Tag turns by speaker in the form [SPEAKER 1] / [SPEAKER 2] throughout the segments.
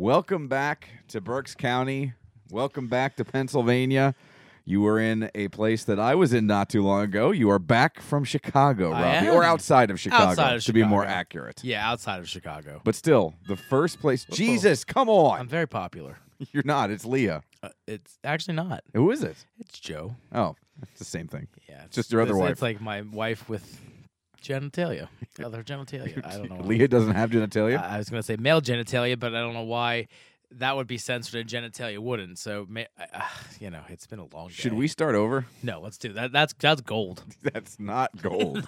[SPEAKER 1] Welcome back to Berks County. Welcome back to Pennsylvania. You were in a place that I was in not too long ago. You are back from Chicago,
[SPEAKER 2] I
[SPEAKER 1] Robbie,
[SPEAKER 2] am.
[SPEAKER 1] or outside of Chicago,
[SPEAKER 2] Outside of
[SPEAKER 1] to be more
[SPEAKER 2] Chicago.
[SPEAKER 1] accurate.
[SPEAKER 2] Yeah, outside of Chicago.
[SPEAKER 1] But still, the first place. Jesus, come
[SPEAKER 2] I'm
[SPEAKER 1] on!
[SPEAKER 2] very popular.
[SPEAKER 1] You're not. It's Leah.
[SPEAKER 2] Uh, it's actually not.
[SPEAKER 1] Who is it?
[SPEAKER 2] It's Joe.
[SPEAKER 1] Oh, it's the same thing.
[SPEAKER 2] Yeah, it's
[SPEAKER 1] Just your other
[SPEAKER 2] it's,
[SPEAKER 1] wife.
[SPEAKER 2] It's like my wife with genitalia. Other genitalia. I don't know. why.
[SPEAKER 1] Leah doesn't have genitalia.
[SPEAKER 2] I I was gonna say male genitalia, but I don't know why that would be censored and genitalia wouldn't. So, ma- uh, you know, it's been a long.
[SPEAKER 1] Should
[SPEAKER 2] day.
[SPEAKER 1] we start over?
[SPEAKER 2] No, let's do that. That's that's gold.
[SPEAKER 1] That's not gold.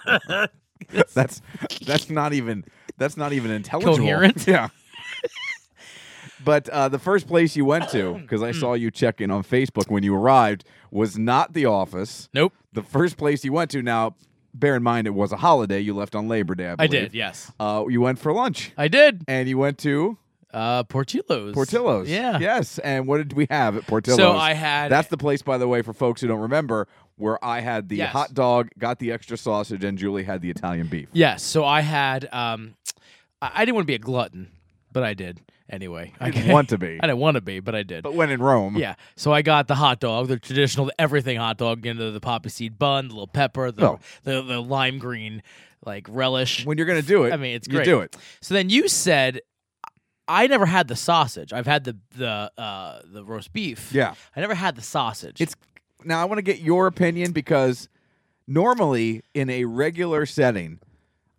[SPEAKER 1] that's that's not even that's not even intelligible.
[SPEAKER 2] Coherent?
[SPEAKER 1] Yeah. but uh, the first place you went to,
[SPEAKER 2] Hmm.
[SPEAKER 1] because I saw you check in on Facebook when you arrived, was not the office.
[SPEAKER 2] Nope.
[SPEAKER 1] The first place you went to. Now, bear in mind it was a holiday. You left on Labor Day. I,
[SPEAKER 2] I
[SPEAKER 1] believe.
[SPEAKER 2] did. Yes,
[SPEAKER 1] Uh, you went for lunch,
[SPEAKER 2] I did.
[SPEAKER 1] and you went to
[SPEAKER 2] Uh, Portillo's.
[SPEAKER 1] Portillo's.
[SPEAKER 2] Yeah.
[SPEAKER 1] Yes. And what did we have at Portillo's?
[SPEAKER 2] So I had-
[SPEAKER 1] That's the place, by the way, for folks who don't remember, where I had the
[SPEAKER 2] Yes.
[SPEAKER 1] hot dog, got the extra sausage, and Julie had the Italian beef.
[SPEAKER 2] Yes. So I had. Um, I, I didn't want to be a glutton, but I did anyway. I
[SPEAKER 1] didn't want to be.
[SPEAKER 2] I didn't want to be, but I did.
[SPEAKER 1] But when in Rome,
[SPEAKER 2] yeah. So I got the hot dog, the traditional everything hot dog, into the poppy seed bun, the little pepper, the
[SPEAKER 1] Oh.
[SPEAKER 2] the, the lime green like relish.
[SPEAKER 1] when you're going to do it,
[SPEAKER 2] I mean, it's
[SPEAKER 1] you
[SPEAKER 2] great.
[SPEAKER 1] do it.
[SPEAKER 2] So then you said, I never had the sausage. I've had the the uh, the roast beef.
[SPEAKER 1] Yeah.
[SPEAKER 2] I never had the sausage.
[SPEAKER 1] It's now I want to get your opinion because normally in a regular setting,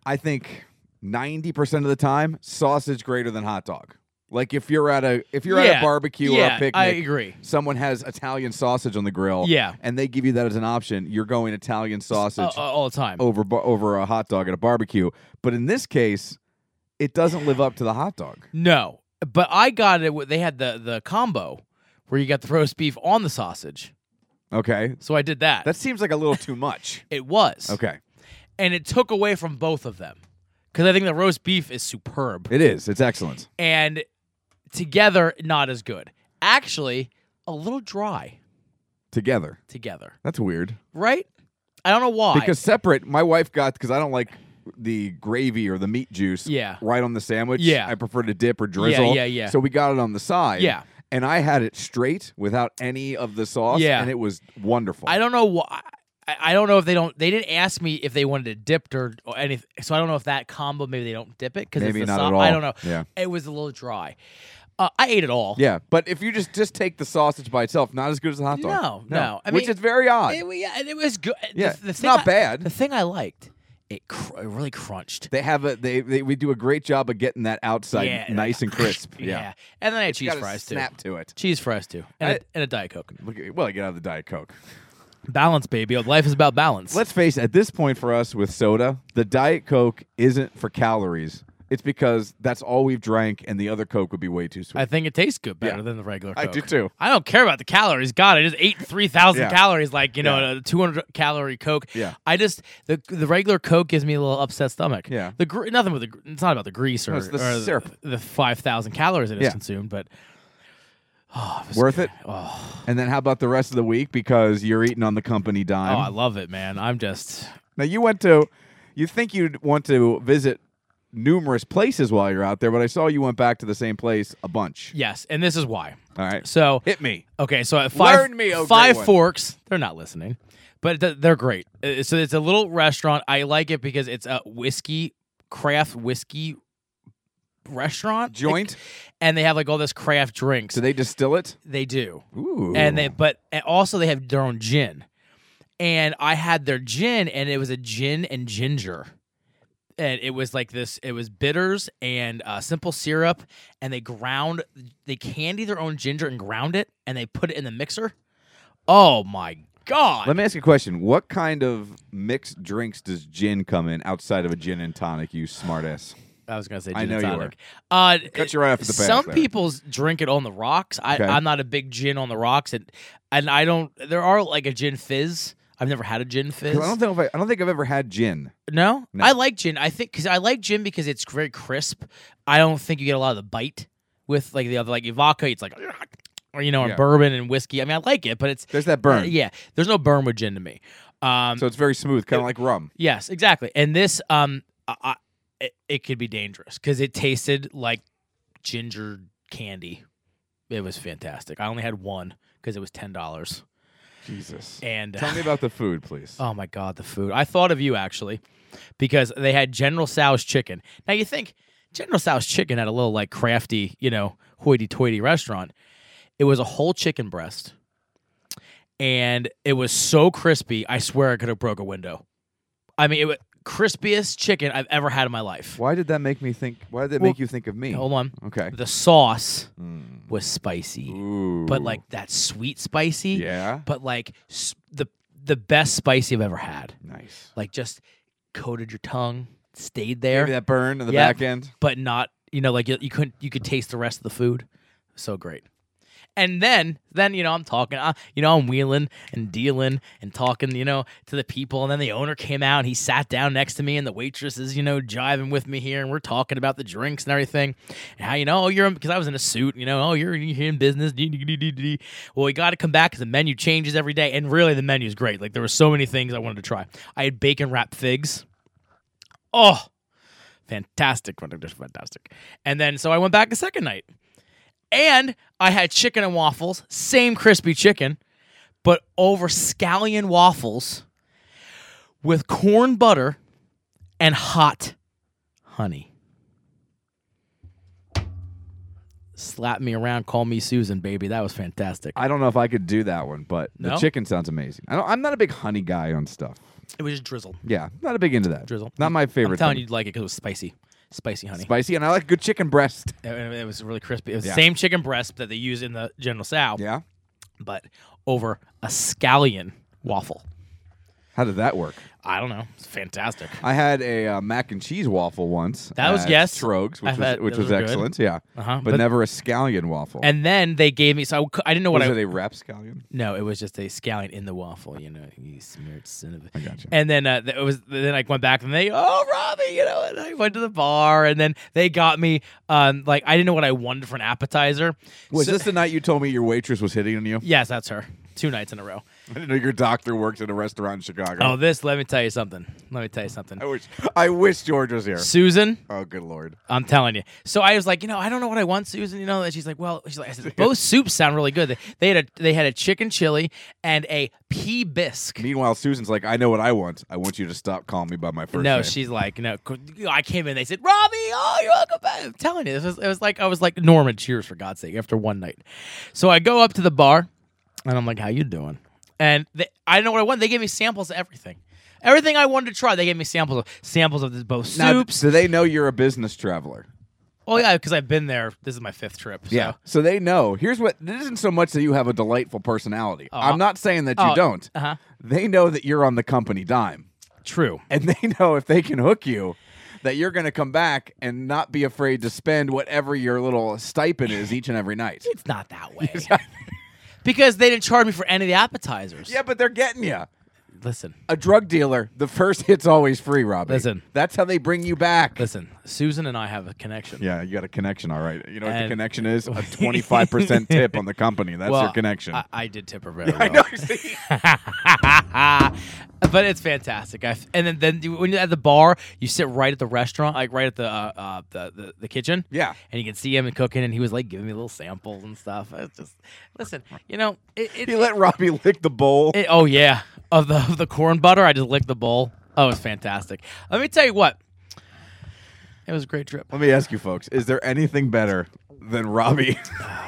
[SPEAKER 1] I think 90% of the time sausage greater than hot dog. Like if you're at a if you're at
[SPEAKER 2] Yeah.
[SPEAKER 1] a barbecue or
[SPEAKER 2] Yeah,
[SPEAKER 1] a picnic,
[SPEAKER 2] I agree.
[SPEAKER 1] Someone has Italian sausage on the grill,
[SPEAKER 2] Yeah.
[SPEAKER 1] and they give you that as an option. You're going Italian
[SPEAKER 2] uh,
[SPEAKER 1] sausage
[SPEAKER 2] uh, all the time.
[SPEAKER 1] over bar- over a hot dog at a barbecue, but in this case, it doesn't live up to the hot dog.
[SPEAKER 2] No, but I got it. with- They had the the combo where you got the roast beef on the sausage.
[SPEAKER 1] Okay,
[SPEAKER 2] So I did that.
[SPEAKER 1] that seems like a little too much.
[SPEAKER 2] it was
[SPEAKER 1] Okay,
[SPEAKER 2] and it took away from both of them because I think the roast beef is superb.
[SPEAKER 1] it is. It's excellent.
[SPEAKER 2] and together not as good. Actually, a little dry
[SPEAKER 1] together.
[SPEAKER 2] together,
[SPEAKER 1] That's weird.
[SPEAKER 2] right? I don't know why.
[SPEAKER 1] Because separate, my wife got because I don't like the gravy or the meat juice.
[SPEAKER 2] Yeah.
[SPEAKER 1] Right on the sandwich.
[SPEAKER 2] Yeah.
[SPEAKER 1] I prefer to dip or drizzle.
[SPEAKER 2] yeah, yeah.
[SPEAKER 1] So we got it on the side.
[SPEAKER 2] Yeah.
[SPEAKER 1] And I had it straight without any of the sauce.
[SPEAKER 2] Yeah.
[SPEAKER 1] And it was wonderful.
[SPEAKER 2] I don't know why. I I don't know if they don't. They didn't ask me if they wanted it dipped or, or anything. So I don't know if that combo maybe they don't dip it because
[SPEAKER 1] Maybe
[SPEAKER 2] it's the
[SPEAKER 1] not
[SPEAKER 2] so-
[SPEAKER 1] at all.
[SPEAKER 2] I don't know.
[SPEAKER 1] Yeah.
[SPEAKER 2] it was a little dry. Uh, I ate it all.
[SPEAKER 1] yeah, but if you just just take the sausage by itself, not as good as the hot dog.
[SPEAKER 2] No, no. I
[SPEAKER 1] which
[SPEAKER 2] mean-
[SPEAKER 1] is very odd.
[SPEAKER 2] It, wa- yeah, and it was good.
[SPEAKER 1] Yeah,
[SPEAKER 2] the, the
[SPEAKER 1] it's
[SPEAKER 2] thing
[SPEAKER 1] not
[SPEAKER 2] I-
[SPEAKER 1] bad.
[SPEAKER 2] The thing I liked, it, cr- it really crunched.
[SPEAKER 1] they have a they, they we do a great job of getting that outside
[SPEAKER 2] Yeah.
[SPEAKER 1] nice and crisp. Yeah,
[SPEAKER 2] and then I had cheese
[SPEAKER 1] Got a
[SPEAKER 2] fries too.
[SPEAKER 1] snap to it.
[SPEAKER 2] Cheese fries too, and,
[SPEAKER 1] I-
[SPEAKER 2] a and a diet coke.
[SPEAKER 1] Look at- Well, I get out of the diet coke.
[SPEAKER 2] Balance, baby. Life is about balance.
[SPEAKER 1] Let's face it, at this point for us with soda, the Diet Coke isn't for calories. It's because that's all we've drank, and the other Coke would be way too sweet.
[SPEAKER 2] I think it tastes good better
[SPEAKER 1] Yeah.
[SPEAKER 2] than the regular.
[SPEAKER 1] I
[SPEAKER 2] Coke.
[SPEAKER 1] do too.
[SPEAKER 2] I don't care about the calories. God, I just ate three thousand
[SPEAKER 1] Yeah.
[SPEAKER 2] calories, like you know,
[SPEAKER 1] Yeah.
[SPEAKER 2] a two hundred calorie Coke.
[SPEAKER 1] Yeah.
[SPEAKER 2] I just the the regular Coke gives me a little upset stomach.
[SPEAKER 1] Yeah.
[SPEAKER 2] the gre- nothing with the. gr- It's not about the grease or,
[SPEAKER 1] it's the
[SPEAKER 2] or
[SPEAKER 1] syrup.
[SPEAKER 2] The, five thousand calories that is
[SPEAKER 1] Yeah.
[SPEAKER 2] consumed, but oh, it was
[SPEAKER 1] Worth
[SPEAKER 2] good.
[SPEAKER 1] it. And then how about the rest of the week because you're eating on the company
[SPEAKER 2] Oh, I
[SPEAKER 1] dime?
[SPEAKER 2] love it, man. I'm just
[SPEAKER 1] now you went to, you think you'd want to visit numerous places while you're out there, but I saw you went back to the same place a bunch.
[SPEAKER 2] yes, and this is why.
[SPEAKER 1] All right,
[SPEAKER 2] So
[SPEAKER 1] hit me.
[SPEAKER 2] Okay, so at five,
[SPEAKER 1] Learn me, oh, great
[SPEAKER 2] five
[SPEAKER 1] one.
[SPEAKER 2] forks. They're not listening, but th- they're great. Uh, So it's a little restaurant. I like it because it's a whiskey craft whiskey restaurant
[SPEAKER 1] Joint?
[SPEAKER 2] and they have like all this craft drinks.
[SPEAKER 1] So they distill it.
[SPEAKER 2] they do,
[SPEAKER 1] Ooh.
[SPEAKER 2] and they but and also they have their own gin. And I had their gin, and it was a gin and ginger. And it was like this. It was bitters and uh, simple syrup, and they ground, they candy their own ginger and ground it, and they put it in the mixer. Oh my god!
[SPEAKER 1] Let me ask you a question. What kind of mixed drinks does gin come in outside of a gin and tonic? You smartass.
[SPEAKER 2] I was gonna say,
[SPEAKER 1] I
[SPEAKER 2] gin and
[SPEAKER 1] know you
[SPEAKER 2] tonic. Uh,
[SPEAKER 1] Cut you right off at the pass
[SPEAKER 2] Some
[SPEAKER 1] there.
[SPEAKER 2] people drink it on the rocks. I,
[SPEAKER 1] Okay.
[SPEAKER 2] I'm not a big gin on the rocks, and and I don't. There are like a gin fizz. I've never had a gin fizz.
[SPEAKER 1] 'Cause I don't think I've- e, I don't think I've ever had gin.
[SPEAKER 2] No?
[SPEAKER 1] No.
[SPEAKER 2] I like gin. I think because I like gin because it's very crisp. I don't think you get a lot of the bite with like the other like vodka. It's like or you know, and
[SPEAKER 1] Yeah.
[SPEAKER 2] bourbon and whiskey. I mean, I like it, but it's uh,
[SPEAKER 1] There's that burn.
[SPEAKER 2] yeah. There's no burn with gin to me. Um,
[SPEAKER 1] So it's very smooth, kind of like rum.
[SPEAKER 2] yes, exactly. And this, um, I, I, it, it could be dangerous because it tasted like ginger candy. It was fantastic. I only had one because it was ten dollars.
[SPEAKER 1] Jesus.
[SPEAKER 2] And uh,
[SPEAKER 1] Tell me about the food, please.
[SPEAKER 2] Oh my god, the food. I thought of you actually because they had General Tso's chicken. Now you think General Tso's chicken at a little like crafty, you know, hoity-toity restaurant. It was a whole chicken breast. And it was so crispy, I swear I could have broke a window. I mean, it was crispiest chicken I've ever had in my life.
[SPEAKER 1] Why did that make me think? Why did that
[SPEAKER 2] Well,
[SPEAKER 1] make you think of me?
[SPEAKER 2] Hold on.
[SPEAKER 1] Okay.
[SPEAKER 2] The sauce
[SPEAKER 1] Mm.
[SPEAKER 2] was spicy,
[SPEAKER 1] Ooh.
[SPEAKER 2] but like that sweet spicy,
[SPEAKER 1] Yeah.
[SPEAKER 2] but like s- the the best spicy I've ever had.
[SPEAKER 1] Nice.
[SPEAKER 2] like just coated your tongue, stayed there,
[SPEAKER 1] Maybe that burn in the
[SPEAKER 2] Yep.
[SPEAKER 1] back end.
[SPEAKER 2] but not you know like you, you couldn't you could taste the rest of the food. So great. And then then you know I'm talking, uh, you know I'm wheeling and dealing and talking, you know, to the people. And then the owner came out and he sat down next to me, and the waitress is you know jiving with me here, and we're talking about the drinks and everything, and how you know oh, you're because I was in a suit, you know oh you're, you're in business. dee, dee, dee, dee, dee. Well, we got to come back because the menu changes every day, and really the menu's great. Like there were so many things I wanted to try. I had bacon wrapped figs. Oh, fantastic, just fantastic. And then so I went back a second night, and I had chicken and waffles, same crispy chicken, but over scallion waffles with corn butter and hot honey. Slap me around, call me Susan, baby. That was fantastic.
[SPEAKER 1] I don't know if I could do that one, but the
[SPEAKER 2] No?
[SPEAKER 1] chicken sounds amazing. I don't, I'm not a big honey guy on stuff.
[SPEAKER 2] It was just drizzled.
[SPEAKER 1] Yeah, not a big into that.
[SPEAKER 2] Drizzle.
[SPEAKER 1] Not my favorite.
[SPEAKER 2] I'm telling
[SPEAKER 1] thing.
[SPEAKER 2] you, would like it because it was spicy, spicy honey.
[SPEAKER 1] spicy, and I like good chicken breast.
[SPEAKER 2] And it was really crispy. It was
[SPEAKER 1] Yeah.
[SPEAKER 2] the same chicken breast that they use in the General Sow,
[SPEAKER 1] Yeah.
[SPEAKER 2] but over a scallion waffle.
[SPEAKER 1] How did that work?
[SPEAKER 2] I don't know. It's fantastic.
[SPEAKER 1] I had a uh, mac and cheese waffle once.
[SPEAKER 2] That was-
[SPEAKER 1] at
[SPEAKER 2] yes.
[SPEAKER 1] Trogs, which
[SPEAKER 2] I've
[SPEAKER 1] was
[SPEAKER 2] had-
[SPEAKER 1] which
[SPEAKER 2] those
[SPEAKER 1] was
[SPEAKER 2] were good.
[SPEAKER 1] excellent. Yeah,
[SPEAKER 2] Uh-huh.
[SPEAKER 1] but, never a scallion waffle.
[SPEAKER 2] and then they gave me so I, cou- I didn't know what
[SPEAKER 1] was
[SPEAKER 2] I
[SPEAKER 1] it a wrap scallion?
[SPEAKER 2] no it was just a scallion in the waffle you know you smeared cinnamon
[SPEAKER 1] I got you.
[SPEAKER 2] and then uh, th- it was then I went back and they oh Robbie you know and I went to the bar and then they got me um like I didn't know what I wanted for an appetizer
[SPEAKER 1] Was
[SPEAKER 2] So-
[SPEAKER 1] this the night you told me your waitress was hitting on you?
[SPEAKER 2] yes that's her two nights in a row
[SPEAKER 1] I didn't know your doctor works at a restaurant in Chicago.
[SPEAKER 2] oh this let me tell you something let me tell you something
[SPEAKER 1] I wish I wish George was here.
[SPEAKER 2] Susan
[SPEAKER 1] Oh, good lord.
[SPEAKER 2] I'm telling you. So I was like, you know, I don't know what I want, Susan. You know, and she's like, well, she's like, I said, both soups sound really good. They, they had a they had a chicken chili and a pea bisque.
[SPEAKER 1] Meanwhile, Susan's like, I know what I want. I want you to stop calling me by my first
[SPEAKER 2] No,
[SPEAKER 1] name.
[SPEAKER 2] she's like, no. c- I came in. They said, Robbie, oh, you're welcome back. I'm telling you, it was, it was like I was like Norman Cheers for God's sake after one night. So I go up to the bar, and I'm like, how you doing? And they, I didn't know what I wanted. They gave me samples of everything, everything I wanted to try. They gave me samples of samples of the, both
[SPEAKER 1] Now,
[SPEAKER 2] soups.
[SPEAKER 1] So they know you're a business traveler.
[SPEAKER 2] oh yeah, because I've been there. This is my fifth trip. So.
[SPEAKER 1] So they know. Here's what it isn't so much that you have a delightful personality. I'm not saying that you
[SPEAKER 2] oh,
[SPEAKER 1] don't.
[SPEAKER 2] uh-huh.
[SPEAKER 1] They know that you're on the company dime.
[SPEAKER 2] True.
[SPEAKER 1] And they know if they can hook you that you're going to come back and not be afraid to spend whatever your little stipend is each and every night.
[SPEAKER 2] It's not that way. because they didn't charge me for any of the appetizers.
[SPEAKER 1] yeah, but they're getting you.
[SPEAKER 2] Listen,
[SPEAKER 1] A drug dealer, the first hit's always free, Robbie.
[SPEAKER 2] Listen.
[SPEAKER 1] That's how they bring you back.
[SPEAKER 2] listen. Susan and I have a connection.
[SPEAKER 1] Yeah, you got a connection, all right. You know what the
[SPEAKER 2] And-
[SPEAKER 1] connection is? A 25% tip on the company. That's
[SPEAKER 2] Well,
[SPEAKER 1] your connection.
[SPEAKER 2] I, I did tip her very well.
[SPEAKER 1] I know. see?
[SPEAKER 2] but it's fantastic. I f and then, then you- when you're at the bar, you sit right at the restaurant, like right at the uh, uh, the, the the kitchen.
[SPEAKER 1] Yeah.
[SPEAKER 2] and you can see him cooking, and he was like giving me little samples and stuff. It's just listen, you know, it, it,
[SPEAKER 1] He let Robbie lick the bowl.
[SPEAKER 2] It- oh yeah, of the of the corn butter, I just licked the bowl. Oh, it's fantastic. Let me tell you what, it was a great trip.
[SPEAKER 1] Let me ask you folks, is there anything better than Robbie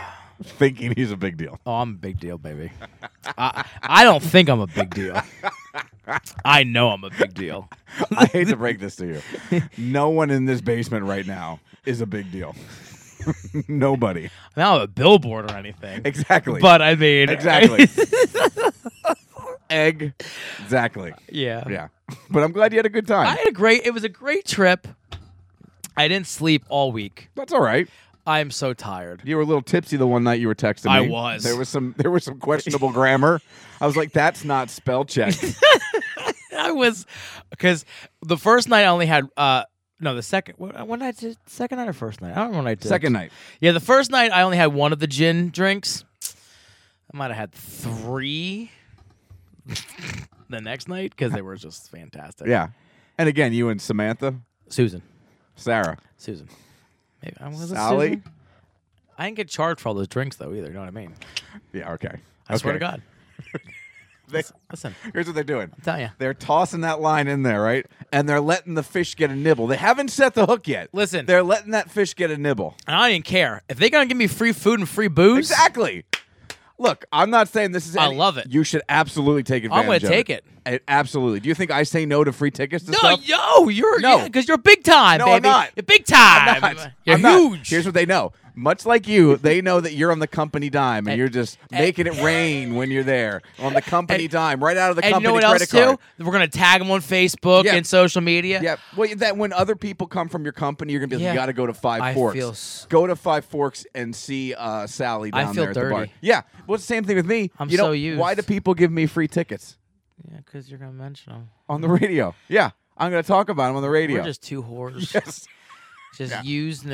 [SPEAKER 1] thinking he's a big deal?
[SPEAKER 2] Oh, I'm a big deal, baby. I I don't think I'm a big deal. I know I'm a big deal.
[SPEAKER 1] I hate to break this to you. No one in this basement right now is a big deal. Nobody.
[SPEAKER 2] I'm not a billboard or anything,
[SPEAKER 1] Exactly.
[SPEAKER 2] but I mean,
[SPEAKER 1] exactly. Egg. Exactly.
[SPEAKER 2] yeah.
[SPEAKER 1] Yeah. But I'm glad you had a good time.
[SPEAKER 2] I had a great. It was a great trip. I didn't sleep all week.
[SPEAKER 1] That's all right.
[SPEAKER 2] I'm so tired.
[SPEAKER 1] You were a little tipsy the one night you were texting me.
[SPEAKER 2] I was.
[SPEAKER 1] There was some there was some questionable grammar. I was like, that's not spell check.
[SPEAKER 2] I was because the first night I only had uh no the second what, what night did second night or first night I don't remember what I did
[SPEAKER 1] Second night.
[SPEAKER 2] yeah the first night I only had one of the gin drinks I might have had three the next night because they were just fantastic
[SPEAKER 1] Yeah. And again, you and Samantha,
[SPEAKER 2] Susan
[SPEAKER 1] Sarah.
[SPEAKER 2] Susan maybe I was it
[SPEAKER 1] Sally?
[SPEAKER 2] Susan? I didn't get charged for all those drinks though either. You know what I mean?
[SPEAKER 1] Yeah, okay.
[SPEAKER 2] I swear to
[SPEAKER 1] Okay.
[SPEAKER 2] God.
[SPEAKER 1] They-
[SPEAKER 2] Listen,
[SPEAKER 1] here's what they're doing.
[SPEAKER 2] I'm telling you.
[SPEAKER 1] They're tossing that line in there, right? And they're letting the fish get a nibble. They haven't set the hook yet.
[SPEAKER 2] Listen.
[SPEAKER 1] They're letting that fish get a nibble.
[SPEAKER 2] And I didn't care if they're gonna give me free food and free booze.
[SPEAKER 1] Exactly. Look, I'm not saying this is.
[SPEAKER 2] I
[SPEAKER 1] any-
[SPEAKER 2] love it.
[SPEAKER 1] You should absolutely take advantage.
[SPEAKER 2] I'm gonna
[SPEAKER 1] of
[SPEAKER 2] take
[SPEAKER 1] it.
[SPEAKER 2] it.
[SPEAKER 1] Absolutely. Do you think I say no to free tickets? To
[SPEAKER 2] No,
[SPEAKER 1] stuff?
[SPEAKER 2] yo, you're
[SPEAKER 1] No.
[SPEAKER 2] no, because you're big time,
[SPEAKER 1] No,
[SPEAKER 2] baby.
[SPEAKER 1] I'm not.
[SPEAKER 2] You're big time.
[SPEAKER 1] I'm not.
[SPEAKER 2] You're
[SPEAKER 1] I'm not.
[SPEAKER 2] huge.
[SPEAKER 1] Here's what they know. Much like you, they know that you're on the company dime, and,
[SPEAKER 2] And-
[SPEAKER 1] you're just
[SPEAKER 2] and-
[SPEAKER 1] making it rain when you're there on the company dime, right out of the
[SPEAKER 2] and you
[SPEAKER 1] company
[SPEAKER 2] know what
[SPEAKER 1] credit
[SPEAKER 2] else
[SPEAKER 1] card.
[SPEAKER 2] too? We're gonna tag them on Facebook
[SPEAKER 1] Yeah.
[SPEAKER 2] and social media.
[SPEAKER 1] Yeah, well, that when other people come from your company, you're gonna be like,
[SPEAKER 2] Yeah.
[SPEAKER 1] you got to go to Five
[SPEAKER 2] I
[SPEAKER 1] Forks.
[SPEAKER 2] feel s-
[SPEAKER 1] Go to Five Forks and see uh, Sally
[SPEAKER 2] I
[SPEAKER 1] down
[SPEAKER 2] feel
[SPEAKER 1] there at the bar.
[SPEAKER 2] dirty.
[SPEAKER 1] Yeah, well, it's the same thing with me.
[SPEAKER 2] I'm
[SPEAKER 1] you know,
[SPEAKER 2] so used.
[SPEAKER 1] Why do people give me free tickets
[SPEAKER 2] Yeah, because you're gonna mention them.
[SPEAKER 1] on the radio? Yeah, I'm gonna talk about them on the radio.
[SPEAKER 2] We're just two whores,
[SPEAKER 1] Yes.
[SPEAKER 2] just used and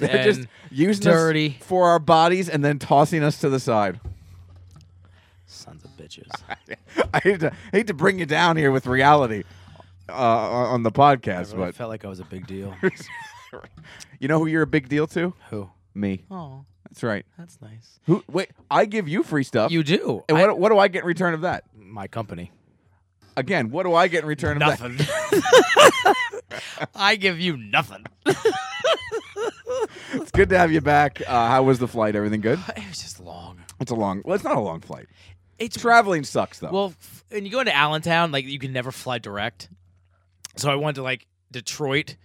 [SPEAKER 1] They're
[SPEAKER 2] and
[SPEAKER 1] just using
[SPEAKER 2] dirty.
[SPEAKER 1] us for our bodies and then tossing us to the side.
[SPEAKER 2] sons of bitches.
[SPEAKER 1] I hate to hate to bring you down here with reality uh, on the podcast,
[SPEAKER 2] I
[SPEAKER 1] but
[SPEAKER 2] felt like I was a big deal.
[SPEAKER 1] you know who you're a big deal to?
[SPEAKER 2] Who?
[SPEAKER 1] Me.
[SPEAKER 2] Oh,
[SPEAKER 1] That's right.
[SPEAKER 2] that's nice.
[SPEAKER 1] Who? Wait, I give you free stuff.
[SPEAKER 2] You do.
[SPEAKER 1] and
[SPEAKER 2] I-
[SPEAKER 1] what, what do I get in return of that?
[SPEAKER 2] my company.
[SPEAKER 1] Again, what do I get in return of that?
[SPEAKER 2] Nothing. I give you nothing.
[SPEAKER 1] It's good to have you back. Uh, how was the flight? Everything good?
[SPEAKER 2] It was just long.
[SPEAKER 1] It's a long. Well, it's not a long flight.
[SPEAKER 2] It's
[SPEAKER 1] Traveling sucks though.
[SPEAKER 2] Well, f- and you go into Allentown, like you can never fly direct. So I went to like Detroit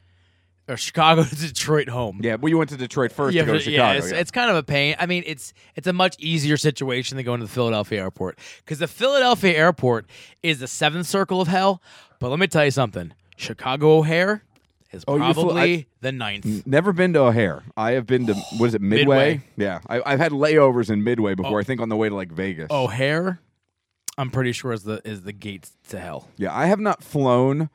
[SPEAKER 2] or Chicago to Detroit home.
[SPEAKER 1] yeah. Well, you went to Detroit first
[SPEAKER 2] Yeah,
[SPEAKER 1] to go to
[SPEAKER 2] but-
[SPEAKER 1] Chicago.
[SPEAKER 2] it's,
[SPEAKER 1] yeah.
[SPEAKER 2] it's kind of a pain. I mean, it's it's a much easier situation than going to the Philadelphia airport because the Philadelphia airport is the seventh circle of hell. But let me tell you something: Chicago O'Hare is
[SPEAKER 1] Oh, you
[SPEAKER 2] probably
[SPEAKER 1] flew-
[SPEAKER 2] the ninth.
[SPEAKER 1] Never been to O'Hare. I have been to what is it Midway?
[SPEAKER 2] Midway. Oh.
[SPEAKER 1] Yeah, I, I've had layovers in Midway before. I think on the way to like Vegas.
[SPEAKER 2] O'Hare, I'm pretty sure is the is the gate to hell.
[SPEAKER 1] Yeah, I have not flown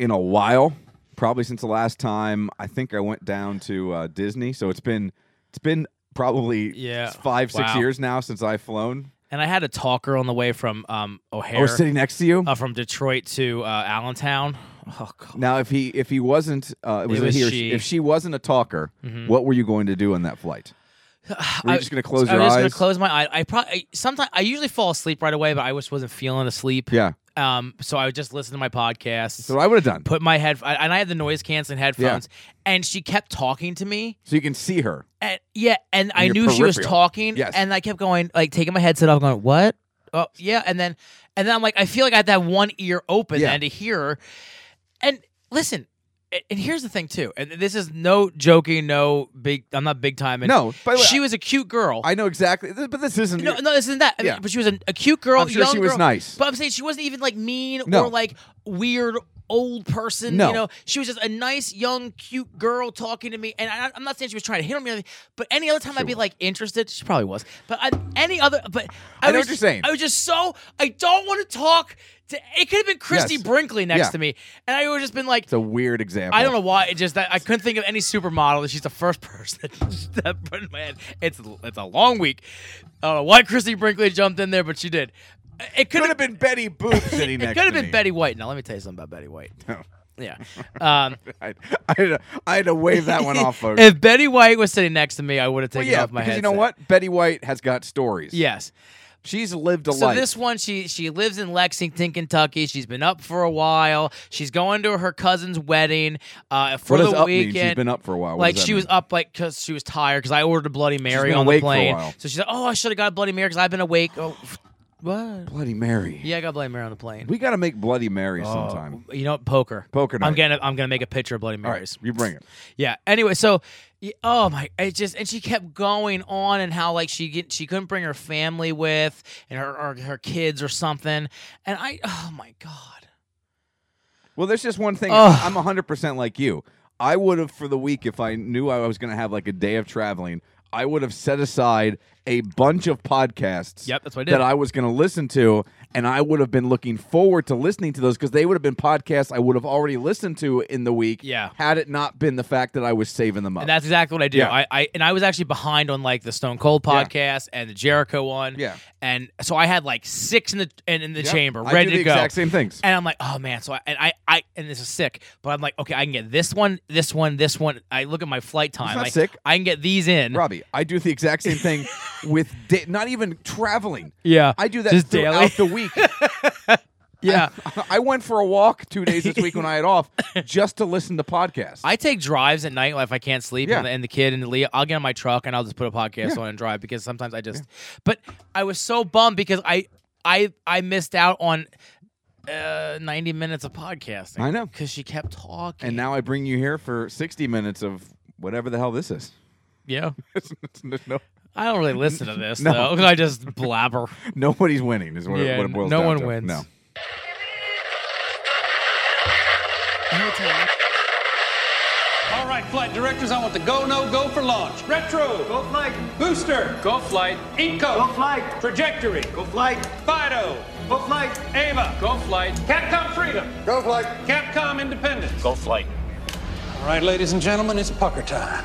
[SPEAKER 1] in a while. Probably since the last time I think I went down to uh, Disney. So it's been it's been probably
[SPEAKER 2] Yeah,
[SPEAKER 1] five six
[SPEAKER 2] wow.
[SPEAKER 1] years now since I've flown.
[SPEAKER 2] And I had a talker on the way from um, O'Hare.
[SPEAKER 1] I was sitting next to you.
[SPEAKER 2] uh, from Detroit to uh, Allentown. Oh, God.
[SPEAKER 1] now, if he if he wasn't uh, it was,
[SPEAKER 2] was
[SPEAKER 1] he or
[SPEAKER 2] she. Mm-hmm.
[SPEAKER 1] if she wasn't a talker, what were you going to do on that flight? Were you
[SPEAKER 2] I-
[SPEAKER 1] just going to close
[SPEAKER 2] I
[SPEAKER 1] your
[SPEAKER 2] was just
[SPEAKER 1] eyes?
[SPEAKER 2] gonna close my eye. I probably sometimes I usually fall asleep right away, but I just wasn't feeling asleep.
[SPEAKER 1] yeah,
[SPEAKER 2] Um. So I would just listen to my podcast.
[SPEAKER 1] so I would have done.
[SPEAKER 2] put my head I- and I had the noise canceling headphones, and she kept talking to me.
[SPEAKER 1] So you can see her.
[SPEAKER 2] And yeah, and I
[SPEAKER 1] your
[SPEAKER 2] knew she was
[SPEAKER 1] peripheral.
[SPEAKER 2] talking,
[SPEAKER 1] Yes.
[SPEAKER 2] and I kept going like taking my headset off, going what? Oh yeah, and then and then I'm like I feel like I had that one ear open
[SPEAKER 1] Yeah.
[SPEAKER 2] and to hear her. And listen, a- and here's the thing too, and this is no joking, no big. I'm not big time. And
[SPEAKER 1] No, by the way,
[SPEAKER 2] she was a cute girl.
[SPEAKER 1] I know exactly, th- but this isn't.
[SPEAKER 2] no, no, this isn't that. I mean,
[SPEAKER 1] Yeah.
[SPEAKER 2] but she was an, a cute girl.
[SPEAKER 1] I'm sure
[SPEAKER 2] young
[SPEAKER 1] she was
[SPEAKER 2] girl.
[SPEAKER 1] nice.
[SPEAKER 2] But I'm saying she wasn't even like mean
[SPEAKER 1] No.
[SPEAKER 2] or like weird old person.
[SPEAKER 1] No.
[SPEAKER 2] You know, she was just a nice, young, cute girl talking to me. And I, I'm not saying she was trying to hit on me, or anything, but any other time I'd be like interested, she probably was. But I, any other, but I,
[SPEAKER 1] I know
[SPEAKER 2] was,
[SPEAKER 1] what you're saying.
[SPEAKER 2] I was just so I don't want to talk to. It could have been Christy
[SPEAKER 1] Yes.
[SPEAKER 2] Brinkley next
[SPEAKER 1] Yeah.
[SPEAKER 2] to me, and I would have just been like.
[SPEAKER 1] it's a weird example.
[SPEAKER 2] I don't know why. It just that I couldn't think of any supermodel. She's the first person that put in my head. It's it's a long week. I don't know why Christy Brinkley jumped in there, but she did. It could
[SPEAKER 1] Could
[SPEAKER 2] have
[SPEAKER 1] have been Betty Boop sitting
[SPEAKER 2] it
[SPEAKER 1] next.
[SPEAKER 2] could
[SPEAKER 1] to
[SPEAKER 2] have been
[SPEAKER 1] me. Oh.
[SPEAKER 2] Betty White. Now let me tell you something about Betty White. Yeah. Um,
[SPEAKER 1] I, I, had to, I had to wave that one off, folks.
[SPEAKER 2] if Betty White was sitting next to me, I would have
[SPEAKER 1] Well,
[SPEAKER 2] taken
[SPEAKER 1] yeah,
[SPEAKER 2] off my
[SPEAKER 1] because
[SPEAKER 2] head.
[SPEAKER 1] you know what? Betty White has got stories.
[SPEAKER 2] Yes.
[SPEAKER 1] she's lived a
[SPEAKER 2] So
[SPEAKER 1] life.
[SPEAKER 2] this one, she she lives in Lexington, Kentucky. She's been up for a while. She's going to her cousin's wedding uh, for
[SPEAKER 1] what does
[SPEAKER 2] the
[SPEAKER 1] up
[SPEAKER 2] weekend.
[SPEAKER 1] mean? She's been up for a while. What
[SPEAKER 2] like
[SPEAKER 1] does that
[SPEAKER 2] she was
[SPEAKER 1] mean?
[SPEAKER 2] up like because she was tired because I ordered a Bloody Mary
[SPEAKER 1] been
[SPEAKER 2] on the
[SPEAKER 1] awake for a
[SPEAKER 2] plane.
[SPEAKER 1] while.
[SPEAKER 2] So she's like, oh, I should have got a Bloody Mary because I've been awake. Oh, f- what?
[SPEAKER 1] Bloody Mary.
[SPEAKER 2] Yeah, I got a Bloody Mary on the plane.
[SPEAKER 1] We got to make Bloody Mary
[SPEAKER 2] Oh,
[SPEAKER 1] sometime.
[SPEAKER 2] you know, poker.
[SPEAKER 1] Poker night.
[SPEAKER 2] I'm gonna I'm gonna make a picture of Bloody
[SPEAKER 1] All right,
[SPEAKER 2] Marys.
[SPEAKER 1] you bring it.
[SPEAKER 2] Yeah. Anyway, so y- oh my, it just and she kept going on and how like she get, she couldn't bring her family with and her or her kids or something. And I oh my god.
[SPEAKER 1] Well, there's just one thing.
[SPEAKER 2] Ugh.
[SPEAKER 1] I'm 100% like you. I would have, for the week, if I knew I was going to have like a day of traveling, I would have set aside a bunch of podcasts
[SPEAKER 2] Yep, that's what I did.
[SPEAKER 1] that I was going to listen to and I would have been looking forward to listening to those because they would have been podcasts I would have already listened to in the week.
[SPEAKER 2] Yeah.
[SPEAKER 1] Had it not been the fact that I was saving them up.
[SPEAKER 2] And that's exactly what I do.
[SPEAKER 1] Yeah.
[SPEAKER 2] I, I and I was actually behind on like the Stone Cold
[SPEAKER 1] Yeah.
[SPEAKER 2] podcast and the Jericho one.
[SPEAKER 1] Yeah.
[SPEAKER 2] And so I had like six in the and in the
[SPEAKER 1] Yep.
[SPEAKER 2] chamber,
[SPEAKER 1] I do
[SPEAKER 2] ready
[SPEAKER 1] the
[SPEAKER 2] to go.
[SPEAKER 1] Exact same things.
[SPEAKER 2] and I'm like, oh man. So I and I, I and this is sick, but I'm like, okay, I can get this one, this one, this one. I look at my flight time.
[SPEAKER 1] not
[SPEAKER 2] like,
[SPEAKER 1] sick.
[SPEAKER 2] I can get these in.
[SPEAKER 1] Robbie, I do the exact same thing with da- not even traveling.
[SPEAKER 2] Yeah.
[SPEAKER 1] I do that
[SPEAKER 2] Just daily.
[SPEAKER 1] throughout the week.
[SPEAKER 2] yeah.
[SPEAKER 1] I went for a walk two days this week when I had off just to listen to podcasts.
[SPEAKER 2] I take drives at night if I can't sleep
[SPEAKER 1] Yeah.
[SPEAKER 2] and, the, and the kid and the Leah. I'll get in my truck and I'll just put a podcast on and drive because sometimes I just. But I was so bummed because I I I missed out on uh, ninety minutes of podcasting.
[SPEAKER 1] I know.
[SPEAKER 2] because she kept talking.
[SPEAKER 1] and now I bring you here for 60 minutes of whatever the hell this is.
[SPEAKER 2] yeah,
[SPEAKER 1] There's no,
[SPEAKER 2] I don't really listen to this
[SPEAKER 1] No.
[SPEAKER 2] though. 'cause I just blabber.
[SPEAKER 1] nobody's winning, is what, it,
[SPEAKER 2] yeah,
[SPEAKER 1] what it boils
[SPEAKER 2] no
[SPEAKER 1] down
[SPEAKER 2] one
[SPEAKER 1] to.
[SPEAKER 2] wins.
[SPEAKER 1] No.
[SPEAKER 3] All right, flight directors, I want the go, no, go for launch. Retro. Go flight. Booster. Go flight. Inco. Go flight. Trajectory. Go flight. Fido. Go flight. Ava. Go flight. Capcom Freedom. Go flight. Capcom Independence. Go flight. All right, ladies and gentlemen, it's pucker time.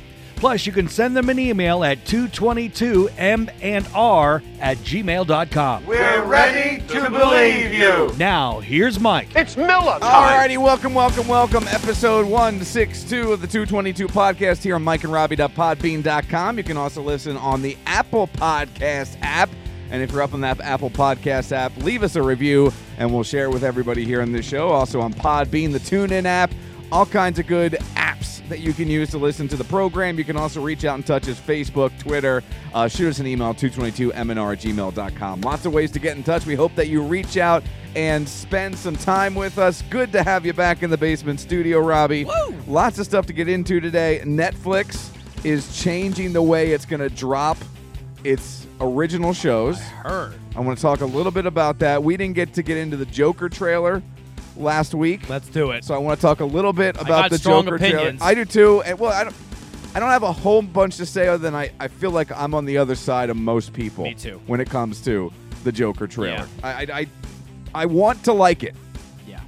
[SPEAKER 4] Plus, you can send them an email at 222m&r at gmail.com.
[SPEAKER 5] We're ready to believe you.
[SPEAKER 4] Now, here's Mike.
[SPEAKER 6] It's Miller.
[SPEAKER 1] Alrighty, welcome, welcome, welcome. Episode 162 of the 222 podcast here on mikeandrobbie.podbean.com. You can also listen on the Apple Podcast app. And if you're up on that Apple Podcast app, leave us a review and we'll share it with everybody here on this show. Also on Podbean, the TuneIn app, all kinds of good apps that you can use to listen to the program. You can also reach out and touch us Facebook, Twitter. Uh, shoot us an email, 222mnr gmail.com. Lots of ways to get in touch. We hope that you reach out and spend some time with us. Good to have you back in the basement studio, Robbie. Lots of stuff to get into today. Netflix is changing the way it's going to drop its original shows.
[SPEAKER 2] Her.
[SPEAKER 1] I want to talk a little bit about that. We didn't get to get into the Joker trailer last week.
[SPEAKER 2] Let's do it.
[SPEAKER 1] So I want to talk a little bit about
[SPEAKER 2] got
[SPEAKER 1] the
[SPEAKER 2] strong
[SPEAKER 1] Joker
[SPEAKER 2] opinions.
[SPEAKER 1] trailer. I do too. And well, I don't. I don't have a whole bunch to say other than I, I feel like I'm on the other side of most people.
[SPEAKER 2] Me too.
[SPEAKER 1] When it comes to the Joker trailer,
[SPEAKER 2] Yeah.
[SPEAKER 1] I, I, I I want to like it,
[SPEAKER 2] yeah.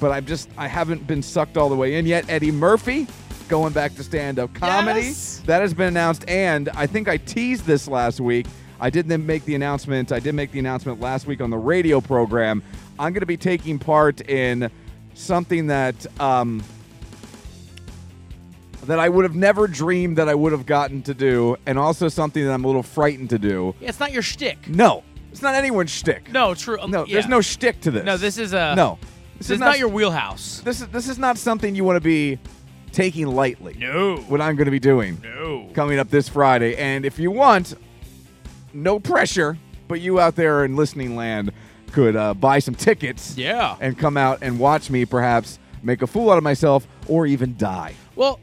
[SPEAKER 1] but I'm just I haven't been sucked all the way in yet. Eddie Murphy going back to stand-up comedy
[SPEAKER 2] Yes.
[SPEAKER 1] that has been announced, and I think I teased this last week. I did then make the announcement. I did make the announcement last week on the radio program. I'm going to be taking part in something that um, that I would have never dreamed that I would have gotten to do, and also something that I'm a little frightened to do.
[SPEAKER 2] Yeah, It's not your shtick.
[SPEAKER 1] No, it's not anyone's shtick.
[SPEAKER 2] No, true. um,
[SPEAKER 1] no,
[SPEAKER 2] yeah.
[SPEAKER 1] there's no shtick to this.
[SPEAKER 2] No, this is a
[SPEAKER 1] no.
[SPEAKER 2] This is not your wheelhouse.
[SPEAKER 1] This is this is not something you want to be taking lightly.
[SPEAKER 2] No.
[SPEAKER 1] What I'm going to be doing
[SPEAKER 2] No.
[SPEAKER 1] coming up this Friday, and if you want, no pressure, but you out there in listening land could uh, buy some tickets.
[SPEAKER 2] Yeah.
[SPEAKER 1] And come out and watch me, perhaps make a fool out of myself, or even die.
[SPEAKER 2] Well,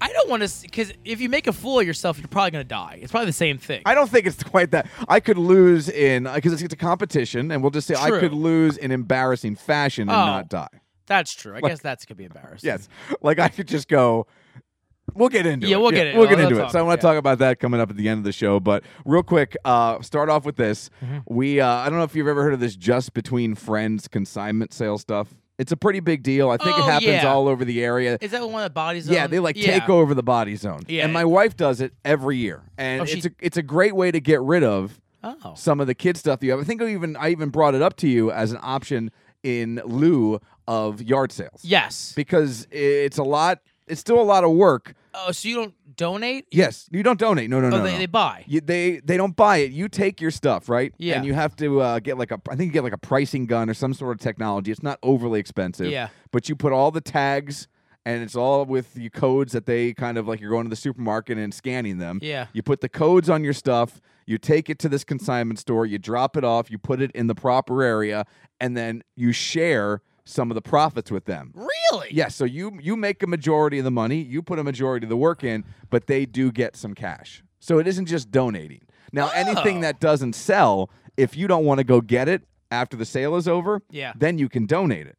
[SPEAKER 2] I don't want to because if you make a fool of yourself, you're probably going to die. It's probably the same thing.
[SPEAKER 1] I don't think it's quite that. I could lose in because it's, it's a competition, and we'll just say I
[SPEAKER 2] True.
[SPEAKER 1] could lose in embarrassing fashion and
[SPEAKER 2] Oh.
[SPEAKER 1] not die.
[SPEAKER 2] that's true. I
[SPEAKER 1] Like-
[SPEAKER 2] guess that's could be embarrassing.
[SPEAKER 1] Yes. Like I could just go. We'll get into
[SPEAKER 2] Yeah,
[SPEAKER 1] it.
[SPEAKER 2] we'll get it.
[SPEAKER 1] We'll get
[SPEAKER 2] We'll
[SPEAKER 1] into
[SPEAKER 2] talk,
[SPEAKER 1] it. So I want
[SPEAKER 2] yeah.
[SPEAKER 1] to talk about that coming up at the end of the show. But real quick, uh, start off with this.
[SPEAKER 2] Mm-hmm.
[SPEAKER 1] We uh, I don't know if you've ever heard of this just between friends consignment sale stuff. It's a pretty big deal. I think
[SPEAKER 2] Oh,
[SPEAKER 1] it happens
[SPEAKER 2] yeah.
[SPEAKER 1] all over the area.
[SPEAKER 2] Is that one of the bodies?
[SPEAKER 1] Yeah,
[SPEAKER 2] on-
[SPEAKER 1] they like
[SPEAKER 2] Yeah.
[SPEAKER 1] take over the body zone.
[SPEAKER 2] Yeah.
[SPEAKER 1] And my wife does it every year. And
[SPEAKER 2] Oh,
[SPEAKER 1] it's
[SPEAKER 2] she-
[SPEAKER 1] a it's a great way to get rid of
[SPEAKER 2] Oh.
[SPEAKER 1] some of the kid stuff that you have. I think I even I even brought it up to you as an option in lieu of yard sales
[SPEAKER 2] Yes.
[SPEAKER 1] because it's a lot. It's still a lot of work.
[SPEAKER 2] Oh, so you don't donate?
[SPEAKER 1] Yes, you don't donate. No, no,
[SPEAKER 2] Oh,
[SPEAKER 1] no.
[SPEAKER 2] they,
[SPEAKER 1] no.
[SPEAKER 2] they buy.
[SPEAKER 1] You- they they don't buy it. You take your stuff, right?
[SPEAKER 2] Yeah.
[SPEAKER 1] And you have to uh, get like a I think you get like a pricing gun or some sort of technology. It's not overly expensive.
[SPEAKER 2] Yeah.
[SPEAKER 1] But you put all the tags and it's all with the codes that they kind of like you're going to the supermarket and scanning them.
[SPEAKER 2] Yeah.
[SPEAKER 1] You put the codes on your stuff. You take it to this consignment store. You drop it off. You put it in the proper area, and then you share some of the profits with them.
[SPEAKER 2] Really?
[SPEAKER 1] Yes, so you you make a majority of the money, you put a majority of the work in, but they do get some cash. So it isn't just donating. Now anything
[SPEAKER 2] Oh.
[SPEAKER 1] that doesn't sell, if you don't want to go get it after the sale is over,
[SPEAKER 2] Yeah. Hmm.
[SPEAKER 1] then you can donate it.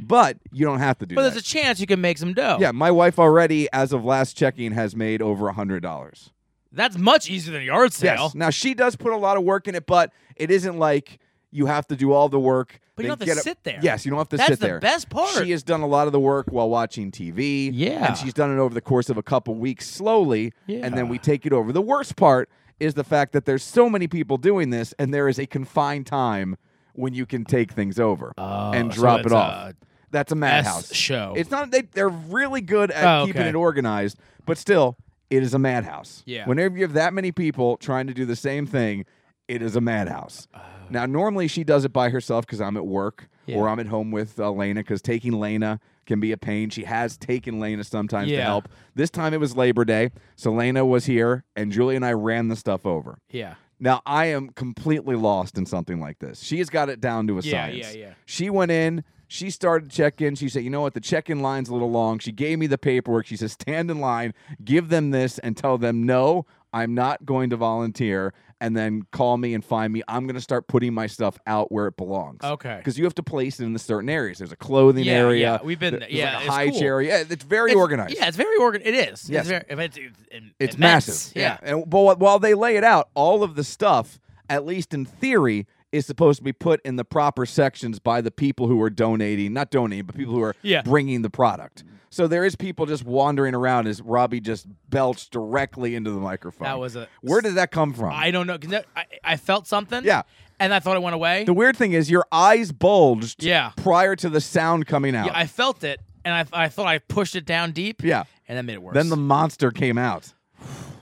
[SPEAKER 1] But you don't have to do
[SPEAKER 2] But
[SPEAKER 1] that.
[SPEAKER 2] there's a oh. chance you can make some dough.
[SPEAKER 1] yeah, my wife already, as of last checking, has made over a hundred dollars.
[SPEAKER 2] That's much easier than a yard sale.
[SPEAKER 1] Yes. Now she does put a lot of work in it, but it isn't like you have to do all the work.
[SPEAKER 2] But you
[SPEAKER 1] then
[SPEAKER 2] don't have to
[SPEAKER 1] get
[SPEAKER 2] sit there.
[SPEAKER 1] Yes, you don't have to
[SPEAKER 2] That's
[SPEAKER 1] sit
[SPEAKER 2] the
[SPEAKER 1] there.
[SPEAKER 2] best part.
[SPEAKER 1] She has done a lot of the work while watching TV.
[SPEAKER 2] Yeah.
[SPEAKER 1] and she's done it over the course of a couple weeks, slowly. and then
[SPEAKER 2] Yeah.
[SPEAKER 1] we take it over. The worst part is the fact that there's so many people doing this, and there is a confined time when you can take things over and
[SPEAKER 2] Oh, so
[SPEAKER 1] drop it
[SPEAKER 2] it's
[SPEAKER 1] off.
[SPEAKER 2] a
[SPEAKER 1] That's a madhouse
[SPEAKER 2] show.
[SPEAKER 1] It's not they, they're really good at
[SPEAKER 2] Oh,
[SPEAKER 1] keeping
[SPEAKER 2] okay.
[SPEAKER 1] it organized, but still, it is a madhouse.
[SPEAKER 2] Yeah.
[SPEAKER 1] Whenever you have that many people trying to do the same thing, it is a madhouse. now, normally she does it by herself because I'm at work or
[SPEAKER 2] Oh. Yeah.
[SPEAKER 1] I'm at home with uh, Lena because taking Lena can be a pain. She has taken Lena sometimes to
[SPEAKER 2] Yeah.
[SPEAKER 1] help. This time it was Labor Day, so Lena was here and Julie and I ran the stuff over.
[SPEAKER 2] Yeah.
[SPEAKER 1] Now I am completely lost in something like this. She's got it down to a
[SPEAKER 2] Yeah,
[SPEAKER 1] science.
[SPEAKER 2] yeah, yeah.
[SPEAKER 1] She went in. She started check in. She said, "You know what? The check in line's a little long." She gave me the paperwork. She says, "Stand in line. Give them this and tell them no, I'm not going to volunteer." And then call me and find me. I'm going to start putting my stuff out where it belongs.
[SPEAKER 2] Okay.
[SPEAKER 1] Because you have to place it in the certain areas. There's a clothing
[SPEAKER 2] Yeah,
[SPEAKER 1] area.
[SPEAKER 2] yeah, we've been
[SPEAKER 1] there-
[SPEAKER 2] there.
[SPEAKER 1] there's
[SPEAKER 2] Yeah,
[SPEAKER 1] like a
[SPEAKER 2] it's
[SPEAKER 1] high
[SPEAKER 2] cool.
[SPEAKER 1] chair. Yeah, it's very
[SPEAKER 2] It's-
[SPEAKER 1] organized.
[SPEAKER 2] Yeah, it's very organized. It is.
[SPEAKER 1] Yes.
[SPEAKER 2] It's, very, if it's, it's, im-
[SPEAKER 1] It's
[SPEAKER 2] immense.
[SPEAKER 1] massive.
[SPEAKER 2] Yeah.
[SPEAKER 1] And but wh- while they lay it out, all of the stuff, at least in theory, is supposed to be put in the proper sections by the people who are donating, not donating, but people who are
[SPEAKER 2] Yeah.
[SPEAKER 1] bringing the product. So there is people just wandering around as Robbie just belched directly into the microphone.
[SPEAKER 2] That was a-
[SPEAKER 1] Where did that come from?
[SPEAKER 2] I don't know. 'cause that- I, I felt something.
[SPEAKER 1] Yeah.
[SPEAKER 2] And I thought it went away.
[SPEAKER 1] the weird thing is your eyes bulged
[SPEAKER 2] Yeah.
[SPEAKER 1] prior to the sound coming out.
[SPEAKER 2] yeah, I felt it. And I, I thought I pushed it down deep.
[SPEAKER 1] Yeah.
[SPEAKER 2] And that made it worse.
[SPEAKER 1] Then the monster came out.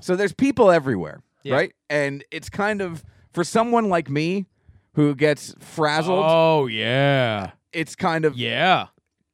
[SPEAKER 1] So there's people everywhere,
[SPEAKER 2] Yeah.
[SPEAKER 1] right? And it's kind of for someone like me who gets frazzled,
[SPEAKER 2] Oh, yeah.
[SPEAKER 1] it's kind of
[SPEAKER 2] Yeah.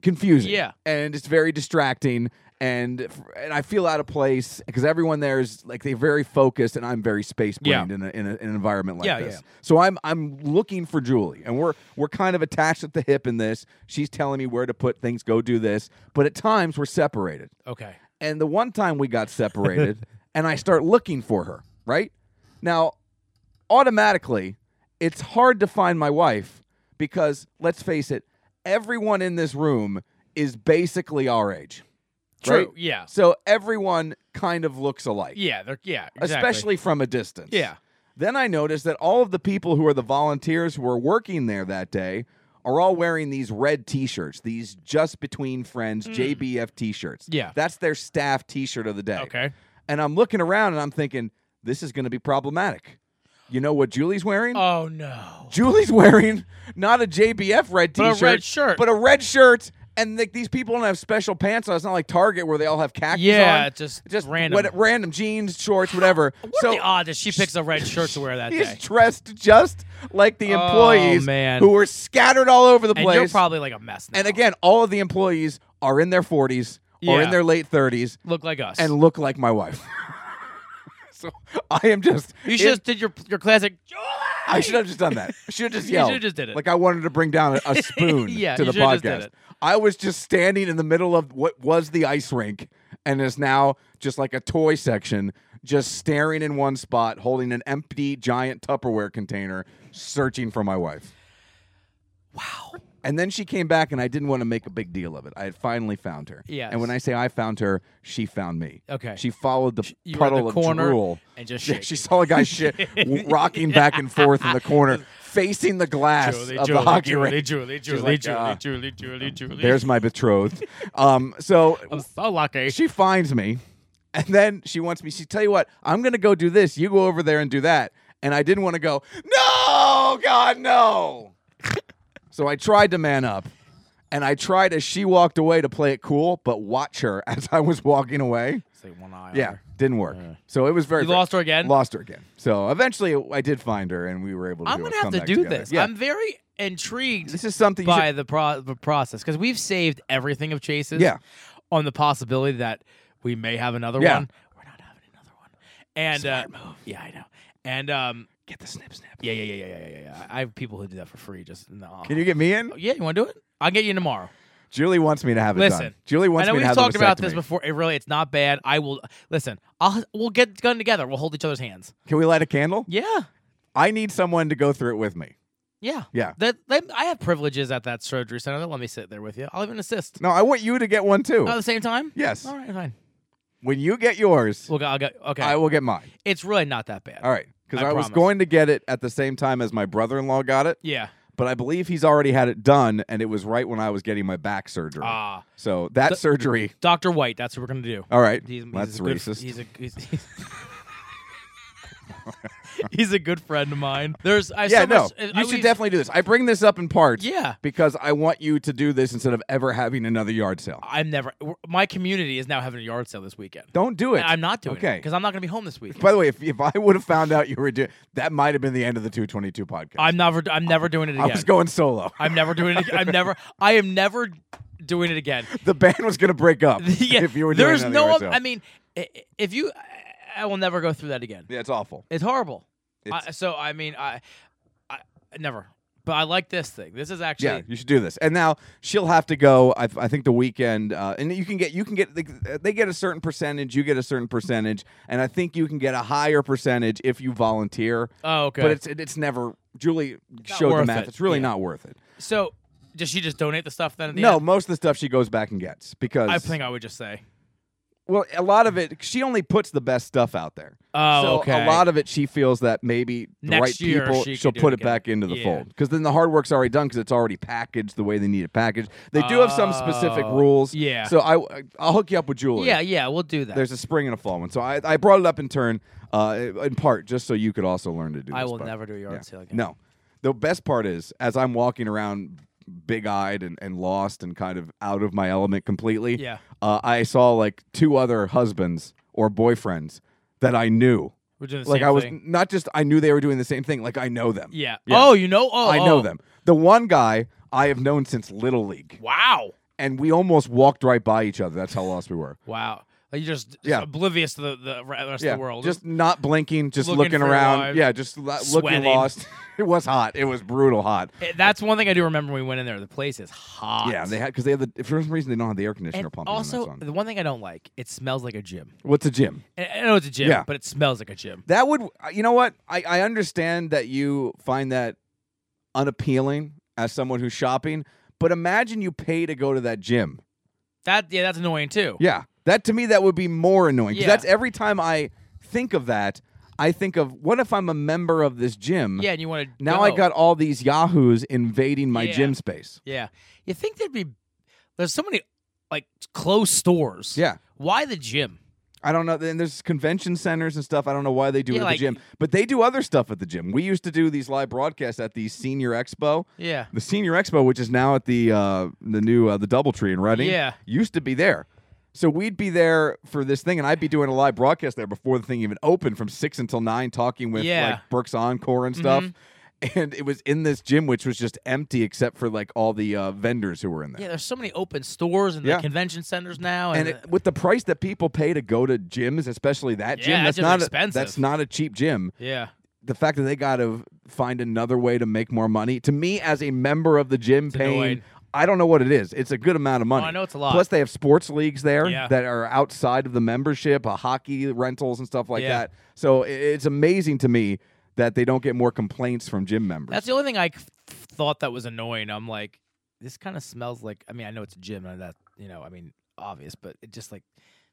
[SPEAKER 1] confusing.
[SPEAKER 2] Yeah.
[SPEAKER 1] And it's very distracting and f- and I feel out of place because everyone there is like they're very focused and I'm very space brained
[SPEAKER 2] Yeah.
[SPEAKER 1] in, a, in, a, in an environment like
[SPEAKER 2] Yeah,
[SPEAKER 1] this.
[SPEAKER 2] yeah.
[SPEAKER 1] So I'm I'm looking for Julie and we're we're kind of attached at the hip in this. She's telling me where to put things, go do this, but at times we're separated.
[SPEAKER 2] Okay.
[SPEAKER 1] And the one time we got separated, and I start looking for her, right? Now, automatically, it's hard to find my wife because, let's face it, everyone in this room is basically our age.
[SPEAKER 2] True.
[SPEAKER 1] Right?
[SPEAKER 2] Yeah.
[SPEAKER 1] So everyone kind of looks alike,
[SPEAKER 2] Yeah. they're- Yeah. Exactly.
[SPEAKER 1] especially from a distance.
[SPEAKER 2] Yeah.
[SPEAKER 1] Then I noticed that all of the people who are the volunteers who were working there that day are all wearing these red t-shirts, these just between friends JBF t-shirts.
[SPEAKER 2] Mm. Yeah.
[SPEAKER 1] That's their staff t-shirt of the day.
[SPEAKER 2] Okay.
[SPEAKER 1] And I'm looking around and I'm thinking this is going to be problematic. You know what Julie's wearing?
[SPEAKER 2] Oh, no.
[SPEAKER 1] Julie's wearing not a JBF red
[SPEAKER 2] But a
[SPEAKER 1] t-shirt,
[SPEAKER 2] red shirt.
[SPEAKER 1] but a red shirt and like these people don't have special pants on. It's not like Target where they all have khakis on.
[SPEAKER 2] Yeah. Just,
[SPEAKER 1] just
[SPEAKER 2] random.
[SPEAKER 1] what- random jeans, shorts, whatever.
[SPEAKER 2] What
[SPEAKER 1] so
[SPEAKER 2] are the odds that she picks a red shirt to wear that
[SPEAKER 1] He's
[SPEAKER 2] day?
[SPEAKER 1] dressed just like the
[SPEAKER 2] Oh,
[SPEAKER 1] employees
[SPEAKER 2] man.
[SPEAKER 1] who were scattered all over the
[SPEAKER 2] and
[SPEAKER 1] place.
[SPEAKER 2] you're probably like a mess now.
[SPEAKER 1] And again, all of the employees are in their 40s or in
[SPEAKER 2] Yeah.
[SPEAKER 1] their late 30s
[SPEAKER 2] look like us.
[SPEAKER 1] and look like my wife. so I am just.
[SPEAKER 2] you
[SPEAKER 1] it-
[SPEAKER 2] should just did your your classic.
[SPEAKER 1] I should have just done that. I should have just
[SPEAKER 2] You
[SPEAKER 1] yelled.
[SPEAKER 2] should've just did it.
[SPEAKER 1] Like I wanted to bring down a, a spoon
[SPEAKER 2] Yeah,
[SPEAKER 1] to the
[SPEAKER 2] you should've just did
[SPEAKER 1] podcast.
[SPEAKER 2] it.
[SPEAKER 1] I was just standing in the middle of what was the ice rink and is now just like a toy section, just staring in one spot, holding an empty giant Tupperware container, searching for my wife. Wow. And then she came back and I didn't want to make a big deal of it. I had finally found her.
[SPEAKER 2] Yes.
[SPEAKER 1] And when I say I found her, she found me.
[SPEAKER 2] Okay.
[SPEAKER 1] She followed the
[SPEAKER 2] you were in
[SPEAKER 1] puddle
[SPEAKER 2] the
[SPEAKER 1] of
[SPEAKER 2] corner
[SPEAKER 1] drool
[SPEAKER 2] and just
[SPEAKER 1] Yeah,
[SPEAKER 2] shaking.
[SPEAKER 1] she saw a guy shit w- rocking back and forth in the corner, facing the glass of the hockey
[SPEAKER 2] Julie,
[SPEAKER 1] rink.
[SPEAKER 2] Julie,
[SPEAKER 1] She's
[SPEAKER 2] Julie,
[SPEAKER 1] like,
[SPEAKER 2] Julie,
[SPEAKER 1] "Ah,
[SPEAKER 2] Julie, Julie, Julie.
[SPEAKER 1] There's my betrothed. Um, so
[SPEAKER 2] I'm so lucky.
[SPEAKER 1] she finds me, and then she wants me. She tell you what, I'm gonna go do this. You go over there and do that. And I didn't want to go. No, God, no. so I tried to man up, and I tried as she walked away to play it cool, but watch her as I was walking away.
[SPEAKER 2] It's like one eye. on
[SPEAKER 1] Yeah,
[SPEAKER 2] her.
[SPEAKER 1] didn't work. So it was very.
[SPEAKER 2] You lost her again?
[SPEAKER 1] Lost her again. So eventually, I did find her, and we were able to.
[SPEAKER 2] I'm
[SPEAKER 1] do a
[SPEAKER 2] gonna have to
[SPEAKER 1] comeback
[SPEAKER 2] do
[SPEAKER 1] together.
[SPEAKER 2] this.
[SPEAKER 1] Yeah.
[SPEAKER 2] I'm very intrigued
[SPEAKER 1] this is something. You
[SPEAKER 2] by
[SPEAKER 1] should,
[SPEAKER 2] the, pro- the process because we've saved everything of chases.
[SPEAKER 1] Yeah.
[SPEAKER 2] On the possibility that we may have another
[SPEAKER 1] Yeah.
[SPEAKER 2] one. We're not having another one. And uh, yeah, I know. And um,
[SPEAKER 1] get the snip snap.
[SPEAKER 2] yeah, yeah, yeah, yeah, yeah, yeah, yeah. I have people who do that for free. Just no.
[SPEAKER 1] Can you get me in?
[SPEAKER 2] Yeah, you want to do it? I'll get you in tomorrow.
[SPEAKER 1] Julie wants me to have it done.
[SPEAKER 2] Listen,
[SPEAKER 1] Julie wants
[SPEAKER 2] I know
[SPEAKER 1] me
[SPEAKER 2] we've
[SPEAKER 1] to have the
[SPEAKER 2] talked about this
[SPEAKER 1] vasectomy.
[SPEAKER 2] before. It really, it's not bad. I will listen. I'll we'll get gun together. We'll hold each other's hands.
[SPEAKER 1] Can we light a candle?
[SPEAKER 2] Yeah,
[SPEAKER 1] I need someone to go through it with me.
[SPEAKER 2] yeah,
[SPEAKER 1] Yeah.
[SPEAKER 2] That, that- I have privileges at that surgery center. They'll let me sit there with you. I'll even assist.
[SPEAKER 1] No, I want you to get one too.
[SPEAKER 2] Oh, at the same time.
[SPEAKER 1] Yes.
[SPEAKER 2] All right, fine.
[SPEAKER 1] when you get yours,
[SPEAKER 2] We'll go. I'll go. Okay.
[SPEAKER 1] I will get mine.
[SPEAKER 2] it's really not that bad.
[SPEAKER 1] All right. Because
[SPEAKER 2] I
[SPEAKER 1] I, was
[SPEAKER 2] promise.
[SPEAKER 1] going to get it at the same time as my brother in law got it,
[SPEAKER 2] Yeah.
[SPEAKER 1] but I believe he's already had it done, and it was right when I was getting my back surgery.
[SPEAKER 2] Ah.
[SPEAKER 1] so that surgery.
[SPEAKER 2] Doctor White. That's what we're gonna do.
[SPEAKER 1] All right.
[SPEAKER 2] He's, he's
[SPEAKER 1] that's
[SPEAKER 2] a good,
[SPEAKER 1] racist.
[SPEAKER 2] He's a he's, he's, he's a good friend of mine. There's I
[SPEAKER 1] yeah,
[SPEAKER 2] so
[SPEAKER 1] no.
[SPEAKER 2] much- I-
[SPEAKER 1] you
[SPEAKER 2] I-
[SPEAKER 1] should
[SPEAKER 2] we-
[SPEAKER 1] definitely do this. I bring this up in part.
[SPEAKER 2] Yeah.
[SPEAKER 1] Because I want you to do this instead of ever having another yard sale.
[SPEAKER 2] I'm never. My community is now having a yard sale this weekend.
[SPEAKER 1] Don't do it.
[SPEAKER 2] And I'm not doing it
[SPEAKER 1] okay.
[SPEAKER 2] because I'm not going to be home this week.
[SPEAKER 1] By the way, if, if I would have found out you were doing that, might have been the end of the 222 podcast.
[SPEAKER 2] I'm never. I'm never doing it
[SPEAKER 1] I
[SPEAKER 2] again.
[SPEAKER 1] was going solo.
[SPEAKER 2] I'm never doing it. Again. I'm never. I am never doing it again.
[SPEAKER 1] the band was going to break up
[SPEAKER 2] Yeah,
[SPEAKER 1] if you were doing
[SPEAKER 2] there's
[SPEAKER 1] another
[SPEAKER 2] no.
[SPEAKER 1] yard
[SPEAKER 2] oth-
[SPEAKER 1] sale.
[SPEAKER 2] I mean, i- i- if you, I- I will never go through that again.
[SPEAKER 1] yeah, it's awful.
[SPEAKER 2] It's horrible. I-
[SPEAKER 1] It's-
[SPEAKER 2] so I mean, I, I never. But I like this thing. This is actually.
[SPEAKER 1] Yeah, you should do this. And now she'll have to go. I, I think the weekend, uh, and you can get you can get they, they get a certain percentage, you get a certain percentage, and I think you can get a higher percentage if you volunteer.
[SPEAKER 2] Oh, okay.
[SPEAKER 1] But it's it, it's never Julie
[SPEAKER 2] not
[SPEAKER 1] showed the
[SPEAKER 2] worth
[SPEAKER 1] math.
[SPEAKER 2] it.
[SPEAKER 1] It's really
[SPEAKER 2] Yeah.
[SPEAKER 1] not worth it.
[SPEAKER 2] so does she just donate the stuff then? At the
[SPEAKER 1] No,
[SPEAKER 2] end?
[SPEAKER 1] most of the stuff she goes back and gets because
[SPEAKER 2] I think I would just say.
[SPEAKER 1] well, a lot of it she only puts the best stuff out there.
[SPEAKER 2] Oh,
[SPEAKER 1] so
[SPEAKER 2] okay.
[SPEAKER 1] A lot of it she feels that maybe the
[SPEAKER 2] Next
[SPEAKER 1] right
[SPEAKER 2] year
[SPEAKER 1] people
[SPEAKER 2] she
[SPEAKER 1] she'll
[SPEAKER 2] could do
[SPEAKER 1] put
[SPEAKER 2] it
[SPEAKER 1] it back
[SPEAKER 2] again.
[SPEAKER 1] into the
[SPEAKER 2] Yeah.
[SPEAKER 1] fold because then the hard work's already done because it's already packaged the way they need it packaged. They do have some specific
[SPEAKER 2] Oh,
[SPEAKER 1] rules.
[SPEAKER 2] yeah.
[SPEAKER 1] So I I'll hook you up with Julie.
[SPEAKER 2] Yeah, yeah, we'll do that.
[SPEAKER 1] There's a spring and a fall one. So I, I brought it up in turn, uh, in part, just so you could also learn to do
[SPEAKER 2] I
[SPEAKER 1] this,
[SPEAKER 2] will
[SPEAKER 1] but-
[SPEAKER 2] never do a yard sale again.
[SPEAKER 1] No. The best part is, as I'm walking around big eyed and, and lost and kind of out of my element completely,
[SPEAKER 2] Yeah.
[SPEAKER 1] uh, I saw like two other husbands or boyfriends that I knew.
[SPEAKER 2] We're doing the
[SPEAKER 1] like
[SPEAKER 2] same
[SPEAKER 1] I was
[SPEAKER 2] thing.
[SPEAKER 1] not just I knew they were doing the same thing. Like I know them.
[SPEAKER 2] Yeah. Oh, you know. Oh,
[SPEAKER 1] I know
[SPEAKER 2] oh.
[SPEAKER 1] them. The one guy I have known since Little League,
[SPEAKER 2] Wow.
[SPEAKER 1] and we almost walked right by each other. That's how lost we were.
[SPEAKER 2] Wow. Like you're just, just
[SPEAKER 1] Yeah.
[SPEAKER 2] oblivious to the, the re- rest
[SPEAKER 1] yeah,
[SPEAKER 2] of the world.
[SPEAKER 1] just not blinking, just
[SPEAKER 2] Looking
[SPEAKER 1] looking,
[SPEAKER 2] for your
[SPEAKER 1] around.
[SPEAKER 2] wife.
[SPEAKER 1] Yeah, just lo- looking
[SPEAKER 2] Sweating.
[SPEAKER 1] lost. it was hot. It was brutal hot.
[SPEAKER 2] Eh, that's one thing I do remember when we went in there. The place is hot.
[SPEAKER 1] Yeah, they had because they have the for some reason they don't have the air conditioner
[SPEAKER 2] And
[SPEAKER 1] pumping. on that
[SPEAKER 2] also,
[SPEAKER 1] song.
[SPEAKER 2] the one thing I don't like, it smells like a gym.
[SPEAKER 1] what's a gym?
[SPEAKER 2] And I know it's a gym,
[SPEAKER 1] Yeah.
[SPEAKER 2] but it smells like a gym.
[SPEAKER 1] That would you know what I I understand that you find that unappealing as someone who's shopping, but imagine you pay to go to that gym.
[SPEAKER 2] That yeah, that's annoying too.
[SPEAKER 1] Yeah, that to me that would be more annoying 'cause
[SPEAKER 2] Yeah.
[SPEAKER 1] that's every time I think of that, I think of what if I'm a member of this gym?
[SPEAKER 2] Yeah, and you want to
[SPEAKER 1] Now I got all these yahoos invading my
[SPEAKER 2] Yeah.
[SPEAKER 1] gym space.
[SPEAKER 2] Yeah, you think there'd be there's so many like closed stores.
[SPEAKER 1] Yeah.
[SPEAKER 2] Why the gym?
[SPEAKER 1] I don't know. And there's convention centers and stuff. I don't know why they do
[SPEAKER 2] Yeah,
[SPEAKER 1] it at
[SPEAKER 2] like-
[SPEAKER 1] the gym, but they do other stuff at the gym. We used to do these live broadcasts at the Senior Expo.
[SPEAKER 2] Yeah.
[SPEAKER 1] The Senior Expo, which is now at the uh, the new uh, the DoubleTree in Reading,
[SPEAKER 2] Yeah.
[SPEAKER 1] used to be there. So we'd be there for this thing, and I'd be doing a live broadcast there before the thing even opened, from six until nine, talking with
[SPEAKER 2] Yeah. Mm-hmm.
[SPEAKER 1] like Brooks Encore and stuff. And it was in this gym, which was just empty except for like all the uh, vendors who were in there.
[SPEAKER 2] Yeah, there's so many open stores and
[SPEAKER 1] Yeah.
[SPEAKER 2] the convention centers now, and,
[SPEAKER 1] and it, with the price that people pay to go to gyms, especially that gym,
[SPEAKER 2] Yeah, that
[SPEAKER 1] that's
[SPEAKER 2] gym's
[SPEAKER 1] not
[SPEAKER 2] expensive.
[SPEAKER 1] A, that's not a cheap gym.
[SPEAKER 2] yeah,
[SPEAKER 1] The fact that they got to find another way to make more money, to me as a member of the gym, paying.
[SPEAKER 2] annoying.
[SPEAKER 1] I don't know what it is. It's a good amount of money.
[SPEAKER 2] I know it's a lot.
[SPEAKER 1] Plus, they have sports leagues there
[SPEAKER 2] Yeah.
[SPEAKER 1] that are outside of the membership, uh, hockey rentals and stuff like
[SPEAKER 2] Yeah.
[SPEAKER 1] that. So i- it's amazing to me that they don't get more complaints from gym members.
[SPEAKER 2] that's the only thing I c- thought that was annoying. I'm like, this kind of smells like. I mean, I know it's a gym, and that you know, I mean, obvious, but it just like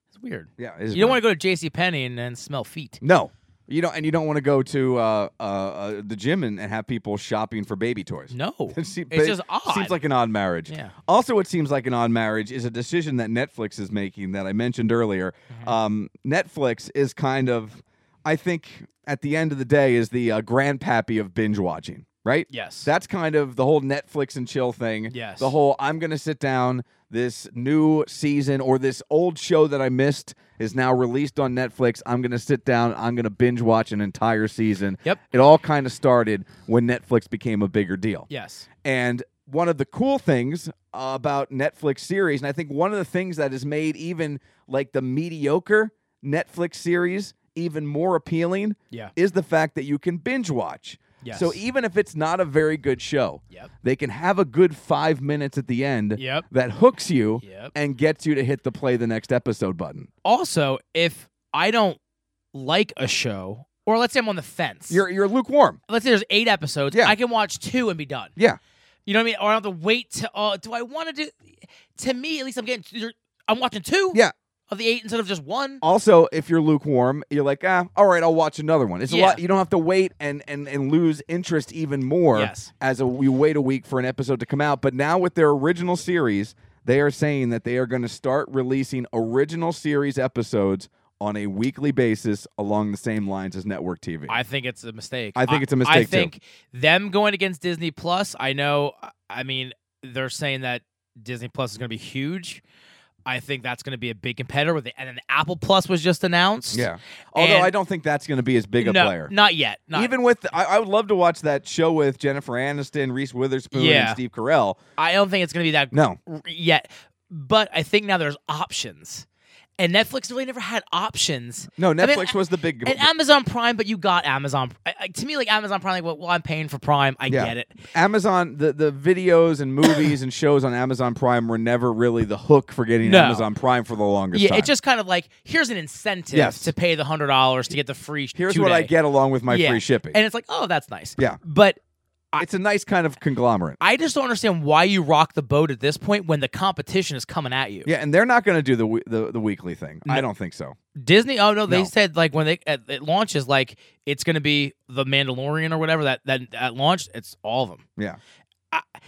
[SPEAKER 2] it's weird.
[SPEAKER 1] yeah, it is
[SPEAKER 2] You don't
[SPEAKER 1] weird.
[SPEAKER 2] want to go to J.C. Penney and then smell feet.
[SPEAKER 1] No. You don't, and you don't want to go to uh, uh, uh, the gym and, and have people shopping for baby toys.
[SPEAKER 2] No,
[SPEAKER 1] It se- but
[SPEAKER 2] Oh, it's just odd.
[SPEAKER 1] Seems like an odd marriage.
[SPEAKER 2] Yeah.
[SPEAKER 1] Also, what seems like an odd marriage is a decision that Netflix is making that I mentioned earlier.
[SPEAKER 2] Mm-hmm.
[SPEAKER 1] Um, Netflix is kind of, I think, at the end of the day, is the uh, grandpappy of binge watching, right?
[SPEAKER 2] Yes.
[SPEAKER 1] That's kind of the whole Netflix and chill thing.
[SPEAKER 2] Yes.
[SPEAKER 1] The whole I'm going to sit down. This new season or this old show that I missed is now released on Netflix. I'm going to sit down. I'm going to binge watch an entire season.
[SPEAKER 2] Yep.
[SPEAKER 1] It all kind of started when Netflix became a bigger deal.
[SPEAKER 2] yes.
[SPEAKER 1] And one of the cool things about Netflix series, and I think one of the things that has made even like the mediocre Netflix series even more appealing
[SPEAKER 2] Yeah.
[SPEAKER 1] is the fact that you can binge watch.
[SPEAKER 2] Yes.
[SPEAKER 1] So even if it's not a very good show,
[SPEAKER 2] Yep.
[SPEAKER 1] they can have a good five minutes at the end
[SPEAKER 2] Yep.
[SPEAKER 1] that hooks you
[SPEAKER 2] Yep.
[SPEAKER 1] and gets you to hit the play the next episode button.
[SPEAKER 2] also, if I don't like a show, or let's say I'm on the fence,
[SPEAKER 1] You're you're lukewarm.
[SPEAKER 2] let's say there's eight episodes,
[SPEAKER 1] Yeah.
[SPEAKER 2] I can watch two and be done.
[SPEAKER 1] Yeah.
[SPEAKER 2] You know what I mean? Or I don't have to wait to. Uh, do I want to do? To me, at least, I'm getting. you're- I'm watching two.
[SPEAKER 1] Yeah.
[SPEAKER 2] Of the eight instead of just one.
[SPEAKER 1] Also, if you're lukewarm, you're like, ah, all right, I'll watch another one. It's a
[SPEAKER 2] Yeah.
[SPEAKER 1] lot. You don't have to wait and and and lose interest even more
[SPEAKER 2] Yes.
[SPEAKER 1] as a, you wait a week for an episode to come out. But now with their original series, they are saying that they are going to start releasing original series episodes on a weekly basis along the same lines as network TV.
[SPEAKER 2] I think it's a mistake.
[SPEAKER 1] I think it's a
[SPEAKER 2] I
[SPEAKER 1] mistake, too.
[SPEAKER 2] think them going against Disney Plus. I know. I mean, they're saying that Disney Plus is going to be huge. I think that's going to be a big competitor with it. And then Apple Plus was just announced.
[SPEAKER 1] yeah. Although
[SPEAKER 2] And-
[SPEAKER 1] I don't think that's going to be as big a
[SPEAKER 2] no,
[SPEAKER 1] player.
[SPEAKER 2] Not yet. Not
[SPEAKER 1] Even with, I, I would love to watch that show with Jennifer Aniston, Reese Witherspoon, and
[SPEAKER 2] Yeah.
[SPEAKER 1] Steve Carell.
[SPEAKER 2] I don't think it's going to be that
[SPEAKER 1] No.
[SPEAKER 2] r- yet. But I think now there's options, and Netflix really never had options.
[SPEAKER 1] No,
[SPEAKER 2] I mean,
[SPEAKER 1] Netflix was the big.
[SPEAKER 2] and Amazon Prime, but you got Amazon. I, I- to me, like Amazon Prime, like well, well, I'm paying for Prime. I
[SPEAKER 1] Yeah.
[SPEAKER 2] get it.
[SPEAKER 1] Amazon, the, the videos and movies and shows on Amazon Prime were never really the hook for getting
[SPEAKER 2] No.
[SPEAKER 1] Amazon Prime for the longest
[SPEAKER 2] Yeah,
[SPEAKER 1] time.
[SPEAKER 2] it's just kind of like here's an incentive
[SPEAKER 1] Yes.
[SPEAKER 2] to pay the hundred dollars to get the free.
[SPEAKER 1] here's
[SPEAKER 2] two
[SPEAKER 1] what I
[SPEAKER 2] day.
[SPEAKER 1] get along with my
[SPEAKER 2] Yeah.
[SPEAKER 1] free shipping.
[SPEAKER 2] and it's like, oh, that's nice.
[SPEAKER 1] Yeah.
[SPEAKER 2] but I-
[SPEAKER 1] it's a nice kind of conglomerate.
[SPEAKER 2] I just don't understand why you rock the boat at this point when the competition is coming at you.
[SPEAKER 1] yeah, and they're not going to do the, we- the the weekly thing. I don't think so.
[SPEAKER 2] Disney. Oh no, they
[SPEAKER 1] No.
[SPEAKER 2] said like when they at, it launches, like it's going to be the Mandalorian or whatever that that at launch, it's all of them.
[SPEAKER 1] Yeah.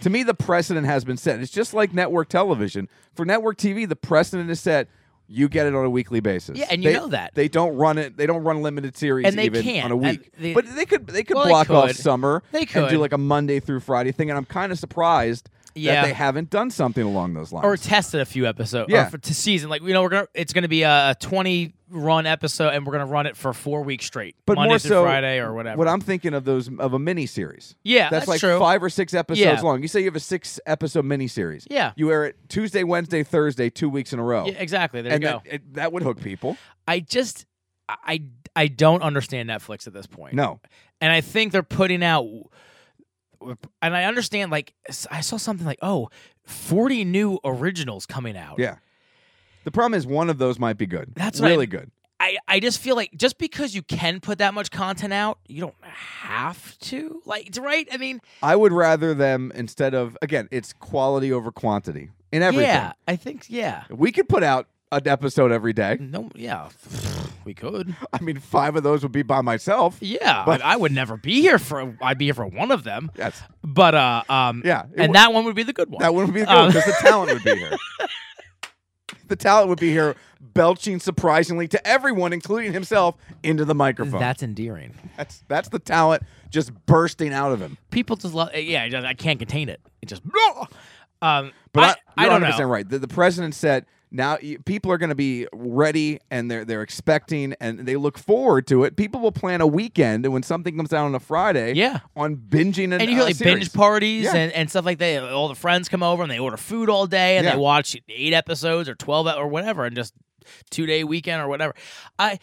[SPEAKER 1] to me, the precedent has been set. It's just like network television. For network TV, the precedent is set. You get it on a weekly basis.
[SPEAKER 2] Yeah, and you
[SPEAKER 1] They-
[SPEAKER 2] know that.
[SPEAKER 1] they don't run it. They don't run limited series
[SPEAKER 2] And they
[SPEAKER 1] even
[SPEAKER 2] can't.
[SPEAKER 1] on a
[SPEAKER 2] And
[SPEAKER 1] week.
[SPEAKER 2] they-
[SPEAKER 1] but they could they could
[SPEAKER 2] Well, they
[SPEAKER 1] block off
[SPEAKER 2] could.
[SPEAKER 1] summer.
[SPEAKER 2] They
[SPEAKER 1] and do
[SPEAKER 2] could.
[SPEAKER 1] like a Monday through Friday thing. And I'm kind of surprised
[SPEAKER 2] Yeah.
[SPEAKER 1] that they haven't done something along those lines.
[SPEAKER 2] Or tested a few episodes.
[SPEAKER 1] Yeah.
[SPEAKER 2] or for, to season like you know we're gonna it's going to be a twenty run episode and we're going to run it for four weeks straight,
[SPEAKER 1] but
[SPEAKER 2] Monday
[SPEAKER 1] more
[SPEAKER 2] through
[SPEAKER 1] so,
[SPEAKER 2] Friday or whatever.
[SPEAKER 1] What I'm thinking of those of a mini series.
[SPEAKER 2] Yeah,
[SPEAKER 1] that's,
[SPEAKER 2] that's
[SPEAKER 1] like
[SPEAKER 2] true.
[SPEAKER 1] five or six episodes
[SPEAKER 2] Yeah.
[SPEAKER 1] long. You say you have a six episode miniseries.
[SPEAKER 2] Yeah.
[SPEAKER 1] you air it Tuesday, Wednesday, Thursday, two weeks in a row.
[SPEAKER 2] yeah, exactly. There
[SPEAKER 1] and
[SPEAKER 2] you go.
[SPEAKER 1] that, it, that would hook people.
[SPEAKER 2] I just I I don't understand Netflix at this point.
[SPEAKER 1] No,
[SPEAKER 2] and I think they're putting out. And I understand, like s- I saw something like, oh, 40 new originals coming out.
[SPEAKER 1] yeah. The problem is one of those might be good.
[SPEAKER 2] That's what I-
[SPEAKER 1] really good.
[SPEAKER 2] I, I just feel like just because you can put that much content out, you don't have to. Like, it's right? I mean,
[SPEAKER 1] I would rather them instead of again, it's quality over quantity in everything.
[SPEAKER 2] yeah, I think, yeah.
[SPEAKER 1] We could put out an episode every day.
[SPEAKER 2] No, yeah, we could.
[SPEAKER 1] I mean, five of those would be by myself.
[SPEAKER 2] Yeah,
[SPEAKER 1] But-
[SPEAKER 2] I, I would never be here for. I'd be here for one of them.
[SPEAKER 1] Yes.
[SPEAKER 2] But uh, um,
[SPEAKER 1] Yeah, it
[SPEAKER 2] and
[SPEAKER 1] would-
[SPEAKER 2] that one would be the good one.
[SPEAKER 1] That wouldn't be good
[SPEAKER 2] Um,
[SPEAKER 1] because the talent would be here. The talent would be here belching surprisingly to everyone, including himself, into the microphone.
[SPEAKER 2] That's endearing.
[SPEAKER 1] that's that's the talent just bursting out of him.
[SPEAKER 2] people just love. Yeah, I just- I can't contain it. It just. Um,
[SPEAKER 1] But
[SPEAKER 2] I,
[SPEAKER 1] I, you're
[SPEAKER 2] don't
[SPEAKER 1] 100%
[SPEAKER 2] know.
[SPEAKER 1] right. The, the president said now y- people are going to be ready and they're they're expecting and they look forward to it. People will plan a weekend and when something comes out on a Friday,
[SPEAKER 2] Yeah.
[SPEAKER 1] on binging an,
[SPEAKER 2] And you hear
[SPEAKER 1] uh,
[SPEAKER 2] like
[SPEAKER 1] series.
[SPEAKER 2] binge parties
[SPEAKER 1] Yeah.
[SPEAKER 2] and, and stuff like that. All the friends come over and they order food all day and
[SPEAKER 1] Yeah.
[SPEAKER 2] they watch eight episodes or twelve e- or whatever and just two day weekend or whatever. I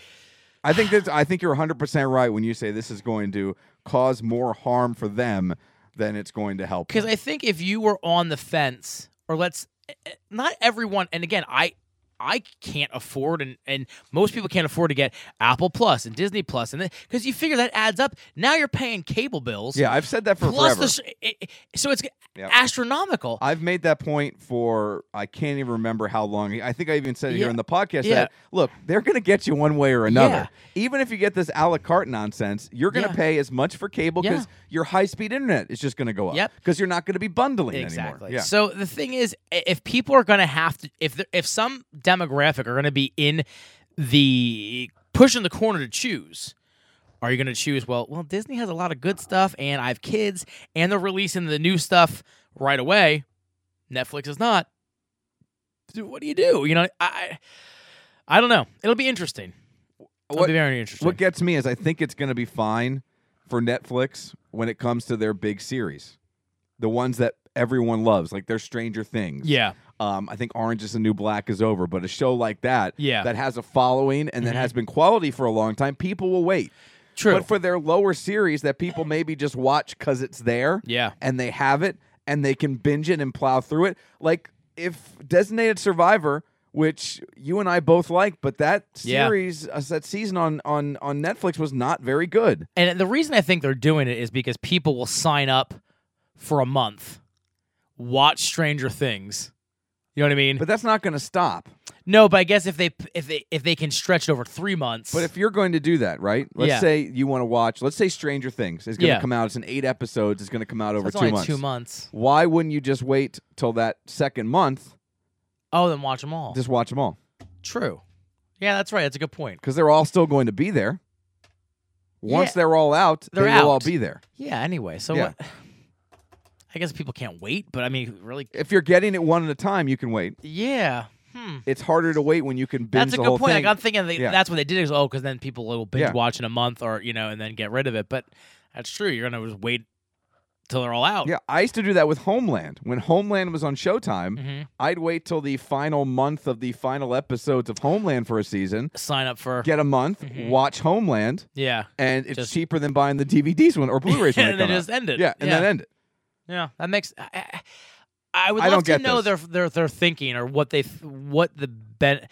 [SPEAKER 1] I think that's I think you're 100 percent right when you say this is going to cause more harm for them than it's going to help.
[SPEAKER 2] because I think if you were on the fence or let's eh, eh, not everyone and again I I can't afford and and most people can't afford to get Apple Plus and Disney Plus and because you figure that adds up. Now you're paying cable bills.
[SPEAKER 1] Yeah, I've said that for
[SPEAKER 2] plus
[SPEAKER 1] forever.
[SPEAKER 2] the sh- it, it- so it's
[SPEAKER 1] Yep.
[SPEAKER 2] astronomical.
[SPEAKER 1] I've made that point for I can't even remember how long. I think I even said it here
[SPEAKER 2] Yeah.
[SPEAKER 1] in the podcast
[SPEAKER 2] Yeah.
[SPEAKER 1] that look, they're going to get you one way or another. Even if you get this a la carte nonsense, you're going to
[SPEAKER 2] Yeah.
[SPEAKER 1] pay as much for cable because
[SPEAKER 2] Yeah.
[SPEAKER 1] your high speed internet is just going to go up.
[SPEAKER 2] Yep.
[SPEAKER 1] Because you're not going to be bundling
[SPEAKER 2] exactly.
[SPEAKER 1] anymore. Yeah.
[SPEAKER 2] So the thing is, i- if people are going to have to, if there, if some demographic are going to be in the pushing the corner to choose, are you going to choose? Well, well, Disney has a lot of good stuff, and I have kids, and they're releasing the new stuff right away. Netflix is not. Dude, What do you do? You know, I, I I don't know. It'll be interesting. It'll
[SPEAKER 1] What-
[SPEAKER 2] be very interesting.
[SPEAKER 1] What gets me is I think it's going to be fine for Netflix when it comes to their big series, the ones that everyone loves, like their Stranger Things.
[SPEAKER 2] yeah.
[SPEAKER 1] Um, I think Orange is the New Black is over, but a show like that,
[SPEAKER 2] Yeah. Mm-hmm.
[SPEAKER 1] that has a following and that has been quality for a long time, people will wait.
[SPEAKER 2] True.
[SPEAKER 1] But for their lower series that people maybe just watch because it's there,
[SPEAKER 2] Yeah.
[SPEAKER 1] and they have it and they can binge it and plow through it. Like if Designated Survivor, which you and I both like, but that
[SPEAKER 2] Yeah.
[SPEAKER 1] series, uh, that season on on on Netflix was not very good.
[SPEAKER 2] And the reason I think they're doing it is because people will sign up for a month, watch Stranger Things. You know what I mean?
[SPEAKER 1] But that's not going to stop.
[SPEAKER 2] no, but I guess if they if they if they can stretch it over three months,
[SPEAKER 1] But if you're going to do that, right? Let's
[SPEAKER 2] Yeah.
[SPEAKER 1] say you want to watch. Let's say Stranger Things is going to
[SPEAKER 2] Yeah.
[SPEAKER 1] come out. It's in eight episodes. It's going to come out over
[SPEAKER 2] that's
[SPEAKER 1] two
[SPEAKER 2] only
[SPEAKER 1] months.
[SPEAKER 2] two months,
[SPEAKER 1] Why wouldn't you just wait till that second month?
[SPEAKER 2] oh, then watch them all.
[SPEAKER 1] Just watch them all
[SPEAKER 2] True. Yeah, that's right. That's a good point.
[SPEAKER 1] because they're all still going to be there. Once
[SPEAKER 2] Yeah.
[SPEAKER 1] they're all out,
[SPEAKER 2] They're
[SPEAKER 1] they will all
[SPEAKER 2] out.
[SPEAKER 1] be there.
[SPEAKER 2] Yeah. Anyway, so
[SPEAKER 1] Yeah.
[SPEAKER 2] what? I guess people can't wait, but I mean, really,
[SPEAKER 1] If you're getting it one at a time, you can wait.
[SPEAKER 2] yeah. Hmm.
[SPEAKER 1] It's harder to wait when you can binge
[SPEAKER 2] That's
[SPEAKER 1] the
[SPEAKER 2] a good
[SPEAKER 1] whole
[SPEAKER 2] point.
[SPEAKER 1] thing.
[SPEAKER 2] Like I'm thinking that
[SPEAKER 1] Yeah.
[SPEAKER 2] that's what they did is oh, because then people will binge
[SPEAKER 1] Yeah.
[SPEAKER 2] watch in a month or you know, and then get rid of it. But that's true. You're gonna just wait till they're all out.
[SPEAKER 1] yeah, I used to do that with Homeland. When Homeland was on Showtime,
[SPEAKER 2] Mhm.
[SPEAKER 1] I'd wait till the final month of the final episodes of Homeland for a season,
[SPEAKER 2] Sign up for
[SPEAKER 1] get a month,
[SPEAKER 2] Mhm.
[SPEAKER 1] watch Homeland,
[SPEAKER 2] yeah,
[SPEAKER 1] and it's
[SPEAKER 2] Just-
[SPEAKER 1] cheaper than buying the DVDs when or Blu-rays when
[SPEAKER 2] and
[SPEAKER 1] they
[SPEAKER 2] then
[SPEAKER 1] come out.
[SPEAKER 2] just end it.
[SPEAKER 1] Yeah, and
[SPEAKER 2] yeah.
[SPEAKER 1] then end it.
[SPEAKER 2] Yeah, that makes. I- I, I would
[SPEAKER 1] I
[SPEAKER 2] love
[SPEAKER 1] don't
[SPEAKER 2] to
[SPEAKER 1] get
[SPEAKER 2] know
[SPEAKER 1] this.
[SPEAKER 2] their their their thinking or what they th- what the ben.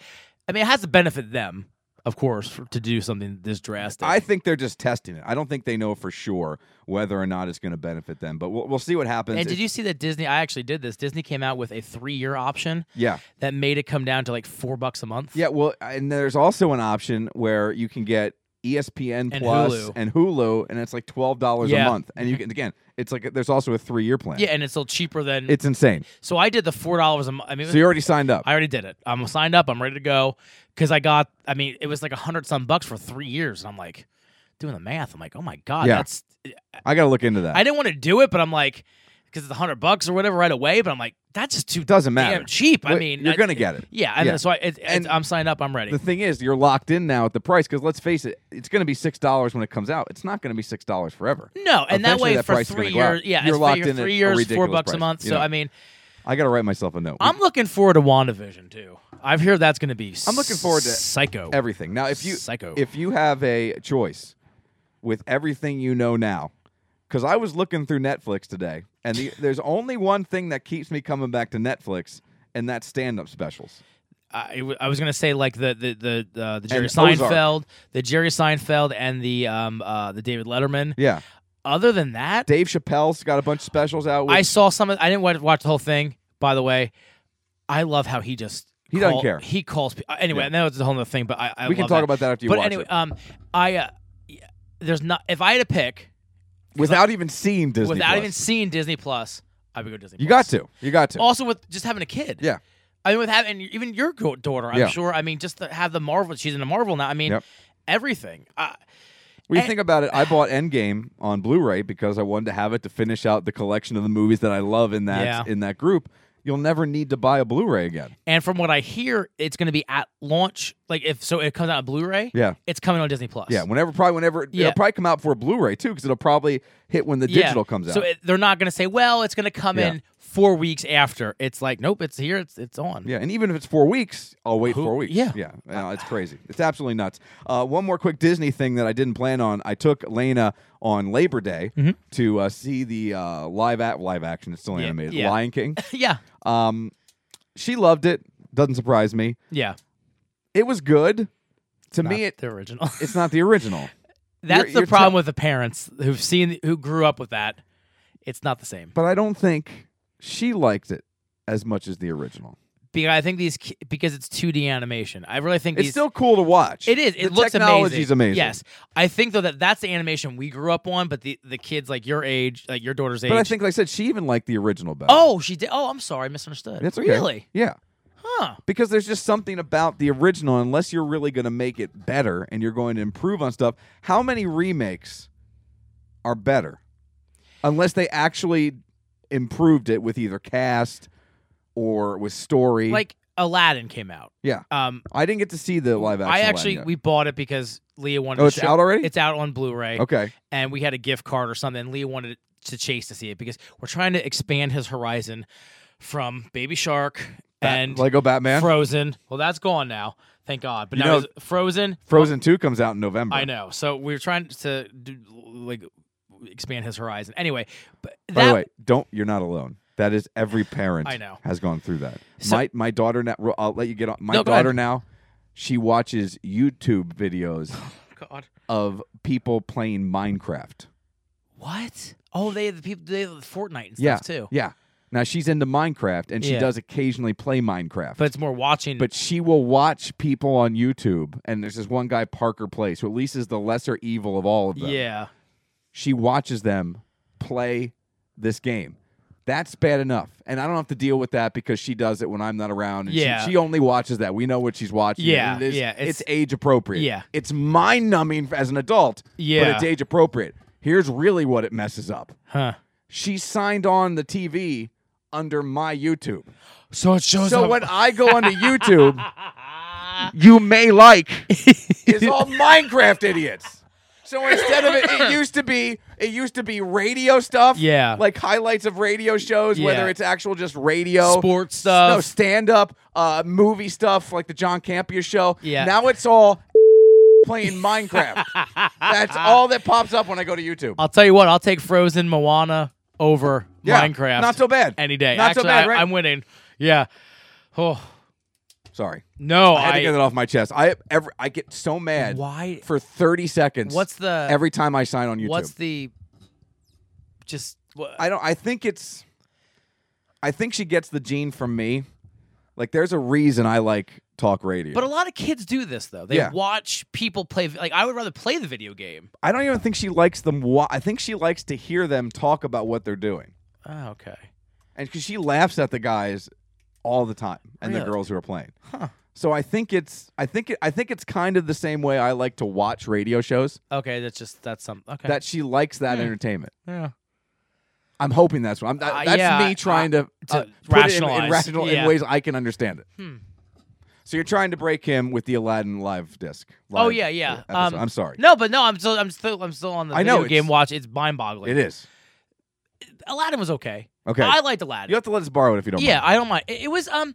[SPEAKER 2] I mean, it has to benefit them, of course, for, to do something this drastic.
[SPEAKER 1] I think they're just testing it. I don't think they know for sure whether or not it's going to benefit them, but we'll, we'll see what happens.
[SPEAKER 2] and did you see that Disney? I actually did this. Disney came out with a three year option
[SPEAKER 1] Yeah,
[SPEAKER 2] that made it come down to like four bucks a month.
[SPEAKER 1] yeah. Well, and there's also an option where you can get E ESPN
[SPEAKER 2] And
[SPEAKER 1] Plus
[SPEAKER 2] Hulu.
[SPEAKER 1] and Hulu, and it's like twelve dollars
[SPEAKER 2] Yeah.
[SPEAKER 1] a month. And you can again, it's like there's also a three-year plan.
[SPEAKER 2] Yeah, and it's still cheaper than.
[SPEAKER 1] it's insane.
[SPEAKER 2] so I did the four dollars a month. I mean, it
[SPEAKER 1] So
[SPEAKER 2] was-
[SPEAKER 1] you already signed up.
[SPEAKER 2] I already did it. I'm signed up. I'm ready to go because I got. I mean, it was like a hundred some bucks for three years, and I'm like doing the math. I'm like, oh my god,
[SPEAKER 1] Yeah.
[SPEAKER 2] that's
[SPEAKER 1] I got to look into that.
[SPEAKER 2] I didn't want to do it, but I'm like, because it's a hundred bucks or whatever right away. But I'm like, that's just too
[SPEAKER 1] Doesn't matter.
[SPEAKER 2] damn cheap. I
[SPEAKER 1] Wait,
[SPEAKER 2] mean,
[SPEAKER 1] you're
[SPEAKER 2] I-
[SPEAKER 1] gonna get it.
[SPEAKER 2] Yeah, I
[SPEAKER 1] Yeah.
[SPEAKER 2] mean, so I, it, it's
[SPEAKER 1] And-
[SPEAKER 2] I'm signed up. I'm ready.
[SPEAKER 1] the thing is, you're locked in now at the price because let's face it, it's going to be six dollars when it comes out. It's not going to be six dollars forever.
[SPEAKER 2] no, and that
[SPEAKER 1] Eventually
[SPEAKER 2] way
[SPEAKER 1] that
[SPEAKER 2] for
[SPEAKER 1] price is gonna
[SPEAKER 2] three
[SPEAKER 1] go up.
[SPEAKER 2] years, yeah,
[SPEAKER 1] You're
[SPEAKER 2] it's
[SPEAKER 1] locked
[SPEAKER 2] for
[SPEAKER 1] in at a
[SPEAKER 2] three years, four
[SPEAKER 1] ridiculous
[SPEAKER 2] bucks a
[SPEAKER 1] price,
[SPEAKER 2] month.
[SPEAKER 1] you
[SPEAKER 2] So
[SPEAKER 1] know.
[SPEAKER 2] I mean,
[SPEAKER 1] I got to write myself a note. We-
[SPEAKER 2] I'm looking forward to WandaVision too. I hear that's going to be.
[SPEAKER 1] I'm looking forward to
[SPEAKER 2] Psycho.
[SPEAKER 1] everything. Now, if you
[SPEAKER 2] Psycho.
[SPEAKER 1] if you have a choice with everything you know now, because I was looking through Netflix today, and the, there's only one thing that keeps me coming back to Netflix, and that's stand-up specials.
[SPEAKER 2] I, it w- I was gonna say like the the the the, the Jerry
[SPEAKER 1] And Ozark.
[SPEAKER 2] Seinfeld, the Jerry Seinfeld, and the um uh the David Letterman.
[SPEAKER 1] Yeah,
[SPEAKER 2] Other than that,
[SPEAKER 1] Dave Chappelle's got a bunch of specials out. With,
[SPEAKER 2] I saw some. Of, I didn't wa- watch the whole thing, by the way. I love how he just
[SPEAKER 1] He doesn't
[SPEAKER 2] call-
[SPEAKER 1] care.
[SPEAKER 2] He calls pe- uh, anyway.
[SPEAKER 1] Yeah.
[SPEAKER 2] I know it's a whole other thing, but I, I
[SPEAKER 1] we can
[SPEAKER 2] love
[SPEAKER 1] talk about that after you
[SPEAKER 2] But
[SPEAKER 1] watch
[SPEAKER 2] anyway,
[SPEAKER 1] it.
[SPEAKER 2] um, I uh, y- there's not if I had to pick
[SPEAKER 1] without even seeing Disney.
[SPEAKER 2] without
[SPEAKER 1] Plus.
[SPEAKER 2] even seeing Disney Plus, I would go Disney.
[SPEAKER 1] you got
[SPEAKER 2] Plus.
[SPEAKER 1] to, you got to.
[SPEAKER 2] Also, with just having a kid.
[SPEAKER 1] Yeah.
[SPEAKER 2] I mean, with having even your go- daughter, I'm
[SPEAKER 1] Yeah.
[SPEAKER 2] sure. I mean, just to have the Marvel. She's in a Marvel now. I mean,
[SPEAKER 1] Yep.
[SPEAKER 2] everything. Uh, I,
[SPEAKER 1] When you
[SPEAKER 2] And-
[SPEAKER 1] think about it, I bought Endgame on Blu-ray because I wanted to have it to finish out the collection of the movies that I love in that
[SPEAKER 2] Yeah.
[SPEAKER 1] in that group. You'll never need to buy a Blu-ray again.
[SPEAKER 2] and from what I hear, it's going to be at launch. Like if so, it comes out on Blu-ray.
[SPEAKER 1] Yeah.
[SPEAKER 2] It's coming on Disney Plus.
[SPEAKER 1] Yeah, whenever probably whenever
[SPEAKER 2] Yeah.
[SPEAKER 1] it'll probably come out for Blu-ray too, because it'll probably hit when the digital comes out.
[SPEAKER 2] So it, they're not going to say, "Well, it's going to come
[SPEAKER 1] Yeah.
[SPEAKER 2] in four weeks after." It's like, nope, it's here. It's it's on.
[SPEAKER 1] yeah, and even if it's four weeks, I'll wait four weeks.
[SPEAKER 2] yeah.
[SPEAKER 1] yeah, no, it's crazy. It's absolutely nuts. Uh, one more quick Disney thing that I didn't plan on. I took Lena on Labor Day to uh, see the uh, live at live action. It's still
[SPEAKER 2] Mm-hmm. Yeah,
[SPEAKER 1] animated.
[SPEAKER 2] yeah.
[SPEAKER 1] Lion King.
[SPEAKER 2] yeah,
[SPEAKER 1] Um, she loved it. Doesn't surprise me.
[SPEAKER 2] yeah.
[SPEAKER 1] It was good. To
[SPEAKER 2] Not
[SPEAKER 1] me, it,
[SPEAKER 2] the original.
[SPEAKER 1] it's not the original.
[SPEAKER 2] That's
[SPEAKER 1] you're
[SPEAKER 2] the problem
[SPEAKER 1] tell-
[SPEAKER 2] with the parents who've seen who grew up with that. It's not the same.
[SPEAKER 1] But I don't think she liked it as much as the original.
[SPEAKER 2] Because I think these ki- because it's 2D animation. I really think
[SPEAKER 1] It's
[SPEAKER 2] these,
[SPEAKER 1] still cool to watch.
[SPEAKER 2] It is. It
[SPEAKER 1] the
[SPEAKER 2] looks
[SPEAKER 1] technology's amazing.
[SPEAKER 2] Yes, I think though that that's the animation we grew up on. But the the kids like your age, like your daughter's age.
[SPEAKER 1] But I think, like I said, she even liked the original better.
[SPEAKER 2] Oh, she did. Oh, I'm sorry, I misunderstood.
[SPEAKER 1] That's okay.
[SPEAKER 2] Really?
[SPEAKER 1] Yeah.
[SPEAKER 2] Huh.
[SPEAKER 1] Because there's just something about the original, unless you're really going to make it better and you're going to improve on stuff. How many remakes are better? Unless they actually improved it with either cast or with story.
[SPEAKER 2] Like Aladdin came out.
[SPEAKER 1] yeah.
[SPEAKER 2] Um,
[SPEAKER 1] I didn't get to see the live action.
[SPEAKER 2] I
[SPEAKER 1] Aladdin
[SPEAKER 2] actually
[SPEAKER 1] yet.
[SPEAKER 2] we bought it because Leah wanted.
[SPEAKER 1] Oh,
[SPEAKER 2] to
[SPEAKER 1] it's
[SPEAKER 2] show-
[SPEAKER 1] out already?
[SPEAKER 2] It's out on Blu-ray,
[SPEAKER 1] okay.
[SPEAKER 2] and we had a gift card or something. And Leah wanted to chase to see it because we're trying to expand his horizon from Baby Shark
[SPEAKER 1] Bat-
[SPEAKER 2] and
[SPEAKER 1] Lego Batman.
[SPEAKER 2] Frozen. Well, that's gone now. Thank God. But
[SPEAKER 1] You
[SPEAKER 2] now
[SPEAKER 1] know-
[SPEAKER 2] it's Frozen.
[SPEAKER 1] Frozen Two comes out in November.
[SPEAKER 2] I know. So we are trying to do, like expand his horizon. Anyway, but that
[SPEAKER 1] By the way, don't you're not alone. That is every parent.
[SPEAKER 2] I know.
[SPEAKER 1] has gone through that.
[SPEAKER 2] So-
[SPEAKER 1] my my daughter now. I'll let you get on. My
[SPEAKER 2] No, go ahead.
[SPEAKER 1] daughter now, she watches YouTube videos
[SPEAKER 2] God.
[SPEAKER 1] of people playing Minecraft.
[SPEAKER 2] What? Oh, they have the people they have the Fortnite and stuff
[SPEAKER 1] yeah,
[SPEAKER 2] too.
[SPEAKER 1] Yeah. Now she's into Minecraft, and she
[SPEAKER 2] Yeah.
[SPEAKER 1] does occasionally play Minecraft.
[SPEAKER 2] But it's more watching.
[SPEAKER 1] but she will watch people on YouTube, and there's this one guy Parker Place, who at least is the lesser evil of all of them.
[SPEAKER 2] yeah.
[SPEAKER 1] she watches them play this game. That's bad enough. And I don't have to deal with that because she does it when I'm not around. And she-
[SPEAKER 2] Yeah.
[SPEAKER 1] She, only watches that. We know what she's watching.
[SPEAKER 2] Yeah,
[SPEAKER 1] and It is,
[SPEAKER 2] yeah,
[SPEAKER 1] It's,
[SPEAKER 2] it's-
[SPEAKER 1] age appropriate.
[SPEAKER 2] yeah.
[SPEAKER 1] It's mind numbing as an adult. But
[SPEAKER 2] Yeah.
[SPEAKER 1] it's age appropriate. Here's really what it messes up.
[SPEAKER 2] Huh.
[SPEAKER 1] She signed on the TV under my YouTube.
[SPEAKER 2] So it shows
[SPEAKER 1] So when I go onto YouTube, you may like is all Minecraft idiots. So instead of it, it used to be it used to be radio stuff,
[SPEAKER 2] Yeah.
[SPEAKER 1] like highlights of radio shows, whether
[SPEAKER 2] Yeah.
[SPEAKER 1] it's actual just radio,
[SPEAKER 2] Sports
[SPEAKER 1] no
[SPEAKER 2] stuff.
[SPEAKER 1] stand up, uh, movie stuff like the John Campia show.
[SPEAKER 2] Yeah.
[SPEAKER 1] now it's all playing Minecraft. That's all that pops up when I go to YouTube.
[SPEAKER 2] I'll tell you what, I'll take Frozen Moana over
[SPEAKER 1] Yeah,
[SPEAKER 2] Minecraft
[SPEAKER 1] not so bad.
[SPEAKER 2] any day.
[SPEAKER 1] Not
[SPEAKER 2] Actually,
[SPEAKER 1] so bad,
[SPEAKER 2] I,
[SPEAKER 1] right?
[SPEAKER 2] I'm winning. Yeah. Oh
[SPEAKER 1] Sorry,
[SPEAKER 2] no,
[SPEAKER 1] Oh, I had
[SPEAKER 2] I,
[SPEAKER 1] to get that off my chest. I every I get so mad.
[SPEAKER 2] why
[SPEAKER 1] for 30 seconds.
[SPEAKER 2] What's the-
[SPEAKER 1] every time I sign on YouTube?
[SPEAKER 2] what's the just what,
[SPEAKER 1] I don't. I think it's. I think she gets the gene from me. Like, there's a reason I like talk radio.
[SPEAKER 2] But a lot of kids do this though. They
[SPEAKER 1] Yeah.
[SPEAKER 2] watch people play like I would rather play the video game.
[SPEAKER 1] I don't even think she likes them. Wa- I think she likes to hear them talk about what they're doing,
[SPEAKER 2] Oh, okay.
[SPEAKER 1] and because she laughs at the guys all the time and the
[SPEAKER 2] Really?
[SPEAKER 1] girls who are playing. So I think it's. I think. It, I think it's kind of the same way I like to watch radio shows.
[SPEAKER 2] Okay, that's just that's something. Okay.
[SPEAKER 1] That she likes
[SPEAKER 2] Hmm.
[SPEAKER 1] that entertainment.
[SPEAKER 2] yeah.
[SPEAKER 1] I'm hoping that's what I'm. That,
[SPEAKER 2] Uh,
[SPEAKER 1] that's
[SPEAKER 2] yeah,
[SPEAKER 1] me trying to,
[SPEAKER 2] to
[SPEAKER 1] uh, put it in- in,
[SPEAKER 2] rationalize.
[SPEAKER 1] rational in
[SPEAKER 2] Yeah. Hmm.
[SPEAKER 1] ways I can understand it. So you're trying to break him with the Aladdin live disc.
[SPEAKER 2] Oh
[SPEAKER 1] live
[SPEAKER 2] yeah, yeah.
[SPEAKER 1] episode.
[SPEAKER 2] Um,
[SPEAKER 1] I'm sorry.
[SPEAKER 2] No, but no, I'm still, I'm still, I'm still on the
[SPEAKER 1] I know,
[SPEAKER 2] video game
[SPEAKER 1] it's-
[SPEAKER 2] watch. It's mind-boggling.
[SPEAKER 1] it is.
[SPEAKER 2] Aladdin was okay.
[SPEAKER 1] Okay.
[SPEAKER 2] I liked Aladdin.
[SPEAKER 1] You have to let us borrow it if you don't.
[SPEAKER 2] yeah, I don't mind. It, it was, um,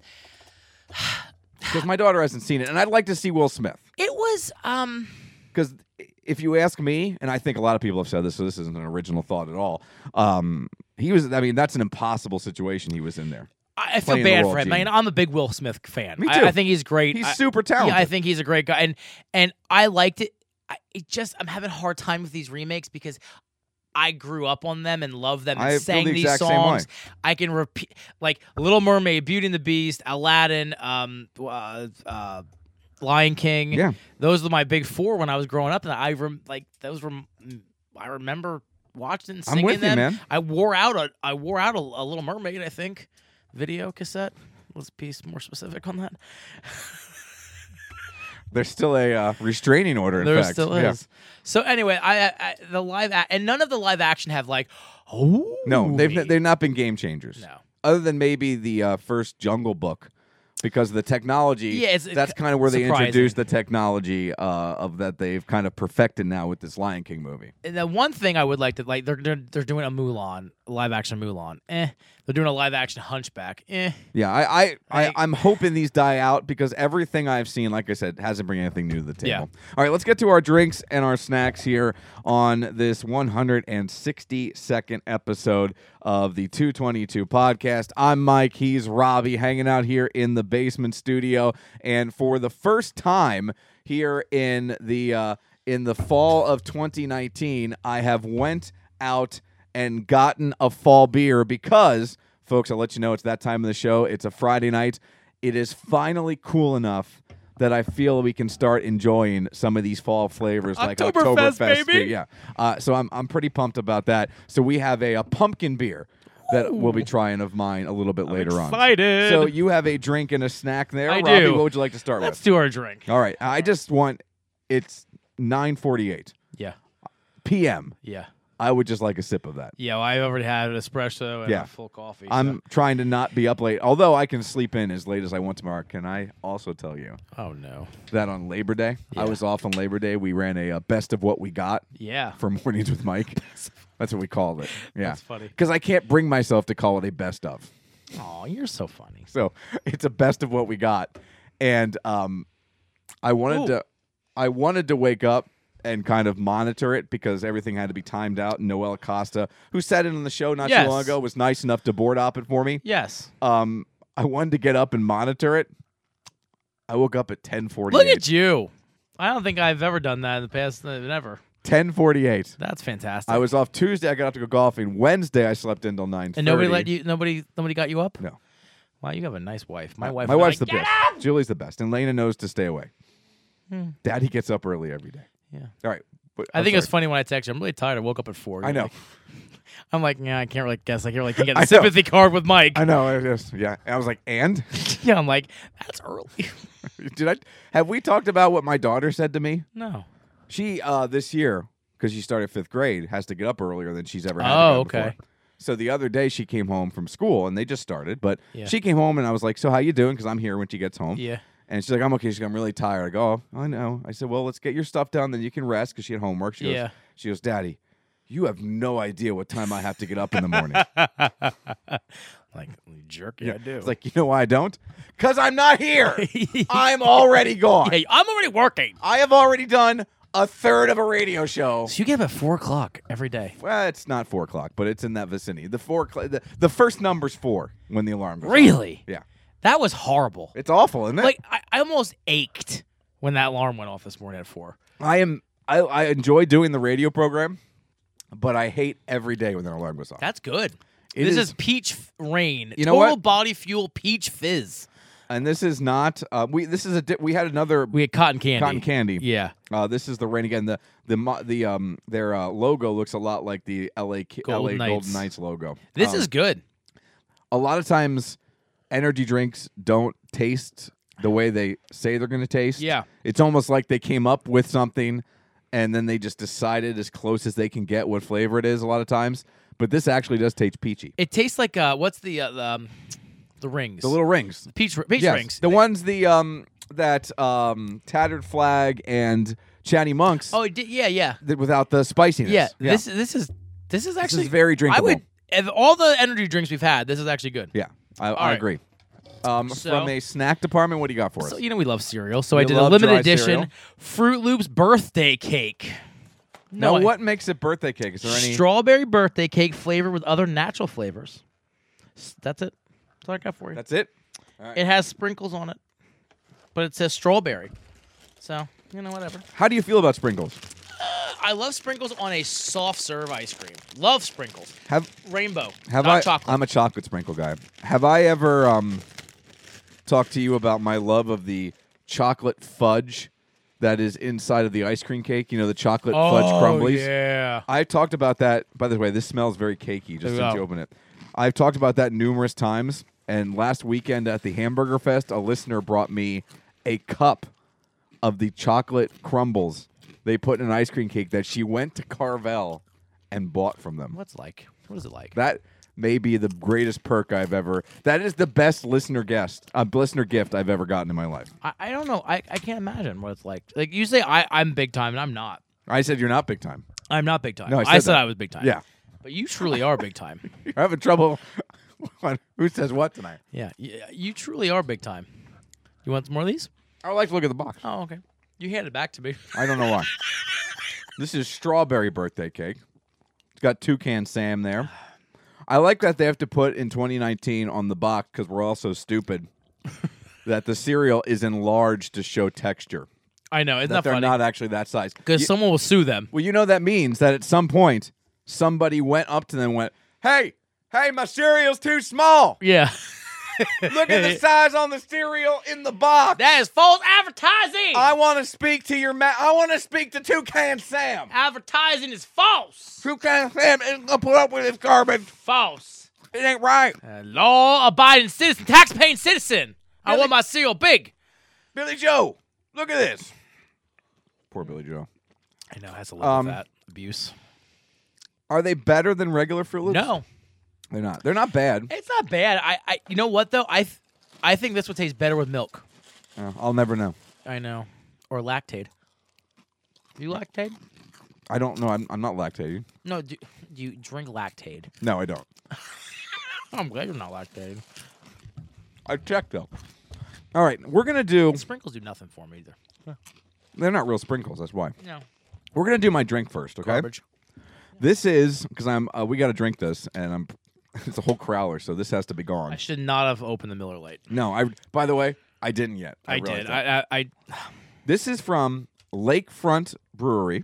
[SPEAKER 1] because my daughter hasn't seen it, and I'd like to see Will Smith.
[SPEAKER 2] it was, um,
[SPEAKER 1] Because if you ask me, and I think a lot of people have said this, so this isn't an original thought at all. Um, he was. I mean, that's an impossible situation he was in there.
[SPEAKER 2] I, I feel
[SPEAKER 1] Playing the
[SPEAKER 2] bad
[SPEAKER 1] role
[SPEAKER 2] for
[SPEAKER 1] of
[SPEAKER 2] him.
[SPEAKER 1] Genie.
[SPEAKER 2] Man, I'm a big Will Smith fan.
[SPEAKER 1] Me
[SPEAKER 2] I,
[SPEAKER 1] too.
[SPEAKER 2] I think he's great.
[SPEAKER 1] He's
[SPEAKER 2] I-
[SPEAKER 1] super
[SPEAKER 2] Yeah, I
[SPEAKER 1] talented.
[SPEAKER 2] think he's a great guy, and and I liked it. I, it just, I'm having a hard time with these remakes because. I grew up on them and loved them and
[SPEAKER 1] I feel
[SPEAKER 2] sang
[SPEAKER 1] the
[SPEAKER 2] these
[SPEAKER 1] exact same way.
[SPEAKER 2] songs. I can repeat like Little Mermaid, Beauty and the Beast, Aladdin, um, uh, uh, Lion King.
[SPEAKER 1] Yeah.
[SPEAKER 2] those were my big four when I was growing up, and I rem- like those were I remember watching and
[SPEAKER 1] I'm
[SPEAKER 2] singing
[SPEAKER 1] with you,
[SPEAKER 2] them.
[SPEAKER 1] man.
[SPEAKER 2] I wore out a I wore out a, a Little Mermaid, I think, video cassette. Let's be more specific on that.
[SPEAKER 1] There's still a uh, restraining order. In
[SPEAKER 2] there
[SPEAKER 1] fact,
[SPEAKER 2] still
[SPEAKER 1] Yeah.
[SPEAKER 2] is. So anyway, I, I- I the live ac and none of the live action have like oh
[SPEAKER 1] No, they've they've not been game changers.
[SPEAKER 2] No.
[SPEAKER 1] other than maybe the uh, first Jungle Book, because of the technology.
[SPEAKER 2] Yeah, it's-
[SPEAKER 1] that's
[SPEAKER 2] it-
[SPEAKER 1] kind of where they
[SPEAKER 2] surprising.
[SPEAKER 1] introduced the technology uh, of that they've kind of perfected now with this Lion King movie.
[SPEAKER 2] And the one thing I would like to like they're they're, they're doing a Mulan live action Mulan. Eh, they're doing a live action Hunchback. Eh,
[SPEAKER 1] Yeah, I, I, I
[SPEAKER 2] Right.
[SPEAKER 1] I'm hoping these die out because everything I've seen, like I said, hasn't bring anything new to the table. All right, let's get to our drinks and our snacks here on this 162nd episode of the 222 podcast. I'm Mike, he's Robbie, hanging out here in the basement studio, and for the first time here in the uh, in the fall of 2019, I have went out and gotten a fall beer because folks i'll let you know it's that time of the show it's a friday night it is finally cool enough that i feel we can start enjoying some of these fall flavors like
[SPEAKER 2] Oktoberfest,
[SPEAKER 1] Oktoberfest
[SPEAKER 2] baby.
[SPEAKER 1] beer. yeah uh, so I'm, I'm pretty pumped about that so we have a, a pumpkin beer that we'll be trying of mine a little bit later on
[SPEAKER 2] excited.
[SPEAKER 1] so you have a drink and a snack there
[SPEAKER 2] I
[SPEAKER 1] robbie
[SPEAKER 2] do.
[SPEAKER 1] what would you like to start
[SPEAKER 2] let's
[SPEAKER 1] with
[SPEAKER 2] do our drink.
[SPEAKER 1] all right i just want it's 9.48
[SPEAKER 2] Yeah,
[SPEAKER 1] p.m
[SPEAKER 2] yeah,
[SPEAKER 1] i would just like a sip of that
[SPEAKER 2] yeah. Well, I already had an espresso and
[SPEAKER 1] Yeah.
[SPEAKER 2] a full coffee.
[SPEAKER 1] I'm trying to not be up late. Although I can sleep in as late as I want tomorrow. Can I also tell you
[SPEAKER 2] so- oh no.
[SPEAKER 1] that on Labor Day, I was off on Labor Day. We ran a uh, best of what we got
[SPEAKER 2] Yeah.
[SPEAKER 1] for mornings with Mike. That's what we called it. Yeah,
[SPEAKER 2] That's funny.
[SPEAKER 1] Because I can't bring myself to call it a best of.
[SPEAKER 2] Oh, you're so funny.
[SPEAKER 1] So it's a best of what we got, and um, I wanted
[SPEAKER 2] Ooh.
[SPEAKER 1] to I wanted to wake up and kind of monitor it because everything had to be timed out. Noel Acosta, who sat in on the show not
[SPEAKER 2] Yes.
[SPEAKER 1] too long ago, was nice enough to board op it for me.
[SPEAKER 2] Yes.
[SPEAKER 1] Um, I wanted to get up and monitor it. I woke up at 10:48.
[SPEAKER 2] Look at you. I don't think I've ever done that in the past. uh, Never.
[SPEAKER 1] 10:48.
[SPEAKER 2] That's fantastic.
[SPEAKER 1] I was off Tuesday. I got out to go golfing. Wednesday, I slept in till 9:30.
[SPEAKER 2] and nobody let you. Nobody. Nobody got you up.
[SPEAKER 1] No.
[SPEAKER 2] Wow, you have a nice wife. My wife.
[SPEAKER 1] My
[SPEAKER 2] would be
[SPEAKER 1] wife's
[SPEAKER 2] like,
[SPEAKER 1] the best. Julie's the best, and Lena knows to stay away. Daddy gets up early every day.
[SPEAKER 2] Hmm. Yeah.
[SPEAKER 1] All right. but-
[SPEAKER 2] I
[SPEAKER 1] I'm
[SPEAKER 2] think
[SPEAKER 1] sorry.
[SPEAKER 2] it's funny when I text you. I'm really tired. I woke up at four.
[SPEAKER 1] I
[SPEAKER 2] You're
[SPEAKER 1] know.
[SPEAKER 2] like- I'm like, yeah, I can't really guess. Like you're like, you get
[SPEAKER 1] I know.
[SPEAKER 2] the sympathy card with Mike.
[SPEAKER 1] I know. I just, yeah. And I was like, and
[SPEAKER 2] yeah, I'm like, that's early.
[SPEAKER 1] did I have we talked about what my daughter said to me?
[SPEAKER 2] no.
[SPEAKER 1] She uh this year because she started fifth grade has to get up earlier than she's ever had. to
[SPEAKER 2] Oh,
[SPEAKER 1] get up before.
[SPEAKER 2] okay.
[SPEAKER 1] So the other day she came home from school and they just started, but
[SPEAKER 2] Yeah.
[SPEAKER 1] she came home and I was like, "So how you doing?" Because I'm here when she gets home.
[SPEAKER 2] Yeah.
[SPEAKER 1] And she's like, "I'm okay." She's like, "I'm really tired." I go, oh, "I know." I said, "Well, let's get your stuff done, then you can rest because she had homework." She goes,
[SPEAKER 2] Yeah.
[SPEAKER 1] She goes, "Daddy, you have no idea what time I have to get up in the morning."
[SPEAKER 2] Like you jerk. Yeah, I do.
[SPEAKER 1] It's like you know why I don't? Because I'm not here. I'm already gone.
[SPEAKER 2] hey, I'm already working.
[SPEAKER 1] I have already done a third of a radio show.
[SPEAKER 2] So you get up at four o'clock every day.
[SPEAKER 1] Well, it's not four o'clock, but it's in that vicinity. The four, cl- the, the first number's four when the alarm goes. off.
[SPEAKER 2] Really?
[SPEAKER 1] Yeah,
[SPEAKER 2] That was horrible.
[SPEAKER 1] it's awful, isn't it?
[SPEAKER 2] Like I, I almost ached when that alarm went off this morning at four.
[SPEAKER 1] I am. I, I enjoy doing the radio program, but I hate every day when the alarm goes off.
[SPEAKER 2] That's good.
[SPEAKER 1] It
[SPEAKER 2] this
[SPEAKER 1] is-
[SPEAKER 2] is, peach f- rain.
[SPEAKER 1] You know
[SPEAKER 2] Total
[SPEAKER 1] what?
[SPEAKER 2] body fuel peach fizz.
[SPEAKER 1] and this is not. Uh, we this is a. Di- we had another
[SPEAKER 2] We had cotton candy.
[SPEAKER 1] cotton candy.
[SPEAKER 2] Yeah.
[SPEAKER 1] Uh, this is the rain again. The the mo- the um their uh, logo looks a lot like the L.A. Ki-
[SPEAKER 2] Golden
[SPEAKER 1] LA Golden
[SPEAKER 2] Knights.
[SPEAKER 1] Knights logo.
[SPEAKER 2] This
[SPEAKER 1] Um,
[SPEAKER 2] is good.
[SPEAKER 1] a lot of times energy drinks don't taste the way they say they're going to taste.
[SPEAKER 2] Yeah.
[SPEAKER 1] It's almost like they came up with something and then they just decided as close as they can get what flavor it is a lot of times. But this actually does taste peachy.
[SPEAKER 2] It tastes like uh, what's the uh, the, um, the rings?
[SPEAKER 1] The little rings.
[SPEAKER 2] peach peach
[SPEAKER 1] Yes.
[SPEAKER 2] rings.
[SPEAKER 1] The ones the um that um tattered flag and chatty monks
[SPEAKER 2] oh, it did, yeah, yeah,
[SPEAKER 1] that without the spiciness.
[SPEAKER 2] yeah. This this is this is actually
[SPEAKER 1] very drinkable.
[SPEAKER 2] I would of all the energy drinks we've had, this is actually good.
[SPEAKER 1] yeah. I, I
[SPEAKER 2] right.
[SPEAKER 1] agree. Um,
[SPEAKER 2] So-
[SPEAKER 1] from a snack department, what do you got for us?
[SPEAKER 2] So you know we love cereal, so I
[SPEAKER 1] We
[SPEAKER 2] did a
[SPEAKER 1] love
[SPEAKER 2] limited
[SPEAKER 1] dry
[SPEAKER 2] edition
[SPEAKER 1] cereal.
[SPEAKER 2] Fruit Loops birthday cake.
[SPEAKER 1] now,
[SPEAKER 2] I-
[SPEAKER 1] what makes it birthday cake? Is there any?
[SPEAKER 2] strawberry birthday cake flavored with other natural flavors? S- That's it. That's all I got for you.
[SPEAKER 1] That's it.
[SPEAKER 2] it has sprinkles on it, but it says strawberry. So you know whatever.
[SPEAKER 1] How do you feel about sprinkles?
[SPEAKER 2] I love sprinkles on a soft serve ice cream. Love sprinkles.
[SPEAKER 1] Have
[SPEAKER 2] Rainbow.
[SPEAKER 1] have
[SPEAKER 2] not
[SPEAKER 1] I?
[SPEAKER 2] chocolate.
[SPEAKER 1] I'm a chocolate sprinkle guy. Have I ever um, talked to you about my love of the chocolate fudge that is inside of the ice cream cake? You know, the chocolate fudge crumblies.
[SPEAKER 2] Oh, Yeah.
[SPEAKER 1] I've talked about that. By the way, this smells very cakey just since
[SPEAKER 2] Wow.
[SPEAKER 1] you open it. I've talked about that numerous times. And last weekend at the Hamburger Fest, a listener brought me a cup of the chocolate crumbles they put in an ice cream cake that she went to Carvel and bought from them.
[SPEAKER 2] What's it like? What is it like?
[SPEAKER 1] That may be the greatest perk I've ever. That is the best listener guest, uh, listener gift I've ever gotten in my life.
[SPEAKER 2] I, I don't know. I, I can't imagine what it's like. Like you say, I I'm big time, and I'm not.
[SPEAKER 1] I said you're not big time.
[SPEAKER 2] I'm not big time.
[SPEAKER 1] No, I said that.
[SPEAKER 2] I was big time.
[SPEAKER 1] Yeah,
[SPEAKER 2] But you truly are big time.
[SPEAKER 1] I'm having trouble. on Who says what tonight?
[SPEAKER 2] yeah. You, you truly are big time. You want some more of these?
[SPEAKER 1] I would like to look at the box.
[SPEAKER 2] Oh, okay. You handed it back to me.
[SPEAKER 1] I don't know why. this is strawberry birthday cake. It's got toucan Sam there. I like that they have to put in 2019 on the box because we're all so stupid that the cereal is enlarged to show texture.
[SPEAKER 2] I know. It's
[SPEAKER 1] That
[SPEAKER 2] not
[SPEAKER 1] they're
[SPEAKER 2] funny.
[SPEAKER 1] not actually that size.
[SPEAKER 2] because
[SPEAKER 1] You-
[SPEAKER 2] someone will sue them.
[SPEAKER 1] Well, you know that means that at some point somebody went up to them and went, "Hey, hey, my cereal's too small.
[SPEAKER 2] Yeah.
[SPEAKER 1] Look at the size on the cereal in the box.
[SPEAKER 2] that is false advertising.
[SPEAKER 1] I want to speak to your ma- I want to speak to Toucan Sam.
[SPEAKER 2] advertising is false.
[SPEAKER 1] Toucan Sam isn't gonna put up with this garbage.
[SPEAKER 2] False.
[SPEAKER 1] It ain't right.
[SPEAKER 2] A law-abiding citizen, tax-paying citizen. I want my cereal big.
[SPEAKER 1] Billy Joe, look at this. Poor Billy Joe.
[SPEAKER 2] I know. That's a lot
[SPEAKER 1] Um,
[SPEAKER 2] of that abuse.
[SPEAKER 1] Are they better than regular Fruit Loops?
[SPEAKER 2] No.
[SPEAKER 1] they're not. They're not bad.
[SPEAKER 2] It's not bad. I, I you know what though? I th- I think this would taste better with milk.
[SPEAKER 1] Uh, I'll never know.
[SPEAKER 2] I know. Or lactate. You lactate?
[SPEAKER 1] I don't know. I'm, I'm not lactating.
[SPEAKER 2] No, do, do you drink lactate?
[SPEAKER 1] No, I don't.
[SPEAKER 2] I'm glad you're not lactating.
[SPEAKER 1] I checked though. All right, we're gonna do.
[SPEAKER 2] Sprinkles do nothing for me either.
[SPEAKER 1] They're not real sprinkles. That's why.
[SPEAKER 2] No.
[SPEAKER 1] We're gonna do my drink first, okay?
[SPEAKER 2] Garbage.
[SPEAKER 1] This is because I'm. Uh, we gotta drink this, and I'm. It's a whole crowler, so this has to be
[SPEAKER 2] I
[SPEAKER 1] gone.
[SPEAKER 2] should not have opened the Miller Lite.
[SPEAKER 1] no, I. By the way, I didn't yet.
[SPEAKER 2] I,
[SPEAKER 1] realized
[SPEAKER 2] did.
[SPEAKER 1] that.
[SPEAKER 2] I, I, I
[SPEAKER 1] this is from Lakefront Brewery,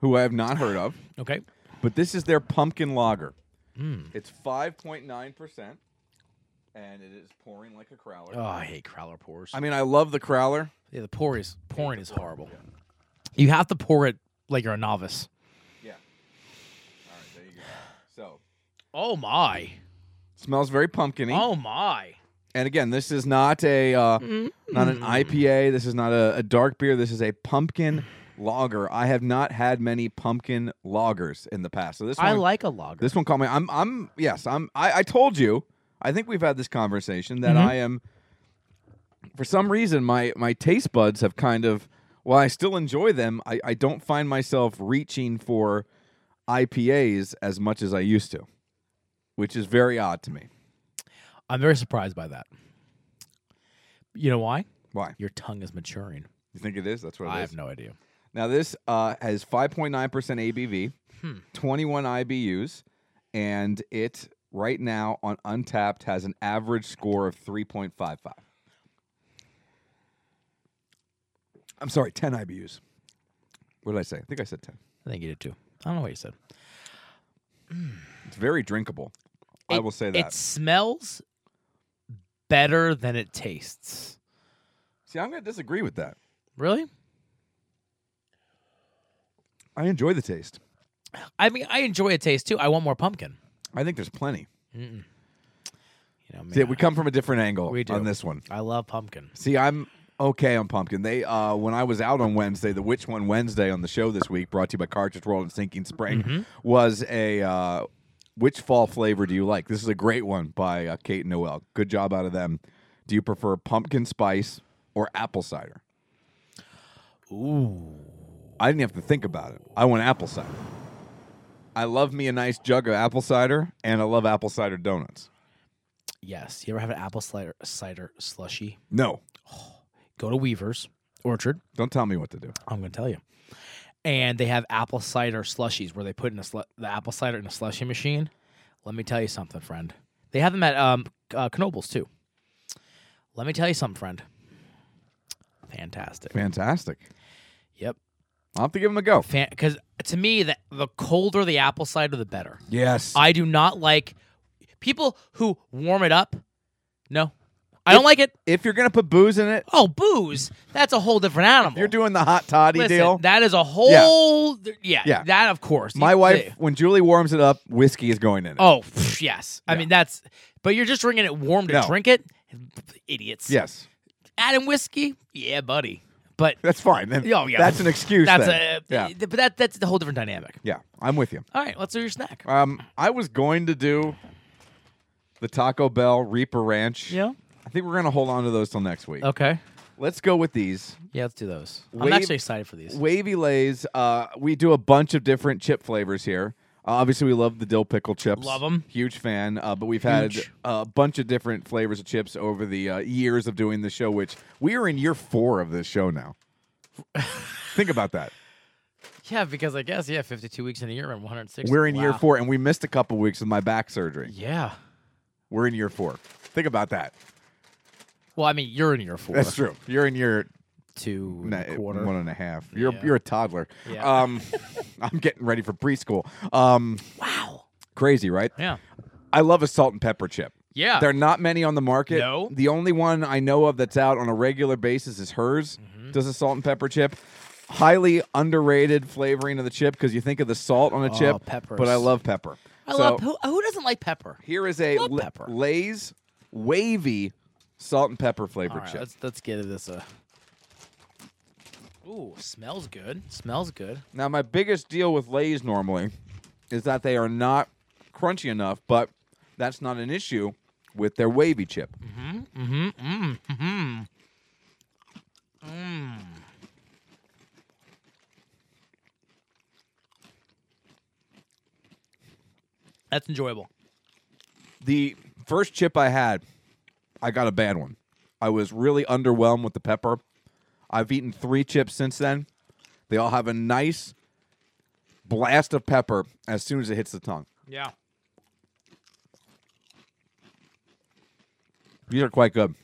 [SPEAKER 1] who I have not heard of,
[SPEAKER 2] okay.
[SPEAKER 1] but this is their pumpkin lager.
[SPEAKER 2] Hmm.
[SPEAKER 1] It's five point nine percent, and it is pouring like a crowler.
[SPEAKER 2] Oh, I hate crowler pours.
[SPEAKER 1] I mean, I love the crowler.
[SPEAKER 2] yeah, the pour is pouring is horrible. You have to pour it like you're a novice.
[SPEAKER 1] Yeah. All right, there you go. So
[SPEAKER 2] Oh my.
[SPEAKER 1] smells very pumpkiny.
[SPEAKER 2] Oh my.
[SPEAKER 1] And again, this is not a uh,
[SPEAKER 2] Mm-hmm.
[SPEAKER 1] not an IPA. This is not a, a dark beer. This is a pumpkin lager. I have not had many pumpkin lagers in the past. So this one,
[SPEAKER 2] I like a lager.
[SPEAKER 1] this one caught me. I'm I'm yes. I'm I, I told you. I think we've had this conversation that
[SPEAKER 2] Mm-hmm.
[SPEAKER 1] I am. For some reason, my my taste buds have kind of. While I still enjoy them, I, I don't find myself reaching for IPAs as much as I used to, which is very odd to me.
[SPEAKER 2] I'm very surprised by that. You know why?
[SPEAKER 1] Why?
[SPEAKER 2] Your tongue is maturing.
[SPEAKER 1] You think it is? That's what it is.
[SPEAKER 2] I have no idea.
[SPEAKER 1] Now this uh, has 5.9% ABV,
[SPEAKER 2] Hmm.
[SPEAKER 1] 21 IBUs, and it right now on Untapped has an average score of 3.55. I'm sorry, 10 IBUs. What did I say? I think I said 10.
[SPEAKER 2] I think you did too. I don't know what you said.
[SPEAKER 1] It's very drinkable. I
[SPEAKER 2] It-
[SPEAKER 1] will say that.
[SPEAKER 2] It smells better than it tastes.
[SPEAKER 1] See, I'm going to disagree with that.
[SPEAKER 2] Really?
[SPEAKER 1] I enjoy the taste.
[SPEAKER 2] I mean, I enjoy a taste too. I want more pumpkin.
[SPEAKER 1] I think there's plenty.
[SPEAKER 2] You know, man,
[SPEAKER 1] See, we come from a different angle
[SPEAKER 2] We do.
[SPEAKER 1] on this one.
[SPEAKER 2] I love pumpkin.
[SPEAKER 1] See, I'm okay on pumpkin. They uh when I was out on Wednesday, the Which One Wednesday on the show this week, brought to you by Cartridge World and Sinking Spring, was a uh which fall flavor do you like? This is a great one by uh, Kate and Noel. Good job out of them. Do you prefer pumpkin spice or apple cider? Ooh. I didn't have to think about it. I want apple cider. I love me a nice jug of apple cider, and I love apple cider donuts.
[SPEAKER 2] Yes. You ever have an apple cider cider slushy?
[SPEAKER 1] No,
[SPEAKER 2] Go to Weaver's Orchard.
[SPEAKER 1] don't tell me what to do.
[SPEAKER 2] I'm going to tell you. And they have apple cider slushies where they put in a slu- the apple cider in a slushy machine. Let me tell you something, friend. They have them at um, uh, Knobles too. Let me tell you something, friend. Fantastic.
[SPEAKER 1] Fantastic.
[SPEAKER 2] Yep.
[SPEAKER 1] I'll have to give them a go.
[SPEAKER 2] Because to me, the, the colder the apple cider, the better.
[SPEAKER 1] Yes.
[SPEAKER 2] I do not like people who warm it up. No, I don't like it.
[SPEAKER 1] if you're gonna put booze in it,
[SPEAKER 2] Oh, booze. That's a whole different animal.
[SPEAKER 1] you're doing the hot toddy
[SPEAKER 2] Listen,
[SPEAKER 1] deal.
[SPEAKER 2] That is a whole. Yeah.
[SPEAKER 1] Yeah.
[SPEAKER 2] That, of course.
[SPEAKER 1] My
[SPEAKER 2] You-
[SPEAKER 1] wife,
[SPEAKER 2] yeah.
[SPEAKER 1] when Julie warms it up, whiskey is going in it.
[SPEAKER 2] Oh, pff, yes. I mean, that's. But you're just drinking it warm to
[SPEAKER 1] No.
[SPEAKER 2] drink it? Idiots.
[SPEAKER 1] Yes,
[SPEAKER 2] Adding whiskey? Yeah, buddy. But.
[SPEAKER 1] that's fine. Then
[SPEAKER 2] Oh, yeah.
[SPEAKER 1] that's an excuse.
[SPEAKER 2] That's
[SPEAKER 1] then.
[SPEAKER 2] a.
[SPEAKER 1] yeah,
[SPEAKER 2] But that, that's a whole different dynamic.
[SPEAKER 1] yeah. I'm with you.
[SPEAKER 2] All right, let's do your snack.
[SPEAKER 1] Um, I was going to do the Taco Bell Reaper Ranch.
[SPEAKER 2] Yeah.
[SPEAKER 1] I think we're gonna hold on to those till next week.
[SPEAKER 2] Okay.
[SPEAKER 1] Let's go with these
[SPEAKER 2] Yeah, let's do those.
[SPEAKER 1] Wave-
[SPEAKER 2] I'm actually excited for these.
[SPEAKER 1] wavy lays. Uh, we do a bunch of different chip flavors here. Uh, obviously, we love the dill pickle chips.
[SPEAKER 2] Love 'em.
[SPEAKER 1] Huge fan. Uh, but we've had
[SPEAKER 2] Huge.
[SPEAKER 1] a bunch of different flavors of chips over the uh, years of doing the show, which we are in year four of this show now. Think about that.
[SPEAKER 2] Yeah, because I guess yeah, fifty-two weeks in a year and one hundred six.
[SPEAKER 1] We're in year four, and we missed a couple weeks with my back surgery.
[SPEAKER 2] Yeah.
[SPEAKER 1] We're in year four. Think about that.
[SPEAKER 2] Well, I mean, you're in year four.
[SPEAKER 1] That's true. You're in year
[SPEAKER 2] Two and
[SPEAKER 1] Nah,
[SPEAKER 2] a quarter.
[SPEAKER 1] one and a half. You're
[SPEAKER 2] Yeah.
[SPEAKER 1] you're a toddler.
[SPEAKER 2] Yeah.
[SPEAKER 1] Um, I'm getting ready for preschool. Um,
[SPEAKER 2] Wow.
[SPEAKER 1] crazy, right?
[SPEAKER 2] Yeah.
[SPEAKER 1] I love a salt and pepper chip.
[SPEAKER 2] Yeah.
[SPEAKER 1] There are not many on the market.
[SPEAKER 2] No.
[SPEAKER 1] The only one I know of that's out on a regular basis is hers.
[SPEAKER 2] Mm-hmm.
[SPEAKER 1] Does a salt and pepper chip. Highly underrated flavoring of the chip because you think of the salt on a
[SPEAKER 2] Oh,
[SPEAKER 1] chip.
[SPEAKER 2] peppers.
[SPEAKER 1] But I love pepper.
[SPEAKER 2] I
[SPEAKER 1] So,
[SPEAKER 2] love who, who doesn't like pepper.
[SPEAKER 1] Here is a
[SPEAKER 2] love
[SPEAKER 1] La-
[SPEAKER 2] pepper.
[SPEAKER 1] Lay's wavy salt and pepper flavored
[SPEAKER 2] All right,
[SPEAKER 1] chip.
[SPEAKER 2] let's let's give this a. Ooh, smells good. Smells good.
[SPEAKER 1] Now, my biggest deal with Lay's normally is that they are not crunchy enough, but that's not an issue with their wavy chip. Mm-hmm, mm-hmm, mm-hmm,
[SPEAKER 2] That's enjoyable.
[SPEAKER 1] The first chip I had, I got a bad one. I was really underwhelmed with the pepper. I've eaten three chips since then. They all have a nice blast of pepper as soon as it hits the tongue.
[SPEAKER 2] Yeah.
[SPEAKER 1] These are quite good.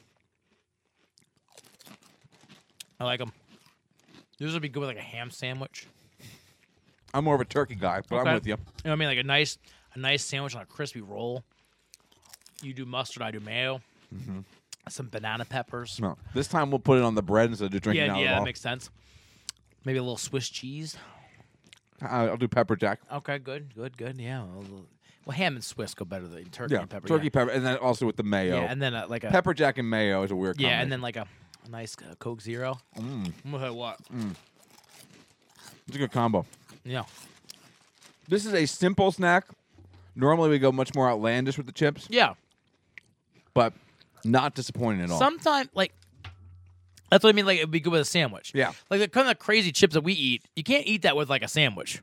[SPEAKER 2] I like them. These would be good with like a ham sandwich.
[SPEAKER 1] I'm more of a turkey guy, but
[SPEAKER 2] Okay.
[SPEAKER 1] I'm with you.
[SPEAKER 2] You know what I mean? Like a nice, a nice sandwich on a crispy roll. You do mustard, I do mayo.
[SPEAKER 1] Mm-hmm.
[SPEAKER 2] Some banana peppers.
[SPEAKER 1] No, this time we'll put it on the bread instead of drinking
[SPEAKER 2] yeah,
[SPEAKER 1] out
[SPEAKER 2] yeah,
[SPEAKER 1] of
[SPEAKER 2] that
[SPEAKER 1] all.
[SPEAKER 2] makes sense. Maybe a little Swiss cheese.
[SPEAKER 1] I- Uh, I'll do pepper jack.
[SPEAKER 2] Okay, good, good, good. Yeah. a little- Well, ham and Swiss go better than turkey
[SPEAKER 1] Yeah,
[SPEAKER 2] and pepper.
[SPEAKER 1] turkey
[SPEAKER 2] yeah.
[SPEAKER 1] pepper, and then also with the mayo.
[SPEAKER 2] Yeah, and then uh, like a
[SPEAKER 1] pepper jack and mayo is a weird.
[SPEAKER 2] Yeah,
[SPEAKER 1] combination.
[SPEAKER 2] and then like a, a nice uh, Coke Zero.
[SPEAKER 1] Mm.
[SPEAKER 2] I'm gonna hit what?
[SPEAKER 1] it's a good combo.
[SPEAKER 2] Yeah.
[SPEAKER 1] This is a simple snack. Normally we go much more outlandish with the chips,
[SPEAKER 2] Yeah.
[SPEAKER 1] but not disappointing at all.
[SPEAKER 2] Sometimes like that's what I mean. Like it'd be good with a sandwich.
[SPEAKER 1] Yeah.
[SPEAKER 2] Like the kind of crazy chips that we eat, you can't eat that with like a sandwich.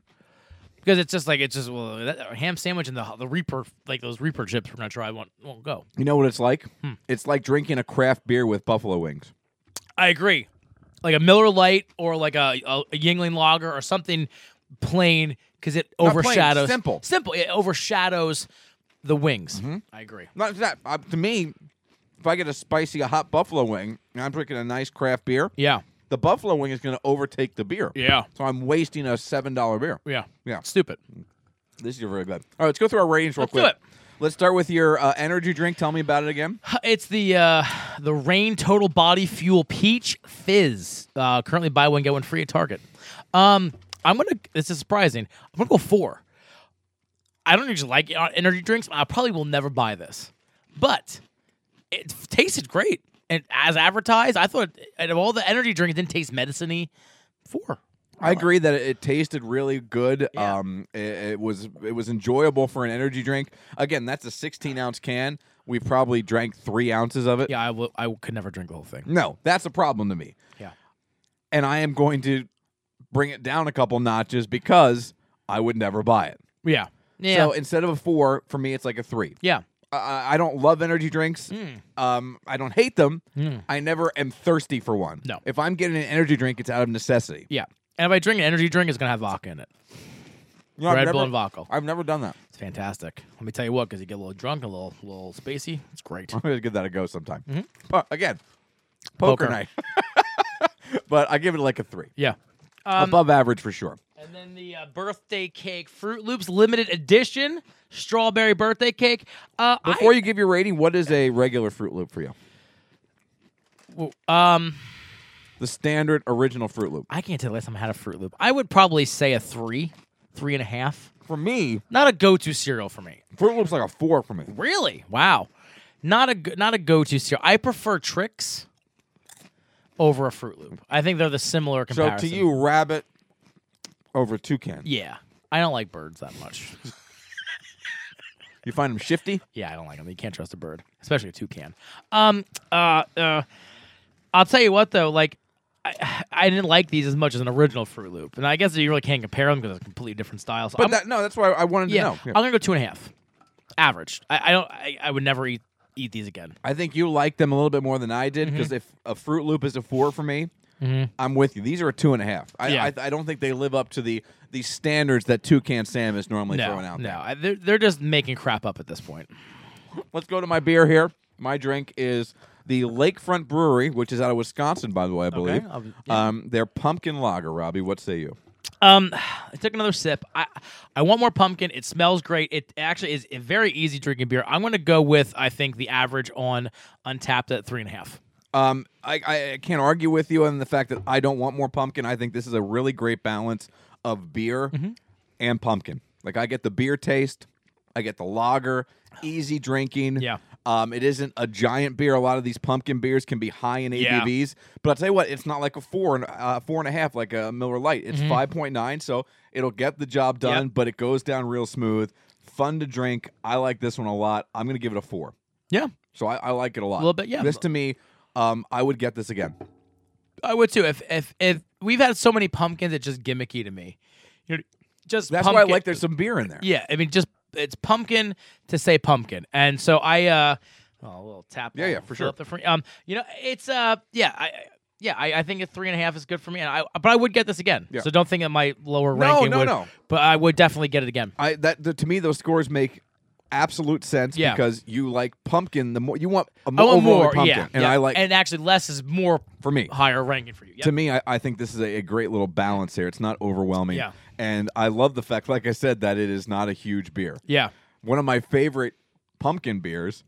[SPEAKER 2] Because it's just like it's just well that a ham sandwich and the the Reaper like those Reaper chips we're gonna try won't won't go.
[SPEAKER 1] you know what it's like?
[SPEAKER 2] Hmm.
[SPEAKER 1] It's like drinking a craft beer with buffalo wings.
[SPEAKER 2] I agree. Like a Miller Light or like a, a, a Yingling Lager or something plain because it
[SPEAKER 1] Not plain,
[SPEAKER 2] overshadows
[SPEAKER 1] simple. Mm-hmm.
[SPEAKER 2] Simple. It overshadows the wings. I agree.
[SPEAKER 1] Not that uh, to me. If I get a spicy, a hot buffalo wing, and I'm drinking a nice craft beer,
[SPEAKER 2] Yeah.
[SPEAKER 1] the buffalo wing is going to overtake the beer.
[SPEAKER 2] Yeah.
[SPEAKER 1] So I'm wasting a seven dollar beer.
[SPEAKER 2] Yeah.
[SPEAKER 1] Yeah.
[SPEAKER 2] Stupid.
[SPEAKER 1] This is really good. All right, let's go through our ratings real
[SPEAKER 2] Let's do
[SPEAKER 1] quick.
[SPEAKER 2] it.
[SPEAKER 1] Let's start with your uh, energy drink. Tell me about it again.
[SPEAKER 2] It's the uh, the Rain Total Body Fuel Peach Fizz. Uh, currently buy one get one free at Target. Um, I'm gonna. This is surprising. I'm gonna go four. I don't usually like uh, energy drinks. I probably will never buy this, but it f- tasted great. And as advertised, I thought out of all the energy drinks, it didn't taste medicine-y. Four.
[SPEAKER 1] I agree that it, it tasted really good.
[SPEAKER 2] Yeah.
[SPEAKER 1] Um, it, it was it was enjoyable for an energy drink. Again, that's a 16 ounce can. We probably drank three ounces of it.
[SPEAKER 2] Yeah, I will. I will- could never drink the whole thing.
[SPEAKER 1] No, that's a problem to me.
[SPEAKER 2] Yeah.
[SPEAKER 1] And I am going to bring it down a couple notches because I would never buy it.
[SPEAKER 2] Yeah. Yeah.
[SPEAKER 1] So instead of a four, for me, it's like a three.
[SPEAKER 2] yeah.
[SPEAKER 1] I-
[SPEAKER 2] Hmm.
[SPEAKER 1] I, I don't love energy drinks. Um, I don't hate them. I never am thirsty for one.
[SPEAKER 2] No.
[SPEAKER 1] If I'm getting an energy drink, it's out of necessity.
[SPEAKER 2] Yeah. And if I drink an energy drink, it's gonna have vodka in it.
[SPEAKER 1] You know, I've
[SPEAKER 2] Red
[SPEAKER 1] never-
[SPEAKER 2] Bull and vodka.
[SPEAKER 1] I've never done that.
[SPEAKER 2] It's fantastic. Let me tell you what, because you get a little drunk, a little little spacey. It's great.
[SPEAKER 1] I'm gonna give that a go sometime. But again, poker,
[SPEAKER 2] Mm-hmm. Poker.
[SPEAKER 1] night. but I give it like a three,
[SPEAKER 2] Yeah. Um,
[SPEAKER 1] above average for sure.
[SPEAKER 2] And then the uh, birthday cake, Fruit Loops limited edition strawberry birthday cake. Uh, I-
[SPEAKER 1] Before you give your rating, what is a regular Fruit Loop for you?
[SPEAKER 2] um,
[SPEAKER 1] The standard original Fruit Loop.
[SPEAKER 2] I can't tell the last time I had a Fruit Loop. I would probably say a three, three and a half.
[SPEAKER 1] For me,
[SPEAKER 2] Not a go-to cereal for me.
[SPEAKER 1] Fruit Loop's like a four for me.
[SPEAKER 2] Really? Wow. Not a go- not a go-to cereal. I prefer Tricks over a Fruit Loop. I think they're the similar
[SPEAKER 1] So
[SPEAKER 2] comparison.
[SPEAKER 1] to you, rabbit over toucan.
[SPEAKER 2] yeah. I don't like birds that much.
[SPEAKER 1] You find them shifty.
[SPEAKER 2] Yeah, I don't like them. You can't trust a bird, especially a toucan. Um, uh, uh, I'll tell you what though, like I, I didn't like these as much as an original Fruit Loop, and I guess you really can't compare them because they're completely different styles.
[SPEAKER 1] But
[SPEAKER 2] I'm,
[SPEAKER 1] that, no, that's why I wanted
[SPEAKER 2] yeah,
[SPEAKER 1] to know. Yeah.
[SPEAKER 2] I'm gonna go two and a half, average. I, I don't, I, I would never eat eat these again.
[SPEAKER 1] I think you like them a little bit more than I
[SPEAKER 2] Mm-hmm.
[SPEAKER 1] did because if a Fruit Loop is a four for me, I'm with you. These are a two and a half. I,
[SPEAKER 2] Yeah.
[SPEAKER 1] I, I don't think they live up to the the standards that Toucan Sam is normally
[SPEAKER 2] No,
[SPEAKER 1] throwing out.
[SPEAKER 2] no,
[SPEAKER 1] there.
[SPEAKER 2] I- they're they're just making crap up at this point.
[SPEAKER 1] Let's go to my beer here. My drink is the Lakefront Brewery, which is out of Wisconsin, by the way, I believe.
[SPEAKER 2] I'll be-
[SPEAKER 1] Um, their pumpkin lager, Robbie. What say you?
[SPEAKER 2] Um, I took another sip. I I want more pumpkin. It smells great. It actually is a very easy drinking beer. I'm gonna go with I think the average on Untapped at three and a half.
[SPEAKER 1] Um, I, I, I can't argue with you on the fact that I don't want more pumpkin. I think this is a really great balance of beer
[SPEAKER 2] Mm-hmm.
[SPEAKER 1] and pumpkin. Like I get the beer taste, I get the lager, easy drinking.
[SPEAKER 2] Yeah.
[SPEAKER 1] Um, it isn't a giant beer. A lot of these pumpkin beers can be high in
[SPEAKER 2] Yeah.
[SPEAKER 1] ABVs, but I'll tell you what, it's not like a four and uh, four and a half like a Miller Light. It's
[SPEAKER 2] Mm-hmm.
[SPEAKER 1] point nine, so it'll get the job done, but it goes down real smooth. Fun to drink. I like this one a lot. I'm gonna give it a four.
[SPEAKER 2] Yeah,
[SPEAKER 1] So I, I like it a lot. A
[SPEAKER 2] Little bit, yeah.
[SPEAKER 1] This to me, um, I would get this again.
[SPEAKER 2] I would too. If if if we've had so many pumpkins, it's just gimmicky to me. You know, just
[SPEAKER 1] That's why I
[SPEAKER 2] pumpkin-
[SPEAKER 1] like there's some beer in there.
[SPEAKER 2] Yeah, I mean, just it's pumpkin to say pumpkin, and so I uh, oh, a little tap.
[SPEAKER 1] Yeah, yeah, for
[SPEAKER 2] Fill
[SPEAKER 1] sure.
[SPEAKER 2] up the free- um, you know, it's uh, yeah, I. I- Yeah, I, I think a three and a half is good for me, and I but I would get this again.
[SPEAKER 1] Yeah.
[SPEAKER 2] So don't think that my lower
[SPEAKER 1] No,
[SPEAKER 2] ranking
[SPEAKER 1] no,
[SPEAKER 2] would.
[SPEAKER 1] no.
[SPEAKER 2] But I would definitely get it again.
[SPEAKER 1] I that the, to me those scores make absolute sense
[SPEAKER 2] Yeah.
[SPEAKER 1] because you like pumpkin the more you want a
[SPEAKER 2] I
[SPEAKER 1] more,
[SPEAKER 2] want more.
[SPEAKER 1] pumpkin
[SPEAKER 2] yeah,
[SPEAKER 1] and
[SPEAKER 2] yeah.
[SPEAKER 1] I like
[SPEAKER 2] and actually less is more
[SPEAKER 1] for me
[SPEAKER 2] higher ranking for you. Yep.
[SPEAKER 1] to me I, I think this is a, a great little balance here. It's not overwhelming.
[SPEAKER 2] Yeah.
[SPEAKER 1] And I love the fact like I said that it is not a huge beer.
[SPEAKER 2] yeah,
[SPEAKER 1] One of my favorite pumpkin beers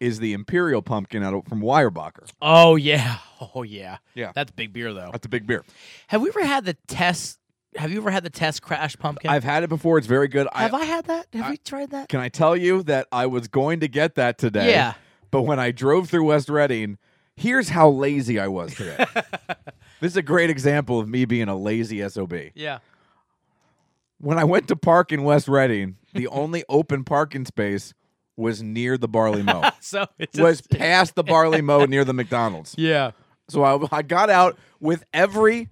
[SPEAKER 1] is the Imperial Pumpkin out of, from Weyerbacher.
[SPEAKER 2] Oh yeah. Oh yeah.
[SPEAKER 1] Yeah.
[SPEAKER 2] That's big beer though.
[SPEAKER 1] That's a big beer.
[SPEAKER 2] Have we ever had the test? Have you ever had the test crash pumpkin?
[SPEAKER 1] I've had it before. It's very good.
[SPEAKER 2] Have I, had that? Have we tried that?
[SPEAKER 1] Can I tell you that I was going to get that today?
[SPEAKER 2] Yeah.
[SPEAKER 1] But when I drove through West Reading, here's how lazy I was today. this is a great example of me being a lazy SOB.
[SPEAKER 2] Yeah.
[SPEAKER 1] When I went to park in West Reading, the only open parking space was near the Barley Mow.
[SPEAKER 2] So it's
[SPEAKER 1] was past the Barley Mow near the McDonald's.
[SPEAKER 2] yeah.
[SPEAKER 1] So I, I got out with every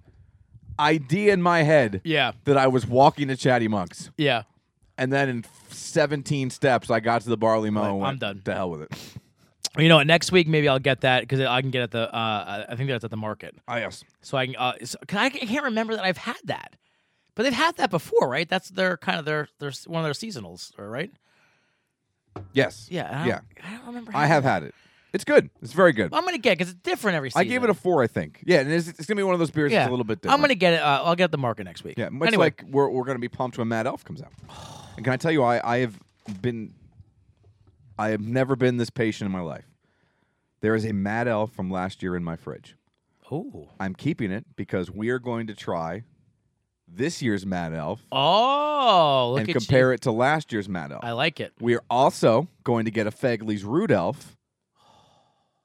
[SPEAKER 1] idea in my head
[SPEAKER 2] Yeah.
[SPEAKER 1] that I was walking to Chatty Monk's.
[SPEAKER 2] Yeah.
[SPEAKER 1] And then in 17 steps, I got to the Barley Mow. and
[SPEAKER 2] I'm
[SPEAKER 1] went,
[SPEAKER 2] done.
[SPEAKER 1] To hell with it.
[SPEAKER 2] You know, what, next week maybe I'll get that because I can get it at the. Uh, I think that's at the market.
[SPEAKER 1] I yes.
[SPEAKER 2] So I can. Uh, so, cause I can't remember that I've had that, but they've had that before, right? That's their kind of their their one of their seasonals, right?
[SPEAKER 1] Yes.
[SPEAKER 2] Yeah. and I
[SPEAKER 1] Yeah.
[SPEAKER 2] don't- I don't remember.
[SPEAKER 1] I have had it. It's good. It's very good.
[SPEAKER 2] I'm gonna get because it's different every season.
[SPEAKER 1] I gave it a four, I think. Yeah, and it's, it's gonna be one of those beers that's a little bit different.
[SPEAKER 2] I'm gonna get it. Uh, I'll get the market next week.
[SPEAKER 1] Yeah, much
[SPEAKER 2] anyway,
[SPEAKER 1] like we're, we're gonna be pumped when Mad Elf comes out. and can I tell you, I I have been, I have never been this patient in my life. There is a Mad Elf from last year in my fridge.
[SPEAKER 2] oh,
[SPEAKER 1] I'm keeping it because we are going to try this year's Mad Elf
[SPEAKER 2] oh, look
[SPEAKER 1] and
[SPEAKER 2] at
[SPEAKER 1] compare
[SPEAKER 2] you.
[SPEAKER 1] it to last year's Mad Elf.
[SPEAKER 2] I like it.
[SPEAKER 1] We are also going to get a Fegley's Root Elf.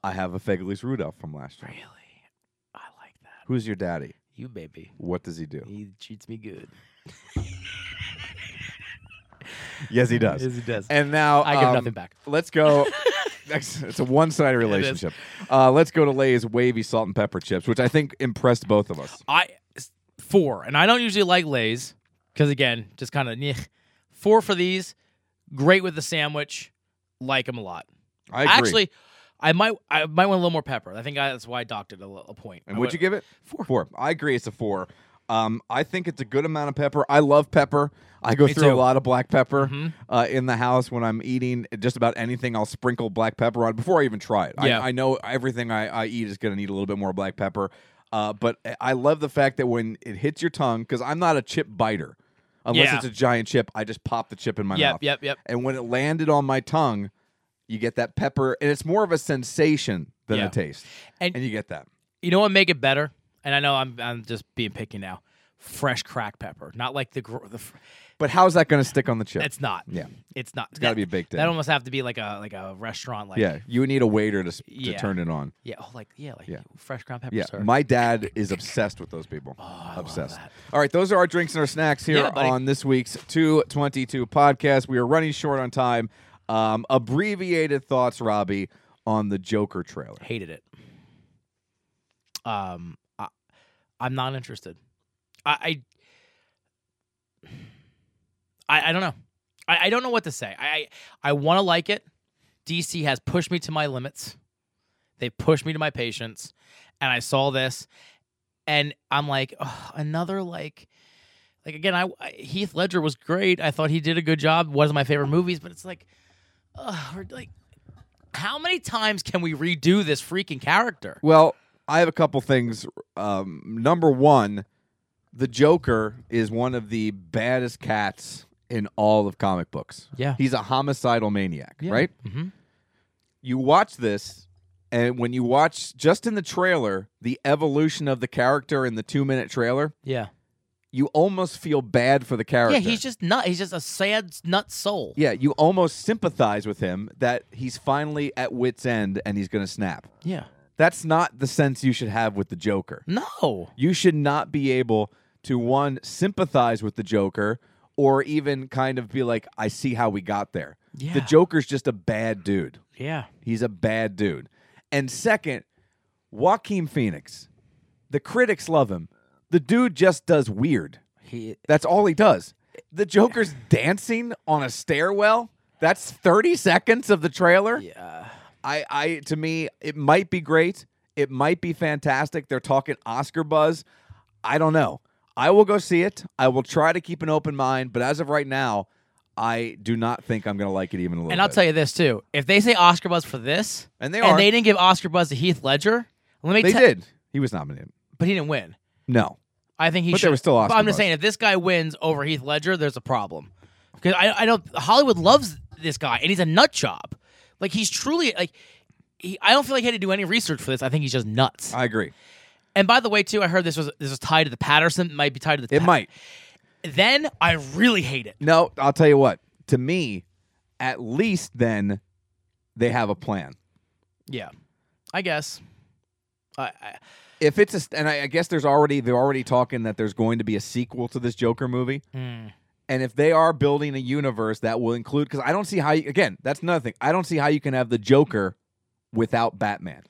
[SPEAKER 1] I have a Fegley's Root Elf from last year.
[SPEAKER 2] Really, I like that.
[SPEAKER 1] Who's your daddy?
[SPEAKER 2] You baby,
[SPEAKER 1] What does he do?
[SPEAKER 2] he treats me good.
[SPEAKER 1] yes, he does.
[SPEAKER 2] Yes, he does.
[SPEAKER 1] And now
[SPEAKER 2] I give
[SPEAKER 1] um,
[SPEAKER 2] nothing back.
[SPEAKER 1] Let's go. Next- it's a one-sided relationship. Uh, let's go to Lay's wavy salt and pepper chips, which I think impressed both of us.
[SPEAKER 2] I s- four, and I don't usually like Lay's because again, just kind of four for these. Great with the sandwich, like them a lot.
[SPEAKER 1] I agree.
[SPEAKER 2] Actually, I might I might want a little more pepper. I think I, that's why I docked it a, li- a point.
[SPEAKER 1] and
[SPEAKER 2] I
[SPEAKER 1] would
[SPEAKER 2] went-
[SPEAKER 1] you give it four? Four. I agree. It's a four. Um, I think it's a good amount of pepper. I love pepper. I go
[SPEAKER 2] Me
[SPEAKER 1] through
[SPEAKER 2] too. Mm-hmm.
[SPEAKER 1] a lot of black pepper uh, in the house when I'm eating just about anything. I'll sprinkle black pepper on before I even try it.
[SPEAKER 2] Yeah.
[SPEAKER 1] I, I know everything I, I eat is going to need a little bit more black pepper. Uh, but I- I love the fact that when it hits your tongue, because I'm not a chip biter, unless
[SPEAKER 2] Yeah.
[SPEAKER 1] it's a giant chip, I just pop the chip in my
[SPEAKER 2] Yep,
[SPEAKER 1] mouth.
[SPEAKER 2] yep, yep.
[SPEAKER 1] And when it landed on my tongue, you get that pepper, and it's more of a sensation than
[SPEAKER 2] Yeah.
[SPEAKER 1] a taste.
[SPEAKER 2] And-
[SPEAKER 1] and you get that.
[SPEAKER 2] You know what make it better? And I know I'm I'm just being picky now. Fresh cracked pepper, not like the gr- the. Fr-
[SPEAKER 1] But how's that going to stick on the chip?
[SPEAKER 2] it's not.
[SPEAKER 1] Yeah.
[SPEAKER 2] it's not. It's
[SPEAKER 1] gotta be baked in.
[SPEAKER 2] That almost have to be like a like a restaurant like
[SPEAKER 1] yeah, you would need a waiter to, s-
[SPEAKER 2] Yeah.
[SPEAKER 1] to turn it on.
[SPEAKER 2] yeah oh like yeah like
[SPEAKER 1] Yeah.
[SPEAKER 2] fresh ground pepper
[SPEAKER 1] Yeah,
[SPEAKER 2] sir.
[SPEAKER 1] my dad is obsessed with those people. obsessed.
[SPEAKER 2] Oh, that.
[SPEAKER 1] All right, those are our drinks and our snacks here
[SPEAKER 2] Yeah, buddy.
[SPEAKER 1] on this week's 222 podcast. We are running short on time. Um, abbreviated thoughts, Robbie, on the Joker trailer.
[SPEAKER 2] hated it. Um, I, I'm not interested. I, I, I, I don't know. I, I don't know what to say. I, I, I want to like it. DC has pushed me to my limits. They pushed me to my patience, and I saw this, and I'm like, "Ugh, another like, like again. I I- Heath Ledger was great. I thought he did a good job. One of my favorite movies, but it's like, ugh, we're like how many times can we redo this freaking character?
[SPEAKER 1] Well, I have a couple things. Um, number one, the Joker is one of the baddest cats in all of comic books.
[SPEAKER 2] Yeah.
[SPEAKER 1] He's a homicidal maniac, right?
[SPEAKER 2] Mm-hmm.
[SPEAKER 1] you watch this and when you watch just in the trailer the evolution of the character in the two minute trailer
[SPEAKER 2] Yeah.
[SPEAKER 1] you almost feel bad for the character
[SPEAKER 2] Yeah, he's just nut. He's just a sad nut soul.
[SPEAKER 1] yeah you almost sympathize with him that he's finally at wit's end and he's gonna snap
[SPEAKER 2] Yeah.
[SPEAKER 1] that's not the sense you should have with the joker
[SPEAKER 2] No.
[SPEAKER 1] you should not be able to one sympathize with the joker or even kind of be like i see how we got there
[SPEAKER 2] Yeah.
[SPEAKER 1] the joker's just a bad dude
[SPEAKER 2] Yeah.
[SPEAKER 1] He's a bad dude. And second, Joaquin Phoenix. The critics love him. The dude just does weird.
[SPEAKER 2] He
[SPEAKER 1] That's all he does. The Joker's dancing on a stairwell. That's 30 seconds of the trailer. Yeah. I I to me it might be great. It might be fantastic. They're talking Oscar buzz. I don't know. I will go see it. I will try to keep an open mind, but as of right now, I do not think I'm going to like it even a little
[SPEAKER 2] And I'll
[SPEAKER 1] bit.
[SPEAKER 2] tell you this too: if they say Oscar buzz for this,
[SPEAKER 1] And they are.
[SPEAKER 2] and they didn't give Oscar buzz to Heath Ledger, let me
[SPEAKER 1] they
[SPEAKER 2] tell-
[SPEAKER 1] did. He was nominated.
[SPEAKER 2] but he didn't win.
[SPEAKER 1] No.
[SPEAKER 2] I think he
[SPEAKER 1] But
[SPEAKER 2] should.
[SPEAKER 1] there was still
[SPEAKER 2] But
[SPEAKER 1] Oscar
[SPEAKER 2] I'm just
[SPEAKER 1] buzz.
[SPEAKER 2] saying, if this guy wins over Heath Ledger, there's a problem because I, I don't. Hollywood loves this guy, and he's a nut job. Like he's truly like. He, I don't feel like he had to do any research for this. I think he's just nuts.
[SPEAKER 1] I agree.
[SPEAKER 2] and by the way, too, I heard this was this was tied to the Patterson. Might be tied to the.
[SPEAKER 1] It
[SPEAKER 2] Ta-
[SPEAKER 1] might.
[SPEAKER 2] Then I really hate it.
[SPEAKER 1] No, I'll tell you what. To me, at least then they have a plan.
[SPEAKER 2] Yeah, I guess. I, I,
[SPEAKER 1] If it's a, st- and I, I guess there's already they're already talking that there's going to be a sequel to this Joker movie.
[SPEAKER 2] Mm.
[SPEAKER 1] And if they are building a universe that will include, because I don't see how you, again, that's another thing. I don't see how you can have the Joker without Batman.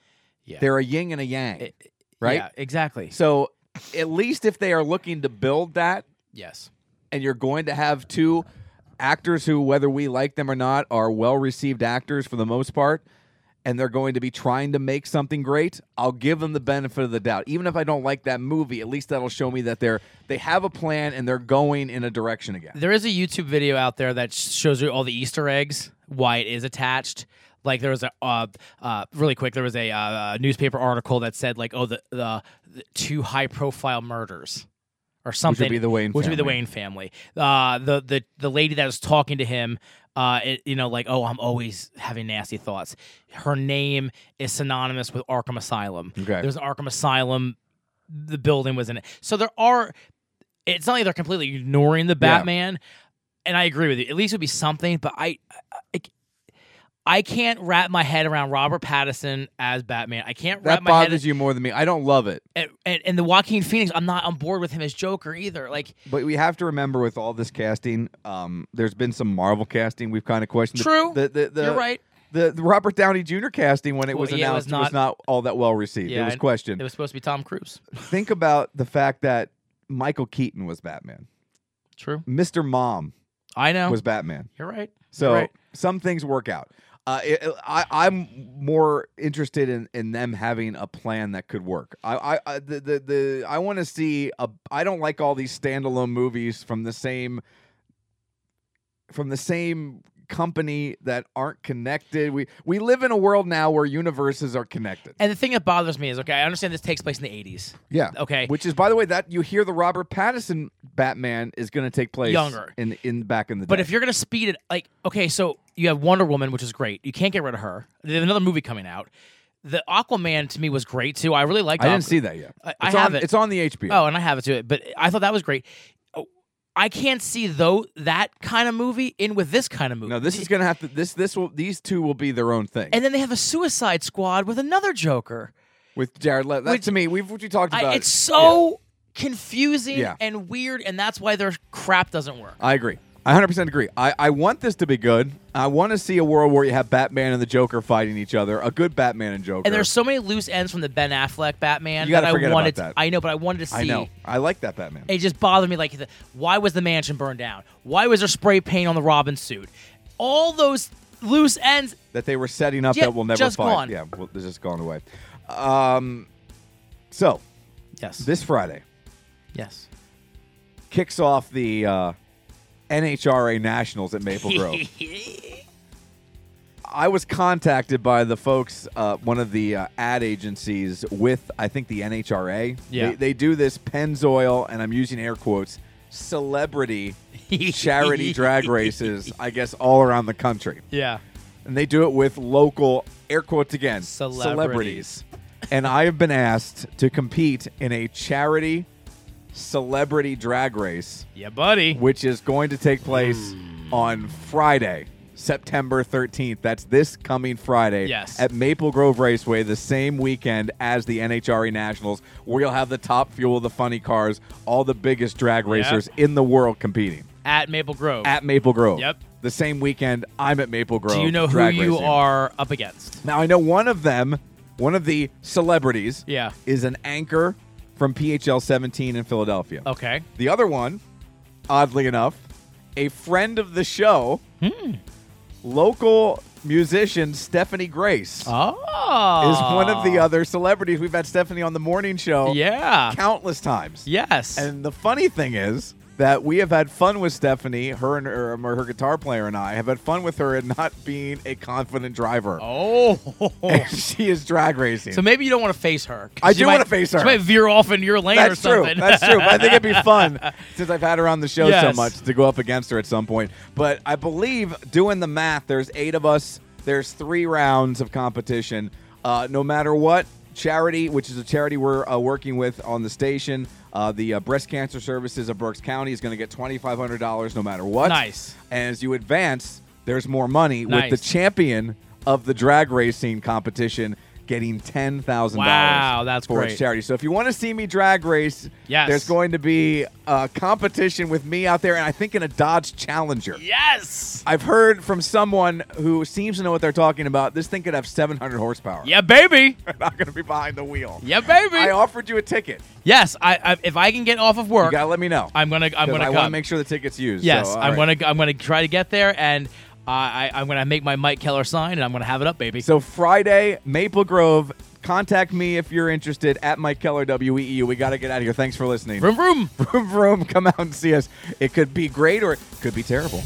[SPEAKER 2] yeah.
[SPEAKER 1] They're a yin and a yang, right?
[SPEAKER 2] Yeah, exactly.
[SPEAKER 1] So at least if they are looking to build that,
[SPEAKER 2] Yes.
[SPEAKER 1] and you're going to have two actors who, whether we like them or not, are well received actors for the most part, and they're going to be trying to make something great, I'll give them the benefit of the doubt. Even if I don't like that movie, at least that'll show me that they're they have a plan and they're going in a direction again.
[SPEAKER 2] There is a YouTube video out there that sh- shows you all the Easter eggs, why it is attached. Like there was a uh, uh, really quick. There was a uh, newspaper article that said like, oh, the the, the two high profile murders, or something.
[SPEAKER 1] be the Wayne
[SPEAKER 2] Which would be the
[SPEAKER 1] family.
[SPEAKER 2] Wayne family. Uh, the the the lady that was talking to him. Uh, it, you know, like, oh, I'm always having nasty thoughts. Her name is synonymous with Arkham Asylum.
[SPEAKER 1] Okay.
[SPEAKER 2] There's an Arkham Asylum. The building was in it. So there are it's not like they're completely ignoring the Batman. And I agree with you. At least it would be something, but I, I, I can't wrap my head around Robert Pattinson as Batman. I can't wrap
[SPEAKER 1] That
[SPEAKER 2] my head
[SPEAKER 1] bothers you more than me. I don't love it.
[SPEAKER 2] and, and, and the Joaquin Phoenix. I'm not on board with him as Joker either. Like
[SPEAKER 1] But we have to remember with all this casting, um, there's been some Marvel casting we've kind of questioned.
[SPEAKER 2] True.
[SPEAKER 1] The, the, the,
[SPEAKER 2] You're right.
[SPEAKER 1] The, the Robert Downey Jr. casting when it
[SPEAKER 2] Well,
[SPEAKER 1] was
[SPEAKER 2] yeah, it was
[SPEAKER 1] announced was not, all that well received.
[SPEAKER 2] Yeah,
[SPEAKER 1] it was
[SPEAKER 2] I-
[SPEAKER 1] questioned.
[SPEAKER 2] it was supposed to be Tom Cruise.
[SPEAKER 1] think about the fact that Michael Keaton was Batman.
[SPEAKER 2] True.
[SPEAKER 1] Mr. Mom
[SPEAKER 2] I know.
[SPEAKER 1] was Batman.
[SPEAKER 2] You're right.
[SPEAKER 1] So
[SPEAKER 2] You're Oh. right.
[SPEAKER 1] some things work out. Uh, it, it- I, I'm more interested in, in them having a plan that could work. I, I, I the, the, the I want to see a. I don't like all these standalone movies from the same from the same company that aren't connected. We we live in a world now where universes are connected.
[SPEAKER 2] And the thing that bothers me is okay. I understand this takes place in the 80s.
[SPEAKER 1] Yeah.
[SPEAKER 2] Okay.
[SPEAKER 1] Which is, by the way, that you hear the Robert Pattinson Batman is going to take place
[SPEAKER 2] Younger.
[SPEAKER 1] in in back in the
[SPEAKER 2] But
[SPEAKER 1] day.
[SPEAKER 2] if you're gonna speed it, like okay, so you have Wonder Woman, which is great. You can't get rid of her. There's another movie coming out. The Aquaman to me was great too. I really liked.
[SPEAKER 1] I didn't
[SPEAKER 2] Aqu-
[SPEAKER 1] see that yet.
[SPEAKER 2] I- I
[SPEAKER 1] it's
[SPEAKER 2] have
[SPEAKER 1] on,
[SPEAKER 2] it.
[SPEAKER 1] It's on the HBO.
[SPEAKER 2] Oh, and I have it too. But I thought that was great. Oh, I can't see though that kind of movie in with this kind of movie.
[SPEAKER 1] no, this is going to have to. This this will these two will be their own thing
[SPEAKER 2] And then they have a Suicide Squad with another Joker.
[SPEAKER 1] with Jared Leto. That
[SPEAKER 2] Which-
[SPEAKER 1] to me, we've what you talked about.
[SPEAKER 2] I, it's so confusing
[SPEAKER 1] Yeah.
[SPEAKER 2] and weird, and that's why their crap doesn't work.
[SPEAKER 1] I agree. I 100% agree. I, I want this to be good. I want to see a world where you have Batman and the Joker fighting each other. A good Batman and Joker.
[SPEAKER 2] And there's so many loose ends from the Ben Affleck Batman
[SPEAKER 1] You
[SPEAKER 2] that
[SPEAKER 1] gotta
[SPEAKER 2] I
[SPEAKER 1] forget about
[SPEAKER 2] wanted.
[SPEAKER 1] that.
[SPEAKER 2] To, I know, but I wanted to see.
[SPEAKER 1] I know. I like that Batman.
[SPEAKER 2] It just bothered me. Like, the, why was the mansion burned down? Why was there spray paint on the Robin suit? All those loose ends.
[SPEAKER 1] that they were setting up
[SPEAKER 2] Yeah,
[SPEAKER 1] that we'll never
[SPEAKER 2] just
[SPEAKER 1] find.
[SPEAKER 2] gone.
[SPEAKER 1] Yeah, well, they're just gone away. Um, so
[SPEAKER 2] Yes.
[SPEAKER 1] this Friday,
[SPEAKER 2] yes.
[SPEAKER 1] kicks off the uh, NHRA Nationals at Maple Grove. I was contacted by the folks, uh, one of the uh, ad agencies with, I think, the NHRA.
[SPEAKER 2] Yeah.
[SPEAKER 1] They, they do this Pennzoil, and I'm using air quotes, celebrity charity drag races, I guess, all around the country.
[SPEAKER 2] Yeah.
[SPEAKER 1] And they do it with local, air quotes again,
[SPEAKER 2] Celebrities.
[SPEAKER 1] celebrities. and I have been asked to compete in a charity celebrity drag race
[SPEAKER 2] Yeah, buddy.
[SPEAKER 1] which is going to take place
[SPEAKER 2] Hmm.
[SPEAKER 1] on Friday, September 13th. That's this coming Friday
[SPEAKER 2] Yes.
[SPEAKER 1] at Maple Grove Raceway, the same weekend as the NHRA E Nationals, where you'll have the top fuel, the funny cars, all the biggest drag racers in the world competing
[SPEAKER 2] At Maple Grove.
[SPEAKER 1] at Maple Grove.
[SPEAKER 2] Yep.
[SPEAKER 1] The same weekend, I'm at Maple Grove.
[SPEAKER 2] Do you know who
[SPEAKER 1] drag
[SPEAKER 2] you
[SPEAKER 1] racing.
[SPEAKER 2] are up against?
[SPEAKER 1] Now, I know one of them, one of the celebrities,
[SPEAKER 2] Yeah.
[SPEAKER 1] is an anchor from PHL 17 in Philadelphia.
[SPEAKER 2] Okay.
[SPEAKER 1] The other one,
[SPEAKER 2] Hmm.
[SPEAKER 1] oddly enough, a friend of the show, local musician Stephanie Grace
[SPEAKER 2] Oh,
[SPEAKER 1] is one of the other celebrities. We've had Stephanie on the morning show
[SPEAKER 2] Ah. Yeah.
[SPEAKER 1] countless times.
[SPEAKER 2] Yes.
[SPEAKER 1] And the funny thing is that we have had fun with Stephanie, her and her, um, her guitar player and I have had fun with her and not being a confident driver.
[SPEAKER 2] oh.
[SPEAKER 1] she is drag racing.
[SPEAKER 2] so maybe you don't want to face her. 'cause
[SPEAKER 1] I
[SPEAKER 2] she
[SPEAKER 1] do
[SPEAKER 2] might-
[SPEAKER 1] wanna face her.
[SPEAKER 2] She might veer off in your lane or
[SPEAKER 1] That's true.
[SPEAKER 2] something.
[SPEAKER 1] That's true. But I think it'd be fun since I've had her on the show so
[SPEAKER 2] Yes.
[SPEAKER 1] much to go up against her at some point. But I believe doing the math, there's eight of us. There's three rounds of competition. Uh, no matter what charity, which is a charity we're uh, working with on the station, uh, the uh, Breast Cancer Services of Berks County is going to get twenty five hundred dollars no matter what.
[SPEAKER 2] Nice.
[SPEAKER 1] And as you advance, there's more money
[SPEAKER 2] Nice.
[SPEAKER 1] with the champion of the drag racing competition getting ten thousand
[SPEAKER 2] Wow, that's
[SPEAKER 1] for
[SPEAKER 2] great.
[SPEAKER 1] its charity. So if you want to see me drag race,
[SPEAKER 2] Yes.
[SPEAKER 1] there's going to be a competition with me out there, and I think in a Dodge Challenger.
[SPEAKER 2] yes.
[SPEAKER 1] I've heard from someone who seems to know what they're talking about. This thing could have 700 horsepower.
[SPEAKER 2] Yeah, baby.
[SPEAKER 1] I'm not going to be behind the wheel.
[SPEAKER 2] Yeah, baby.
[SPEAKER 1] I offered you a ticket.
[SPEAKER 2] yes. I, I if I can get off of
[SPEAKER 1] You
[SPEAKER 2] work,
[SPEAKER 1] got to let me know.
[SPEAKER 2] I'm gonna I'm
[SPEAKER 1] 'Cause
[SPEAKER 2] gonna
[SPEAKER 1] I want to
[SPEAKER 2] come.
[SPEAKER 1] make sure the ticket's used.
[SPEAKER 2] yes,
[SPEAKER 1] so, all
[SPEAKER 2] I'm
[SPEAKER 1] right.
[SPEAKER 2] gonna I'm gonna try to get there, and uh, I I'm gonna make my Mike Keller sign, and I'm gonna have it up, baby.
[SPEAKER 1] So Friday, Maple Grove. Contact me if you're interested at Mike Keller WEEU. We got to get out of here. Thanks for listening.
[SPEAKER 2] vroom vroom.
[SPEAKER 1] vroom vroom, come out and see us. It could be great or it could be terrible.